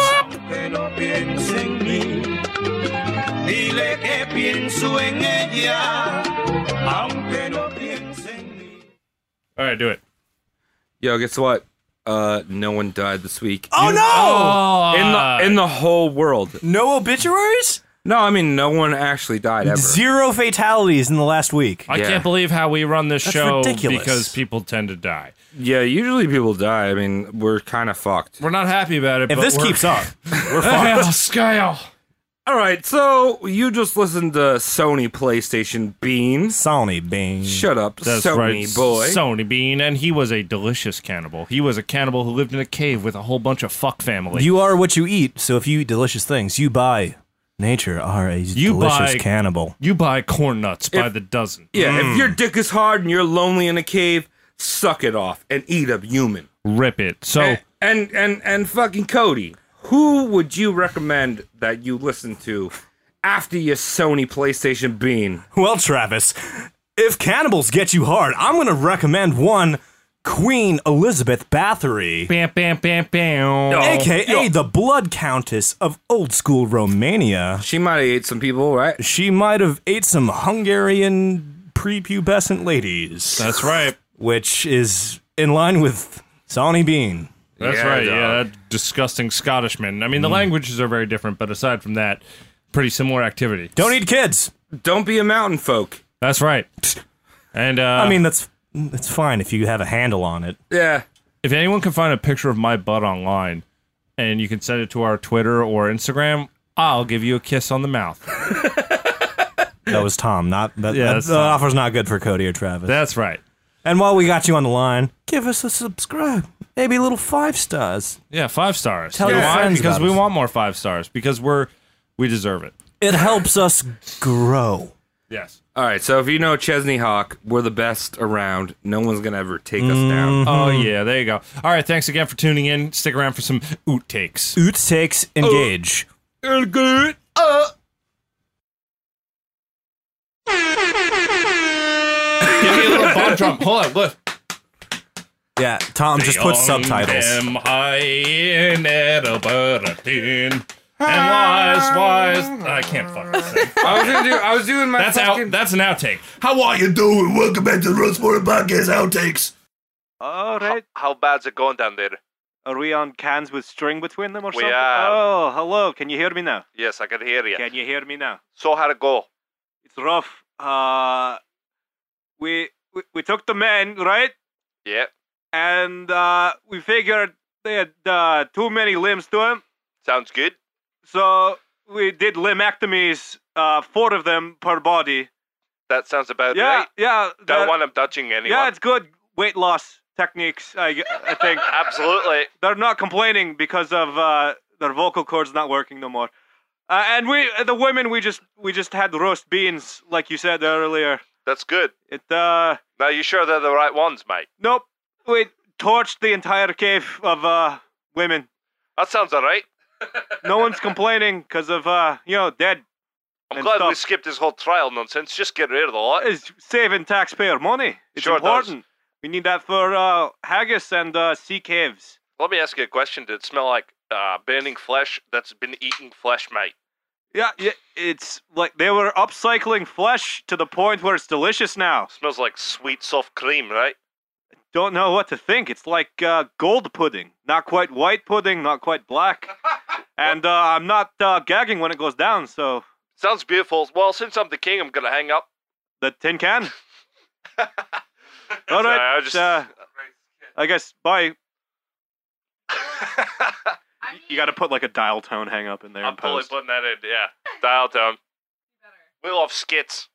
Speaker 12: All right, do it.
Speaker 2: Yo, guess what? Uh, no one died this week.
Speaker 9: Oh, no!
Speaker 12: Oh,
Speaker 2: In the in the whole world.
Speaker 9: No obituaries?
Speaker 2: No, I mean no one actually died ever.
Speaker 9: Zero fatalities in the last week.
Speaker 12: I
Speaker 2: Yeah.
Speaker 12: can't believe how we run this show
Speaker 9: ridiculous.
Speaker 12: because people tend to die.
Speaker 2: Yeah, usually people die. I mean, we're kind of fucked.
Speaker 12: We're not happy about it.
Speaker 9: If
Speaker 12: but
Speaker 9: this
Speaker 12: we're-
Speaker 9: keeps up, we're
Speaker 12: Scale,
Speaker 9: fucked.
Speaker 12: scale.
Speaker 2: All right, so you just listened to Sony PlayStation
Speaker 12: Hmm?
Speaker 2: Beans.
Speaker 9: Sony Bing.
Speaker 2: Shut up,
Speaker 12: That's
Speaker 2: Sony
Speaker 12: right,
Speaker 2: boy.
Speaker 12: Sony Bean, and he was a delicious cannibal. He was a cannibal who lived in a cave with a whole bunch of fuck family.
Speaker 9: You are what you eat, so if you eat delicious things, you by nature are a delicious
Speaker 12: buy-
Speaker 9: cannibal.
Speaker 12: You buy corn nuts by the dozen.
Speaker 2: yeah, if your dick is hard and you're lonely in a cave, suck it off and eat a human.
Speaker 7: Rip it. So
Speaker 9: Eh,
Speaker 2: A- and and and fucking Cody, who would you recommend that you listen to after your Sony PlayStation bean?
Speaker 9: Well, Travis, if cannibals get you hard, I'm going to recommend one Queen Elizabeth Bathory,
Speaker 7: bam bam bam bam.
Speaker 9: aka the Blood Countess of old school Romania.
Speaker 2: She might have ate some people, right?
Speaker 9: She might have ate some Hungarian prepubescent ladies,
Speaker 7: That's right.
Speaker 9: which is in line with Sonny Bean.
Speaker 7: That's
Speaker 2: Yeah,
Speaker 7: right. Yeah,
Speaker 2: dog.
Speaker 7: that disgusting Scottishman. I mean, the
Speaker 9: Mm.
Speaker 7: languages are very different, but aside from that, pretty similar activity.
Speaker 9: Don't eat kids.
Speaker 2: Don't be a mountain folk.
Speaker 7: That's right. And uh,
Speaker 9: I mean, that's that's fine if you have a handle on it.
Speaker 2: Yeah.
Speaker 7: if anyone can find a picture of my butt online, and you can send it to our Twitter or Instagram, I'll give you a kiss on the mouth.
Speaker 9: That was Tom. Not that.
Speaker 7: Yeah,
Speaker 9: that-
Speaker 7: that's
Speaker 9: the
Speaker 7: Tom.
Speaker 9: offer's not good for Cody or Travis.
Speaker 7: That's right.
Speaker 9: and while we got you on the line, give us a subscribe, maybe a little five stars.
Speaker 7: Yeah, five stars.
Speaker 9: Tell
Speaker 7: You know
Speaker 9: your
Speaker 7: why?
Speaker 9: friends
Speaker 7: because
Speaker 9: about
Speaker 7: we
Speaker 9: us.
Speaker 7: want more five stars because we're we deserve it.
Speaker 9: It helps us grow.
Speaker 7: Yes.
Speaker 2: All right, so if you know Chesney Hawk, we're the best around. No one's gonna ever take us down.
Speaker 7: Oh
Speaker 9: Um,
Speaker 7: yeah, there you go. All right, thanks again for tuning in. Stick around for some oot takes.
Speaker 9: Oot takes engage.
Speaker 7: Good. Uh. Give me a little bomb drum. Hold on, look. Oh.
Speaker 9: Yeah, Tom just put subtitles.
Speaker 7: Am high in Edinburgh, and wise, wise. I can't fucking sing.
Speaker 2: I was gonna do. I was doing my.
Speaker 7: That's
Speaker 2: fucking,
Speaker 7: out. That's an outtake. How are you doing? Welcome back to the Road Sport Podcast outtakes.
Speaker 13: All right. How, bad's it going down there?
Speaker 9: Are we on cans with string between them or
Speaker 13: We something? are.
Speaker 9: Oh, hello. Can you hear me now?
Speaker 13: Yes, I can hear you.
Speaker 9: you hear me now?
Speaker 13: So how'd it go?
Speaker 9: It's rough. Uh, we, we we took the men right,
Speaker 13: Yeah.
Speaker 9: and uh, we figured they had uh, too many limbs to him,
Speaker 13: Sounds good.
Speaker 9: so we did limbectomies, uh, four of them per body.
Speaker 13: That sounds about
Speaker 9: Yeah,
Speaker 13: right.
Speaker 9: yeah,
Speaker 13: Don't
Speaker 9: that-
Speaker 13: want him touching anyone.
Speaker 9: yeah. It's good weight loss techniques. I, g- I think
Speaker 13: Absolutely.
Speaker 9: they're not complaining because of uh, their vocal cords not working no more. Uh, and we the women we just we just had roast beans like you said earlier.
Speaker 13: That's good.
Speaker 9: It uh.
Speaker 13: Now, you sure they're the right ones, mate?
Speaker 9: Nope. We torched the entire cave of uh, women.
Speaker 13: That sounds all right.
Speaker 9: No one's complaining because of, uh, you know, dead.
Speaker 13: I'm
Speaker 9: And
Speaker 13: glad we
Speaker 9: stuff.
Speaker 13: skipped this whole trial nonsense. Just get rid of the lot.
Speaker 9: It's saving taxpayer money. It's
Speaker 13: Sure does.
Speaker 9: important. We need that for uh, haggis and uh, sea caves.
Speaker 13: Let me ask you a question. Did it smell like uh, burning flesh that's been eating flesh, mate?
Speaker 9: Yeah, yeah, it's like they were upcycling flesh to the point where it's delicious now.
Speaker 13: Smells like sweet soft cream, right?
Speaker 9: Don't know what to think. It's like uh, gold pudding. Not quite white pudding, not quite black. and uh, I'm not uh, gagging when it goes down, so
Speaker 13: Sounds beautiful. Well, since I'm the king, I'm gonna hang up.
Speaker 9: the tin can. All
Speaker 13: Sorry,
Speaker 9: right.
Speaker 13: I just-
Speaker 9: uh, I guess bye. You got to put like a dial tone hang up in there
Speaker 13: I'm
Speaker 9: and
Speaker 13: totally
Speaker 9: post.
Speaker 13: putting that in. Yeah, dial tone. We'll have skits.